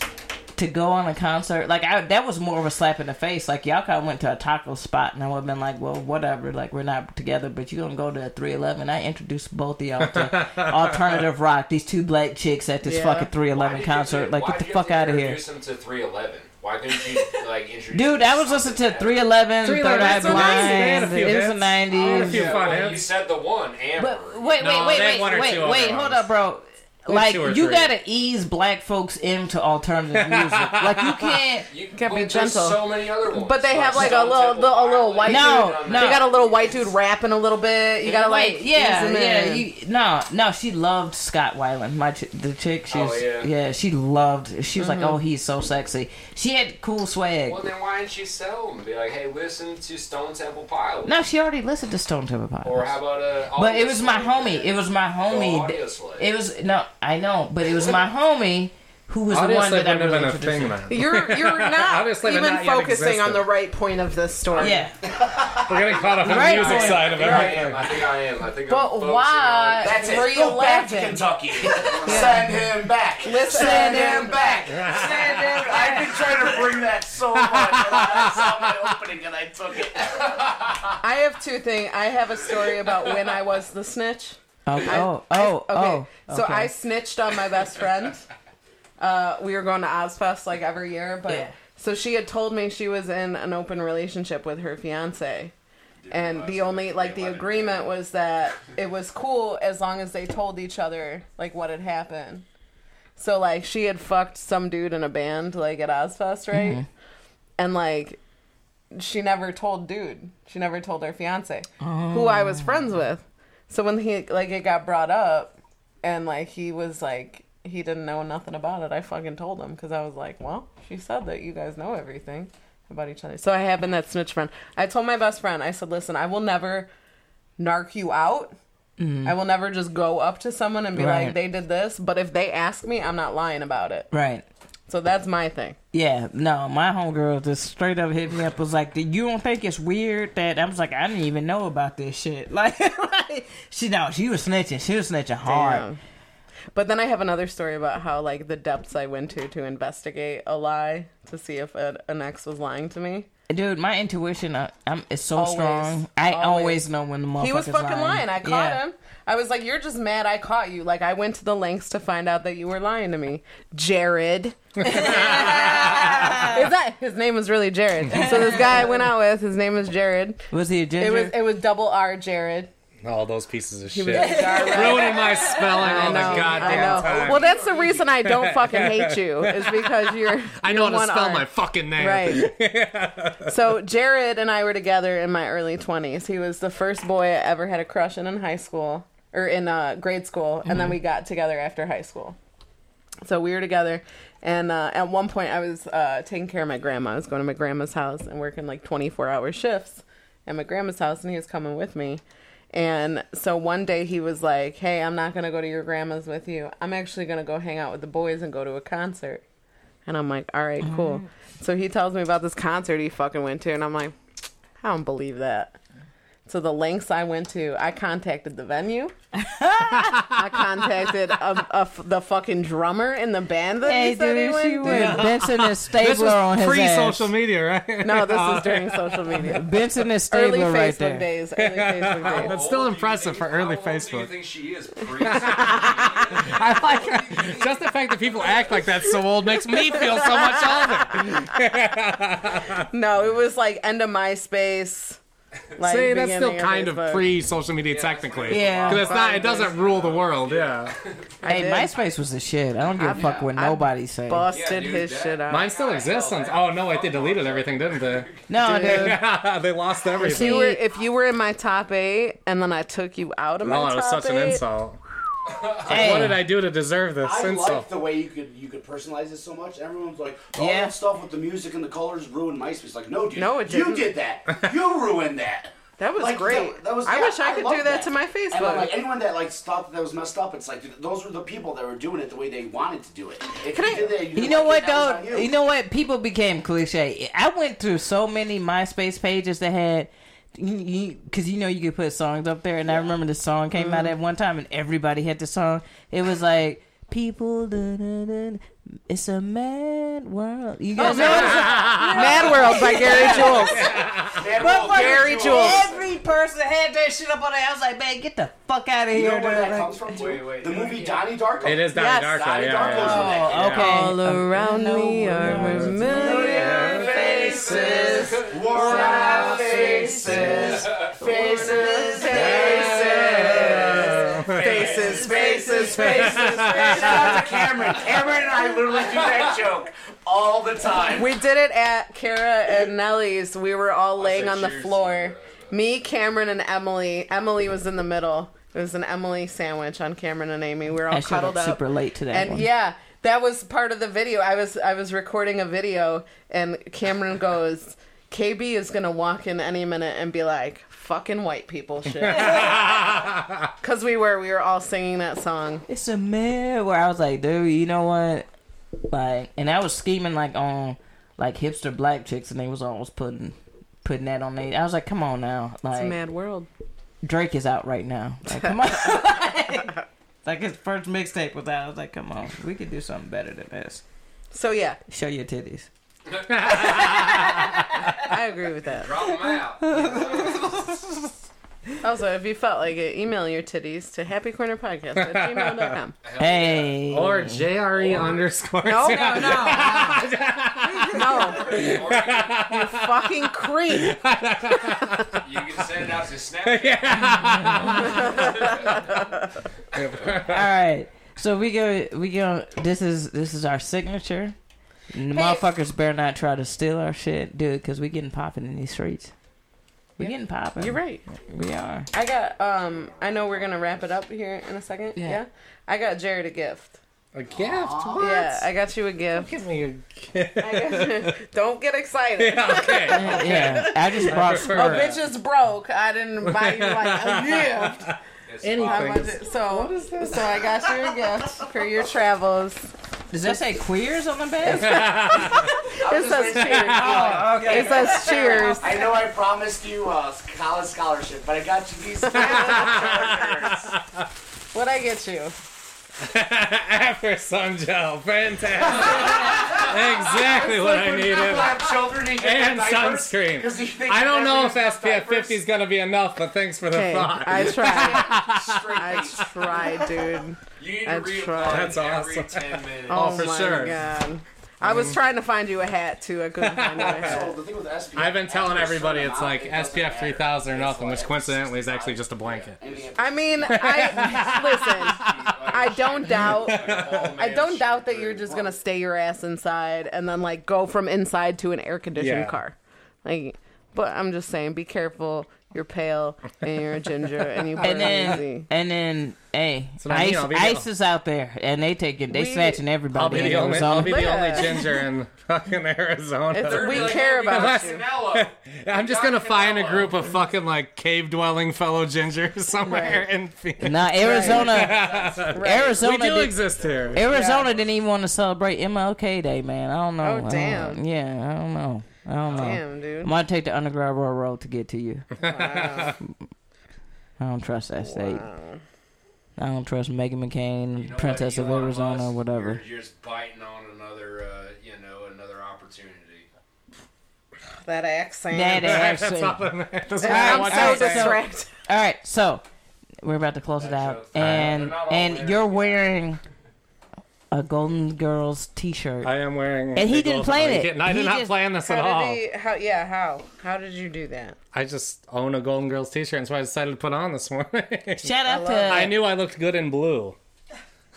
Speaker 1: to go on a concert like I, that was more of a slap in the face. Like y'all kind of went to a taco spot, and I would have been like, well, whatever. Like we're not together, but you're gonna go to a 311. I introduced both of y'all to alternative rock. These two black chicks at this
Speaker 2: Yeah.
Speaker 1: fucking
Speaker 5: Why
Speaker 1: 311
Speaker 5: did you
Speaker 1: concert.
Speaker 5: do-
Speaker 1: Like
Speaker 5: why
Speaker 1: get the
Speaker 5: did you have
Speaker 1: fuck
Speaker 5: to
Speaker 1: out of here.
Speaker 5: Introduce him to 311. Why couldn't you like introduce?
Speaker 1: Dude, I was listening
Speaker 5: something
Speaker 1: to
Speaker 5: else?
Speaker 1: 311, Third
Speaker 3: 311,
Speaker 1: Eye
Speaker 3: it's a nice
Speaker 1: Blind.
Speaker 3: band, a few
Speaker 1: It was the
Speaker 3: hits. Had a
Speaker 1: 90s.
Speaker 3: few
Speaker 5: Yeah,
Speaker 3: fun
Speaker 5: well, you
Speaker 3: hits.
Speaker 5: said the one, Amber.
Speaker 1: But wait,
Speaker 3: No,
Speaker 1: wait,
Speaker 3: they
Speaker 1: wait,
Speaker 3: one
Speaker 1: wait,
Speaker 3: or
Speaker 1: wait,
Speaker 3: two other
Speaker 1: wait, hold
Speaker 3: ones.
Speaker 1: up, bro. Like
Speaker 3: two or
Speaker 1: you
Speaker 3: three.
Speaker 1: gotta ease black folks into alternative music. like you can't.
Speaker 5: you
Speaker 2: Gotta be
Speaker 5: but there's
Speaker 2: gentle.
Speaker 5: So many other ones.
Speaker 2: But they have like a
Speaker 5: Stone
Speaker 2: little,
Speaker 5: Temple
Speaker 2: the, a little
Speaker 5: Pilots.
Speaker 2: white
Speaker 1: No,
Speaker 2: dude.
Speaker 1: no.
Speaker 2: They got a little white dude rapping a little bit. You gotta like,
Speaker 1: Wait, yeah,
Speaker 2: ease him
Speaker 1: yeah.
Speaker 2: in.
Speaker 1: You, no, no, she loved Scott Weiland. My ch- the chick, she's
Speaker 5: Oh,
Speaker 1: yeah.
Speaker 5: yeah.
Speaker 1: she loved. She was like, oh, he's so sexy. She had cool swag.
Speaker 5: Well, then why didn't you sell them? Be like, hey, listen to Stone Temple Pilots.
Speaker 1: No, she already listened to Stone Temple Pilots.
Speaker 5: Or how about uh?
Speaker 1: But it was my homie. It was my homie.
Speaker 5: Audio Slave.
Speaker 1: It was no, I know, but it was my homie who was the one
Speaker 3: Obviously,
Speaker 1: that
Speaker 3: it
Speaker 1: I
Speaker 3: wouldn't
Speaker 1: really
Speaker 3: have been a
Speaker 1: introduced.
Speaker 3: thing
Speaker 1: him.
Speaker 3: then.
Speaker 2: You're you're not
Speaker 3: Obviously, they're
Speaker 2: even
Speaker 3: not yet
Speaker 2: focusing on
Speaker 3: existent.
Speaker 2: the right point of this story.
Speaker 1: Yeah,
Speaker 3: We're getting caught up on
Speaker 1: Right.
Speaker 3: the music side of
Speaker 5: I
Speaker 3: everything.
Speaker 5: am. I think I am. I think. I'm
Speaker 2: But
Speaker 5: focusing
Speaker 2: why?
Speaker 5: on-
Speaker 4: That's it.
Speaker 2: Three
Speaker 4: Go back to
Speaker 2: eleven.
Speaker 4: Kentucky. Send him back.
Speaker 2: Listen.
Speaker 4: Send him back. Send him. I've been trying to bring that so much. And I saw my opening and I took it.
Speaker 2: I have two things. I have a story about when I was the snitch.
Speaker 1: Oh, oh, oh,
Speaker 2: Okay.
Speaker 1: oh.
Speaker 2: So
Speaker 1: okay.
Speaker 2: I snitched on my best friend. Uh, we were going to Ozfest like every year, but
Speaker 1: Yeah.
Speaker 2: so she had told me she was in an open relationship with her fiance. And the only like the agreement was that it was cool as long as they told each other like what had happened. So like she had fucked some dude in a band like at Ozfest, right?
Speaker 1: Mm-hmm.
Speaker 2: And like she never told dude. She never told her fiance who I was friends with. So when he like it got brought up, and like he was like he didn't know nothing about it. I fucking told him because I was like, well, she said that you guys know everything about each other. So I have been that snitch friend. I told my best friend, I said, listen, I will never narc you out. I will never just go up to someone and be like,
Speaker 1: Right.
Speaker 2: they did this. But if they ask me, I'm not lying about it.
Speaker 1: right.
Speaker 2: So that's my thing.
Speaker 1: Yeah, no, my homegirl just straight up hit me up was like, "You don't think it's weird that I was like, I didn't even know about this shit." Like, like, she no, she was snitching. She was snitching hard.
Speaker 2: Yeah. But then I have another story about how like the depths I went to to investigate a lie to see if a, an ex was lying to me.
Speaker 1: Dude, my intuition uh, I'm, is so
Speaker 2: Always.
Speaker 1: strong. I
Speaker 2: Always.
Speaker 1: always, know when the motherfucker's
Speaker 2: He was fucking lying. I caught
Speaker 1: Yeah.
Speaker 2: him. I was like, "You're just mad I caught you." Like I went to the lengths to find out that you were lying to me, Jared. is that his name was really Jared? So this guy I went out with, his name was Jared.
Speaker 1: Was he a
Speaker 2: It
Speaker 1: ginger?
Speaker 2: was it was double R Jared.
Speaker 3: All those pieces of shit.
Speaker 2: was a jar rat.
Speaker 3: Ruining my spelling all the
Speaker 2: I know, I
Speaker 3: goddamn
Speaker 2: know.
Speaker 3: time.
Speaker 2: Well, that's the reason I don't fucking hate you is because you're.
Speaker 3: I know
Speaker 2: you're
Speaker 3: how to
Speaker 2: one
Speaker 3: spell
Speaker 2: R.
Speaker 3: my fucking name.
Speaker 2: Right. so Jared and I were together in my early 20s. He was the first boy I ever had a crush on in high school or in uh, grade school, and then we got together after high school. So we were together, and uh, at one point I was uh, taking care of my grandma. I was going to my grandma's house and working like 24 hour shifts at my grandma's house, and he was coming with me. And so one day he was like, Hey, I'm not going to go to your grandma's with you. I'm actually going to go hang out with the boys and go to a concert. And I'm like, all right, cool. So he tells me about this concert he fucking went to, and I'm like, I don't believe that. So the lengths I went to, I contacted the venue. I contacted a, a f- the fucking drummer in the band that
Speaker 1: Hey,
Speaker 2: he said he
Speaker 1: dude, she
Speaker 2: went to.
Speaker 1: was Benson and
Speaker 3: This
Speaker 1: Stabler on
Speaker 3: was
Speaker 1: his
Speaker 3: pre
Speaker 1: ass.
Speaker 3: social media, right?
Speaker 2: No, this is during social media.
Speaker 1: Benson and Stabler
Speaker 2: Early
Speaker 1: right
Speaker 2: Facebook
Speaker 1: there.
Speaker 2: days. Early Facebook days.
Speaker 3: That's still
Speaker 5: How old do you
Speaker 3: impressive
Speaker 5: think-
Speaker 3: for early
Speaker 5: how old do you
Speaker 3: Facebook.
Speaker 5: think she is? Pre-
Speaker 3: I like just the fact that people act like that's so old makes me feel so much older.
Speaker 2: No, it was like end of MySpace. Like
Speaker 3: See, that's still
Speaker 2: beginning
Speaker 3: kind of
Speaker 2: Facebook.
Speaker 3: pre-social media technically.
Speaker 1: Yeah.
Speaker 3: because it's not. It doesn't rule the world. Yeah,
Speaker 2: I
Speaker 1: Hey,
Speaker 2: did.
Speaker 1: MySpace was the shit. I don't give a fuck what
Speaker 2: I
Speaker 1: nobody says.
Speaker 2: busted
Speaker 5: Yeah, dude,
Speaker 2: his
Speaker 5: that-
Speaker 2: shit out.
Speaker 3: mine still exists. On, oh no, wait, they deleted everything, didn't they?
Speaker 1: No,
Speaker 2: Dude.
Speaker 1: dude.
Speaker 3: they lost
Speaker 2: If you
Speaker 3: everything.
Speaker 2: were if you were in my top eight and then I took you out of my
Speaker 3: Oh, it
Speaker 2: top
Speaker 3: was such an
Speaker 2: eight,
Speaker 3: insult.
Speaker 1: Hey.
Speaker 3: What did I do to deserve this
Speaker 4: I
Speaker 3: insult?
Speaker 4: like the way you could you could personalize it so much. Everyone's like, all
Speaker 1: Yeah.
Speaker 4: that stuff with the music and the colors ruined MySpace. Like, no, dude,
Speaker 2: No, it
Speaker 4: you
Speaker 2: didn't.
Speaker 4: did that. You ruined that.
Speaker 2: That was
Speaker 4: Like,
Speaker 2: great.
Speaker 4: That, that was,
Speaker 2: I
Speaker 4: yeah,
Speaker 2: wish I could
Speaker 4: love
Speaker 2: do that, to my Facebook.
Speaker 4: And I'm like anyone that like thought that, that was messed up, it's like dude, those were the people that were doing it the way they wanted to do it. If you
Speaker 2: I-
Speaker 4: did that, you,
Speaker 1: You
Speaker 4: didn't
Speaker 1: know what
Speaker 4: like it, that was
Speaker 1: though?
Speaker 4: on
Speaker 1: You know what? People became cliche. I went through so many MySpace pages that had. Because you know you could put songs up there, and I remember the song came out at one time, and everybody had the song. It was like people, da, da, da, it's a mad world. You guys know
Speaker 2: Mad World by Gary Jules.
Speaker 4: Bad
Speaker 1: But
Speaker 4: Wolf,
Speaker 1: like,
Speaker 2: Gary Jules.
Speaker 1: Every person had that shit up on there. I was like, man, get the fuck out of
Speaker 4: You
Speaker 1: here.
Speaker 4: know where that
Speaker 1: dude.
Speaker 4: comes from? Too?
Speaker 5: Wait, wait,
Speaker 4: the
Speaker 5: no,
Speaker 4: movie
Speaker 5: yeah.
Speaker 4: Donnie Darko.
Speaker 3: It is Donnie
Speaker 2: Yes,
Speaker 3: Darko.
Speaker 4: Donnie
Speaker 3: yeah, yeah.
Speaker 4: Darko's in that.
Speaker 1: Oh, okay.
Speaker 2: All around
Speaker 1: I know
Speaker 2: me
Speaker 1: where
Speaker 2: are
Speaker 1: that is.
Speaker 2: familiar faces.
Speaker 4: Worn out faces, faces, faces, faces, faces, faces, faces. Shout out to Cameron. Cameron and I literally do that joke all the time.
Speaker 2: We did it at Kara and Nellie's. We were all laying on the
Speaker 5: cheers.
Speaker 2: floor. Me, Cameron, and Emily. Emily was in the middle. It was an Emily sandwich on Cameron and Amy. We were all
Speaker 1: I showed
Speaker 2: cuddled
Speaker 1: up
Speaker 2: up.
Speaker 1: super late to that
Speaker 2: and
Speaker 1: one.
Speaker 2: yeah that was part of the video i was i was recording a video and cameron goes kb is gonna walk in any minute and be like fucking white people shit because we were we were all singing that song
Speaker 1: it's a man where I was like, dude, you know what? Like, and I was scheming like on like hipster black chicks, and they was always putting putting that on me. I was like, come on now,
Speaker 2: it's a
Speaker 1: like
Speaker 2: mad world
Speaker 1: Drake is out right now. Like, come on. Like his first mixtape was out. I was like, "Come on, we could do something better than this.
Speaker 2: so yeah
Speaker 1: Show your titties."
Speaker 2: i agree with that
Speaker 5: Drop 'em out.
Speaker 2: also if you felt like it email your titties to happycornerpodcast at gmail.com
Speaker 4: Oh,
Speaker 1: Hey,
Speaker 3: Or JRE underscore.
Speaker 2: no Oh, no no no you fucking creep
Speaker 5: You can send it out to Snapchat.
Speaker 1: all right. So we go. We go. This is this is our signature. And the Motherfuckers better not try to steal our shit, dude, because we getting popping in these streets. We getting popping.
Speaker 2: you're right
Speaker 1: We are.
Speaker 2: I got um I know we're gonna wrap it up here in a second. Yeah.
Speaker 1: Yeah.
Speaker 2: I got Jared a gift.
Speaker 3: A gift?
Speaker 2: Oh,
Speaker 3: What?
Speaker 2: Yeah, I got you a gift.
Speaker 3: Give me your gift.
Speaker 2: Don't get excited.
Speaker 3: okay.
Speaker 1: Yeah, I just brought
Speaker 2: Oh,
Speaker 1: spur.
Speaker 2: bitch is broke. I didn't buy you like a gift.
Speaker 5: It's
Speaker 2: I
Speaker 3: Anything.
Speaker 2: wasn't- so so I got you a gift for your travels.
Speaker 1: Does that say queers on the back?
Speaker 2: It says cheers.
Speaker 4: Oh,
Speaker 2: It says cheers.
Speaker 4: I know I promised you a college scholarship, but I got you these chargers.
Speaker 2: What I get you?
Speaker 3: After sun gel. Fantastic. exactly what I needed.
Speaker 4: have children and,
Speaker 3: And sunscreen. I don't know if SPF 50 is going to be enough, but thanks for the
Speaker 2: Okay,
Speaker 3: thought.
Speaker 2: I tried. I
Speaker 5: straight beats.
Speaker 2: tried, dude.
Speaker 5: You need to
Speaker 2: That's
Speaker 5: reapply
Speaker 2: right.
Speaker 3: That's
Speaker 5: every
Speaker 3: awesome.
Speaker 5: 10 minutes.
Speaker 2: Oh,
Speaker 3: for
Speaker 2: my
Speaker 3: sure.
Speaker 2: god. I was trying to find you a hat too. I couldn't find you a
Speaker 4: So
Speaker 2: hat.
Speaker 4: the thing with SPF,
Speaker 3: I've been telling
Speaker 4: after a
Speaker 3: everybody
Speaker 4: certain
Speaker 3: it's
Speaker 4: amount,
Speaker 3: like
Speaker 4: it doesn't
Speaker 3: SPF
Speaker 4: matter.
Speaker 3: 3000 or
Speaker 4: It's
Speaker 3: nothing,
Speaker 4: like
Speaker 3: which coincidentally is actually
Speaker 4: 65.
Speaker 3: just a blanket.
Speaker 4: Any of-
Speaker 2: I mean, I listen. I don't doubt. I don't doubt that you're just gonna stay your ass inside and then like go from inside to an air conditioned
Speaker 3: Yeah.
Speaker 2: car. Like, but I'm just saying, be careful. You're pale and you're a ginger and you burn
Speaker 1: And then,
Speaker 2: easy.
Speaker 1: and then, hey,
Speaker 3: what I mean,
Speaker 1: ICE,
Speaker 3: I'll be real.
Speaker 1: ICE is out there, and they taking, they
Speaker 2: We-
Speaker 1: snatching
Speaker 3: I'll
Speaker 1: everybody
Speaker 3: be
Speaker 1: in
Speaker 3: the only I'll be the
Speaker 1: Arizona.
Speaker 2: Yeah.
Speaker 3: only ginger in fucking
Speaker 2: It's,
Speaker 3: Arizona.
Speaker 2: we
Speaker 5: "Oh,
Speaker 2: care about you.
Speaker 5: Canelo.
Speaker 3: I'm just
Speaker 5: Don
Speaker 3: gonna find a
Speaker 5: Canelo.
Speaker 3: group of fucking like cave dwelling fellow gingers somewhere
Speaker 2: Right.
Speaker 3: in Phoenix.
Speaker 1: Nah, Arizona,
Speaker 3: We
Speaker 1: Arizona,
Speaker 3: do
Speaker 1: did,
Speaker 3: exist here.
Speaker 1: Arizona didn't even want to celebrate MLK Day, man. I don't know.
Speaker 2: Oh,
Speaker 1: I don't
Speaker 2: damn.
Speaker 1: know. Yeah, I don't know. I don't know.
Speaker 2: Damn, dude.
Speaker 1: I'm gonna take the Underground Railroad to get to you. I don't trust that state. I don't trust Megan McCain,
Speaker 5: You know
Speaker 1: Princess
Speaker 5: what,
Speaker 1: of
Speaker 5: Elon
Speaker 1: Arizona,
Speaker 5: Musk,
Speaker 1: whatever.
Speaker 5: You're just biting on another, uh, you know, another opportunity.
Speaker 2: That accent.
Speaker 1: That
Speaker 3: That's
Speaker 1: accent.
Speaker 3: all that matters.
Speaker 1: I'm
Speaker 3: What
Speaker 1: so
Speaker 3: I'm saying.
Speaker 1: disra- All right, so we're about to close it out,
Speaker 5: shows-
Speaker 1: and
Speaker 5: They're not all
Speaker 1: and
Speaker 5: wearing-
Speaker 1: you're wearing a Golden Girls T-shirt.
Speaker 3: I am wearing.
Speaker 1: And he
Speaker 3: big
Speaker 1: didn't
Speaker 3: old-
Speaker 1: plan
Speaker 3: Are you
Speaker 1: it.
Speaker 3: kidding? I
Speaker 1: He
Speaker 3: did not
Speaker 1: just-
Speaker 3: plan this at
Speaker 2: How
Speaker 3: all.
Speaker 2: did he? How? Yeah. How? How did you do that?
Speaker 3: I just own a Golden Girls T-shirt, and so I decided to put on this morning.
Speaker 1: Shout out to
Speaker 3: I knew I looked good in blue.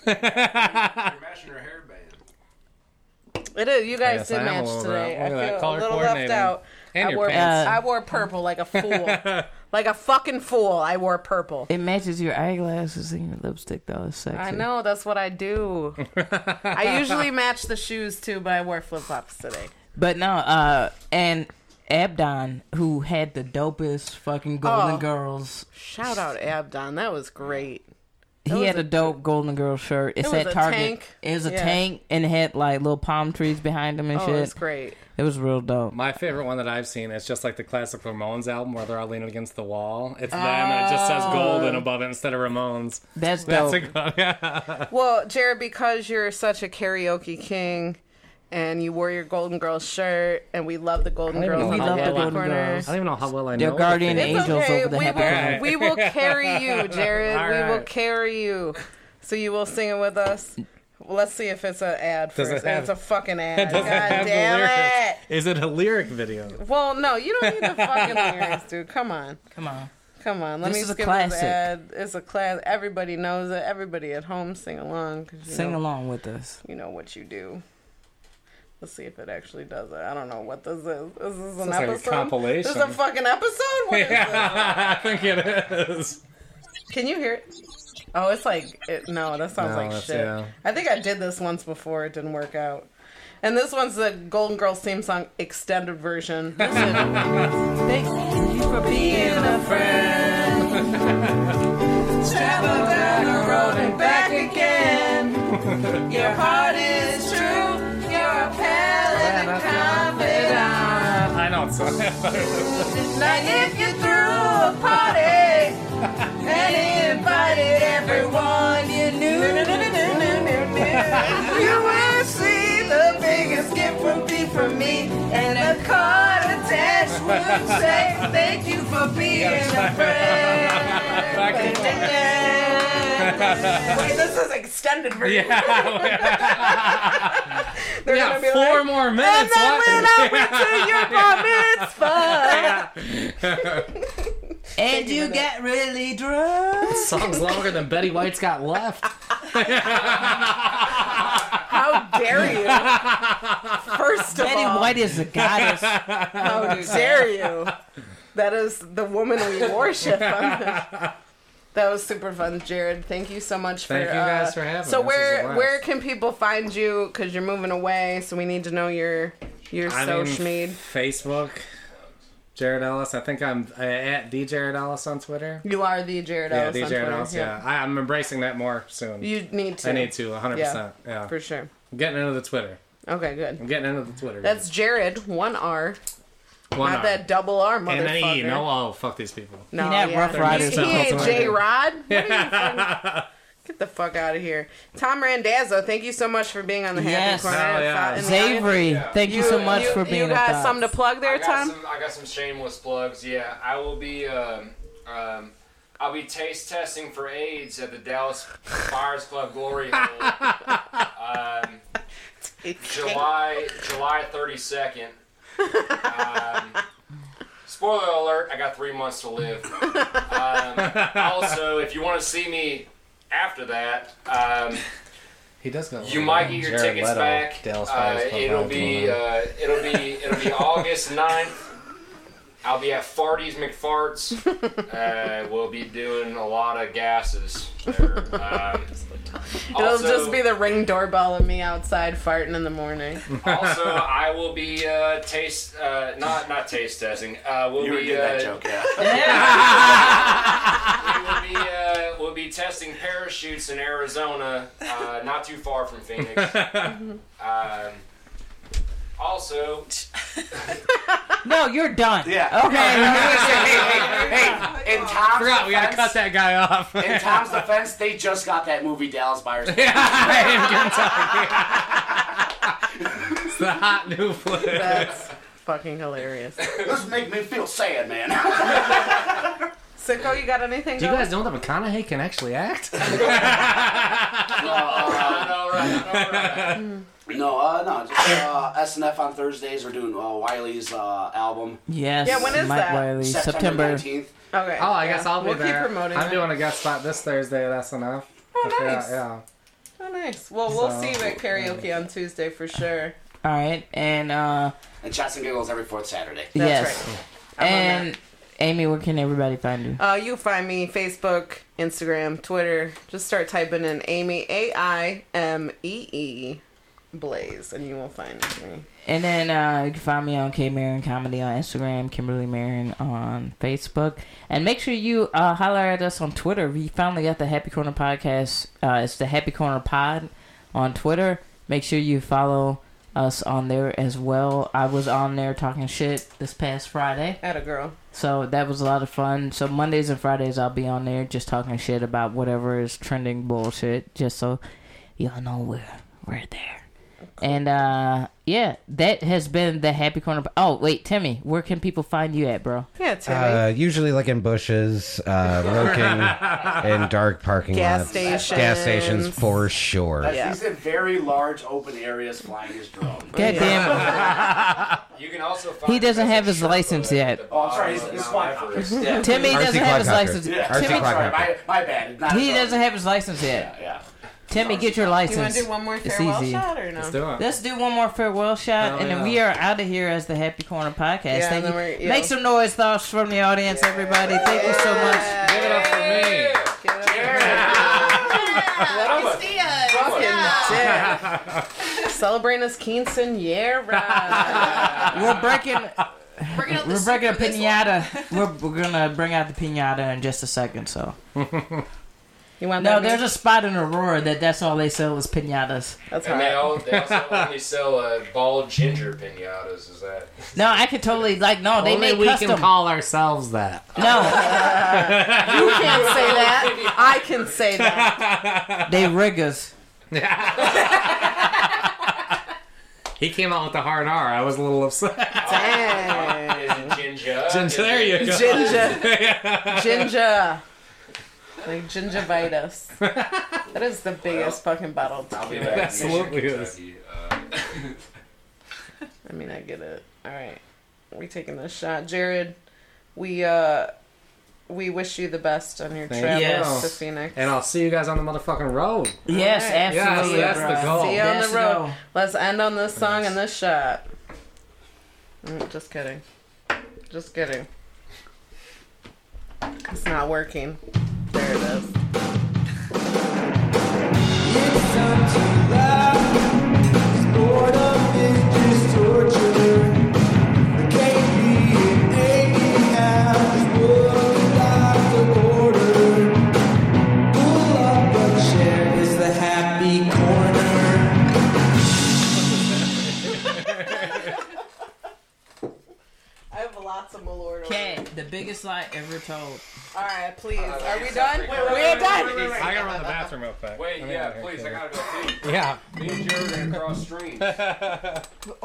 Speaker 5: You're matching her hairband.
Speaker 2: It is. You guys
Speaker 3: Yes,
Speaker 2: did
Speaker 3: I am a
Speaker 2: match
Speaker 3: little
Speaker 2: today.
Speaker 3: rough. Look at
Speaker 2: I
Speaker 3: that,
Speaker 2: feel
Speaker 3: color
Speaker 2: a little left
Speaker 3: coordinating.
Speaker 2: out.
Speaker 3: And
Speaker 2: I
Speaker 3: your
Speaker 2: wore
Speaker 1: pants.
Speaker 2: I wore purple like a fool, like a fucking fool. I wore purple.
Speaker 1: it matches your eyeglasses and your lipstick though. It's sexy.
Speaker 2: I know that's what I do. I usually match the shoes too, but I wore flip flops today.
Speaker 1: But no, uh, and Abdon, who had the dopest fucking Golden
Speaker 2: Oh.
Speaker 1: Girls,
Speaker 2: Shout out Abdon, that was great.
Speaker 1: he
Speaker 2: was
Speaker 1: had a,
Speaker 2: a-
Speaker 1: dope Golden Girl shirt. It,
Speaker 2: was
Speaker 1: said
Speaker 2: a
Speaker 1: Target.
Speaker 2: tank.
Speaker 1: It was a
Speaker 2: Yeah.
Speaker 1: tank and it had like little palm trees behind him and
Speaker 2: Oh,
Speaker 1: shit.
Speaker 2: it was great.
Speaker 1: It was real dope.
Speaker 3: My favorite one that I've seen is just like the classic Ramones album where they're all leaning against the wall. It's them, and it just says
Speaker 2: Oh.
Speaker 3: Golden above it instead of Ramones.
Speaker 1: That's dope.
Speaker 3: That's a good. Yeah.
Speaker 2: Well, Jared, because you're such a karaoke king. And you wore your Golden Girls shirt, and we love the Golden
Speaker 3: I don't
Speaker 2: Girls.
Speaker 3: even
Speaker 2: on
Speaker 3: know
Speaker 2: the
Speaker 3: how
Speaker 2: Happy
Speaker 3: well I-
Speaker 2: Corner.
Speaker 3: I don't even know how well I know.
Speaker 1: Their guardian
Speaker 3: it.
Speaker 2: It's
Speaker 1: angels
Speaker 2: okay.
Speaker 1: over the
Speaker 2: we,
Speaker 1: happy
Speaker 2: will,
Speaker 1: hour.
Speaker 2: we will carry you, Jared.
Speaker 3: All
Speaker 2: We will
Speaker 3: right.
Speaker 2: carry you. So you will sing it with us. Well, let's see if it's an ad
Speaker 3: Does it
Speaker 2: first.
Speaker 3: have-
Speaker 2: it's a fucking ad.
Speaker 3: Does
Speaker 2: God
Speaker 3: it have the
Speaker 2: damn it.
Speaker 3: lyrics? Is it a lyric video?
Speaker 2: Well, no, you don't need the fucking lyrics, dude. Come on.
Speaker 1: Come on.
Speaker 2: Come on. Let
Speaker 1: This
Speaker 2: me
Speaker 1: is a
Speaker 2: skip
Speaker 1: classic.
Speaker 2: this ad. It's a class. Everybody knows it. Everybody at home sing along. 'cause you
Speaker 1: Sing
Speaker 2: know,
Speaker 1: along with us.
Speaker 2: You know what you do. Let's see if it actually does it. I don't know what this is. This is an
Speaker 3: like a
Speaker 2: episode. This is a
Speaker 3: compilation.
Speaker 2: fucking episode. What is this?
Speaker 3: I think it is.
Speaker 2: Can you hear it? Oh, it's like it, no, that sounds
Speaker 3: No,
Speaker 2: like
Speaker 3: that's-
Speaker 2: shit.
Speaker 3: yeah.
Speaker 2: I think I did this once before. It didn't work out. And this one's the Golden Girls theme song extended version. This is-
Speaker 1: Thank you for being a
Speaker 2: back again. Your heart is true. You're a pal and a confidant.
Speaker 3: I know it's.
Speaker 2: Now if you threw a party and invited everyone you knew, you would see the biggest gift would be from me. And a card attached would say, "Thank you for being a
Speaker 3: Back and
Speaker 2: friend." Wait, this is extended version. They're
Speaker 3: Yeah,
Speaker 2: gonna be
Speaker 3: four
Speaker 2: like,
Speaker 3: more minutes.
Speaker 2: and then
Speaker 3: what?
Speaker 2: when I went to your bar mitzvah.
Speaker 1: And you got really drunk.
Speaker 3: Song's longer than Betty White's got left.
Speaker 2: How dare you? First of
Speaker 1: Betty
Speaker 2: all,
Speaker 1: White is a goddess.
Speaker 2: how dare you? That is the woman we worship. that was super fun, Jared. Thank you so much for
Speaker 3: Thank you guys
Speaker 2: uh,
Speaker 3: for having
Speaker 2: So
Speaker 3: us. This was a
Speaker 2: where
Speaker 3: blast.
Speaker 2: where can people find you? Because you're moving away, so we need to know your your
Speaker 3: I
Speaker 2: social
Speaker 3: mean,
Speaker 2: schmeed.
Speaker 3: Facebook. Jared Ellis. I think I'm uh, at the Jared Ellis on Twitter.
Speaker 2: You are the Jared
Speaker 3: Yeah,
Speaker 2: Ellis.
Speaker 3: the
Speaker 2: on
Speaker 3: Jared
Speaker 2: Twitter,
Speaker 3: Ellis. Yeah, I, I'm embracing that more soon.
Speaker 2: You need to.
Speaker 3: I need to 100. percent Yeah,
Speaker 2: for sure.
Speaker 3: I'm getting into the Twitter.
Speaker 2: Okay, good.
Speaker 3: I'm getting into the Twitter.
Speaker 2: That's Jared. One R.
Speaker 3: One
Speaker 2: Not
Speaker 3: R.
Speaker 2: that double R, motherfucker.
Speaker 3: And then E. No, oh fuck these people.
Speaker 2: No,
Speaker 1: He not Rough Riders
Speaker 2: He, he
Speaker 3: or
Speaker 2: ain't
Speaker 3: something.
Speaker 2: J Rod. What are you fucking- Get the fuck out of here, Tom Randazzo. Thank you so much for being on the
Speaker 1: Yes.
Speaker 2: Happy Corner.
Speaker 3: Hell yeah.
Speaker 2: Thought in the audience.
Speaker 1: Xavery, thank you, so much for being
Speaker 2: You
Speaker 1: with
Speaker 2: got
Speaker 1: us.
Speaker 2: something to plug there,
Speaker 5: I got,
Speaker 2: Tom?
Speaker 5: some, I got some shameless plugs. Yeah, I will be. Um, um, I'll be taste testing for AIDS at the Dallas Buyers Club Glory Hole. um, July July 32nd. Um, spoiler alert, I got three months to live. Um, also, if you want to see me after that, um,
Speaker 3: He does go.
Speaker 5: you might get your tickets back. Uh, it'll be uh, it'll be it'll be August 9th. I'll be at Farty's McFarts. Uh, we'll be doing a lot of gases there. Um,
Speaker 2: It'll
Speaker 5: also-
Speaker 2: just be the ring doorbell and me outside farting in the morning.
Speaker 5: Also, I will be uh, taste uh, not not taste testing. Uh, we'll
Speaker 4: You were
Speaker 5: be
Speaker 4: getting
Speaker 5: uh,
Speaker 4: that joke, yeah.
Speaker 5: we will be uh, we'll be testing parachutes in Arizona, uh, not too far from Phoenix. um, also,
Speaker 1: No, you're done.
Speaker 4: Yeah.
Speaker 1: Okay.
Speaker 4: hey, hey, in Tom's
Speaker 3: Forgot we gotta
Speaker 4: defense,
Speaker 3: cut that guy off.
Speaker 4: in Tom's defense, they just got that movie Dallas Buyers. Club.
Speaker 3: it's the hot new flick.
Speaker 2: That's fucking hilarious.
Speaker 4: this make me feel sad, man.
Speaker 2: Sicko, you got anything?
Speaker 3: Do you
Speaker 2: going?
Speaker 3: guys know that McConaughey can actually act?
Speaker 4: Uh,
Speaker 5: all right, all right.
Speaker 4: no, uh, no, just uh, SNF on Thursdays. We're doing uh, Wiley's uh, album
Speaker 1: yes.
Speaker 2: Yeah, when is
Speaker 1: Mike
Speaker 2: that?
Speaker 1: Wiley,
Speaker 4: September
Speaker 1: September.
Speaker 4: nineteenth.
Speaker 2: Okay.
Speaker 3: Oh, I
Speaker 2: yeah.
Speaker 3: guess I'll be
Speaker 2: we'll
Speaker 3: there.
Speaker 2: keep promoting.
Speaker 3: I'm
Speaker 2: it.
Speaker 3: doing a guest spot this Thursday at SNF.
Speaker 2: Oh,
Speaker 3: Yeah,
Speaker 2: nice.
Speaker 3: yeah.
Speaker 2: Oh, nice. Well, we'll
Speaker 3: So-
Speaker 2: see you at karaoke on Tuesday for sure.
Speaker 1: All right, and uh,
Speaker 4: And Chats and Giggles every fourth Saturday.
Speaker 2: That's
Speaker 1: yes,
Speaker 2: right. I'm on
Speaker 1: and Amy, where can everybody find you?
Speaker 2: Uh, you find me Facebook, Instagram, Twitter. Just start typing in Amy A I M E E Blaze, and you will find me.
Speaker 1: And then uh, you can find me on K Marin Comedy on Instagram, Kimberly Marin on Facebook, and make sure you uh, holler at us on Twitter. We finally got the Happy Corner podcast. Uh, it's the Happy Corner Pod on Twitter. Make sure you follow us on there as well. I was on there talking shit this past Friday.
Speaker 2: At a girl.
Speaker 1: So that was a lot of fun. So Mondays and Fridays I'll be on there just talking shit about whatever is trending bullshit, just so y'all know we're we're there. And uh yeah, that has been the happy corner. Oh wait, Timmy, where can people find you at, bro?
Speaker 2: Yeah, Timmy.
Speaker 7: Uh, usually, like in bushes, uh, lurking in dark parking
Speaker 2: Gas
Speaker 7: lots, gas stations
Speaker 2: stations.
Speaker 7: for sure.
Speaker 4: That's,
Speaker 2: Yeah.
Speaker 4: He's in very large open areas flying his drone.
Speaker 1: God damn,
Speaker 5: You can also find
Speaker 1: He doesn't
Speaker 5: us at
Speaker 1: have his license
Speaker 5: Sherpa
Speaker 1: yet.
Speaker 5: at the
Speaker 4: Oh, I'm
Speaker 5: bottom
Speaker 4: sorry, he's,
Speaker 5: of
Speaker 4: he's
Speaker 5: Mount
Speaker 4: flying.
Speaker 5: Everest.
Speaker 4: Yeah.
Speaker 1: Timmy
Speaker 7: RC
Speaker 1: doesn't have his
Speaker 7: Clockhacker.
Speaker 1: license.
Speaker 4: Yeah,
Speaker 7: RC
Speaker 4: I'm
Speaker 1: Timmy,
Speaker 4: sorry,
Speaker 7: Clockhacker.
Speaker 4: my, my bad. Not
Speaker 1: he
Speaker 4: a drone.
Speaker 1: doesn't have his license yet.
Speaker 4: Yeah.
Speaker 1: Timmy, get your
Speaker 2: you want
Speaker 1: license.
Speaker 2: to do one more
Speaker 1: It's
Speaker 2: farewell
Speaker 1: easy.
Speaker 2: shot or no?
Speaker 3: Let's do it.
Speaker 1: Let's do one more farewell shot,
Speaker 3: Hell
Speaker 1: and then
Speaker 3: yeah.
Speaker 1: we are out of here as the Happy Corner podcast.
Speaker 2: Yeah,
Speaker 1: Thank
Speaker 2: and
Speaker 1: you.
Speaker 2: then we're- yeah.
Speaker 1: Make some noise, thoughts from the audience, everybody. Thank you so much.
Speaker 3: Give it up for me.
Speaker 2: Get up.
Speaker 5: I'm a-
Speaker 2: Fucking dick. Celebrating his quinceanera.
Speaker 1: We're breaking.
Speaker 6: We're gonna
Speaker 1: We're breaking a pinata. We're, we're gonna bring out the pinata in just a second. So
Speaker 2: You want
Speaker 1: no,
Speaker 2: that?
Speaker 1: there's a spot in Aurora that that's all they sell is pinatas.
Speaker 2: That's
Speaker 5: And they,
Speaker 2: hot.
Speaker 5: all, they also only sell uh, bald ginger pinatas. Is that?
Speaker 1: No, I could totally like no, they
Speaker 3: Only
Speaker 1: make
Speaker 3: we
Speaker 1: custom.
Speaker 3: can call ourselves that.
Speaker 1: no,
Speaker 2: You can't say that. I can say that.
Speaker 1: they rig us.
Speaker 3: He came out with the hard R. I was a little upset.
Speaker 2: Dang.
Speaker 5: Is it ginger?
Speaker 3: there you go.
Speaker 2: Ginger. ginger. Like gingivitis. That is the biggest fucking bottle.
Speaker 5: I'll be back.
Speaker 3: Absolutely
Speaker 5: Mission,
Speaker 3: is.
Speaker 5: Kentucky. Uh,
Speaker 2: I mean, I get it. All right, we taking this shot, Jared. We uh, we wish you the best on your
Speaker 3: Thank
Speaker 2: travels
Speaker 1: you.
Speaker 2: to Phoenix.
Speaker 3: And I'll see you guys on the motherfucking road.
Speaker 1: Yes,
Speaker 2: Alright.
Speaker 1: absolutely.
Speaker 3: Yes, that's the
Speaker 1: bro.
Speaker 3: goal.
Speaker 2: See you on
Speaker 1: That's
Speaker 2: the road.
Speaker 1: goal.
Speaker 2: Let's end on this song and this shot. Mm, Just kidding. Just kidding. It's not working. There it is. I have lots of Malord.
Speaker 1: Cat, the biggest lie ever told.
Speaker 2: All right, please. Are we
Speaker 5: it's
Speaker 2: done?
Speaker 5: not
Speaker 2: We're done.
Speaker 3: I gotta run to the bathroom real quick.
Speaker 5: wait, yeah, please. I gotta go pee.
Speaker 3: Yeah.
Speaker 5: Me and Jared are gonna cross streams.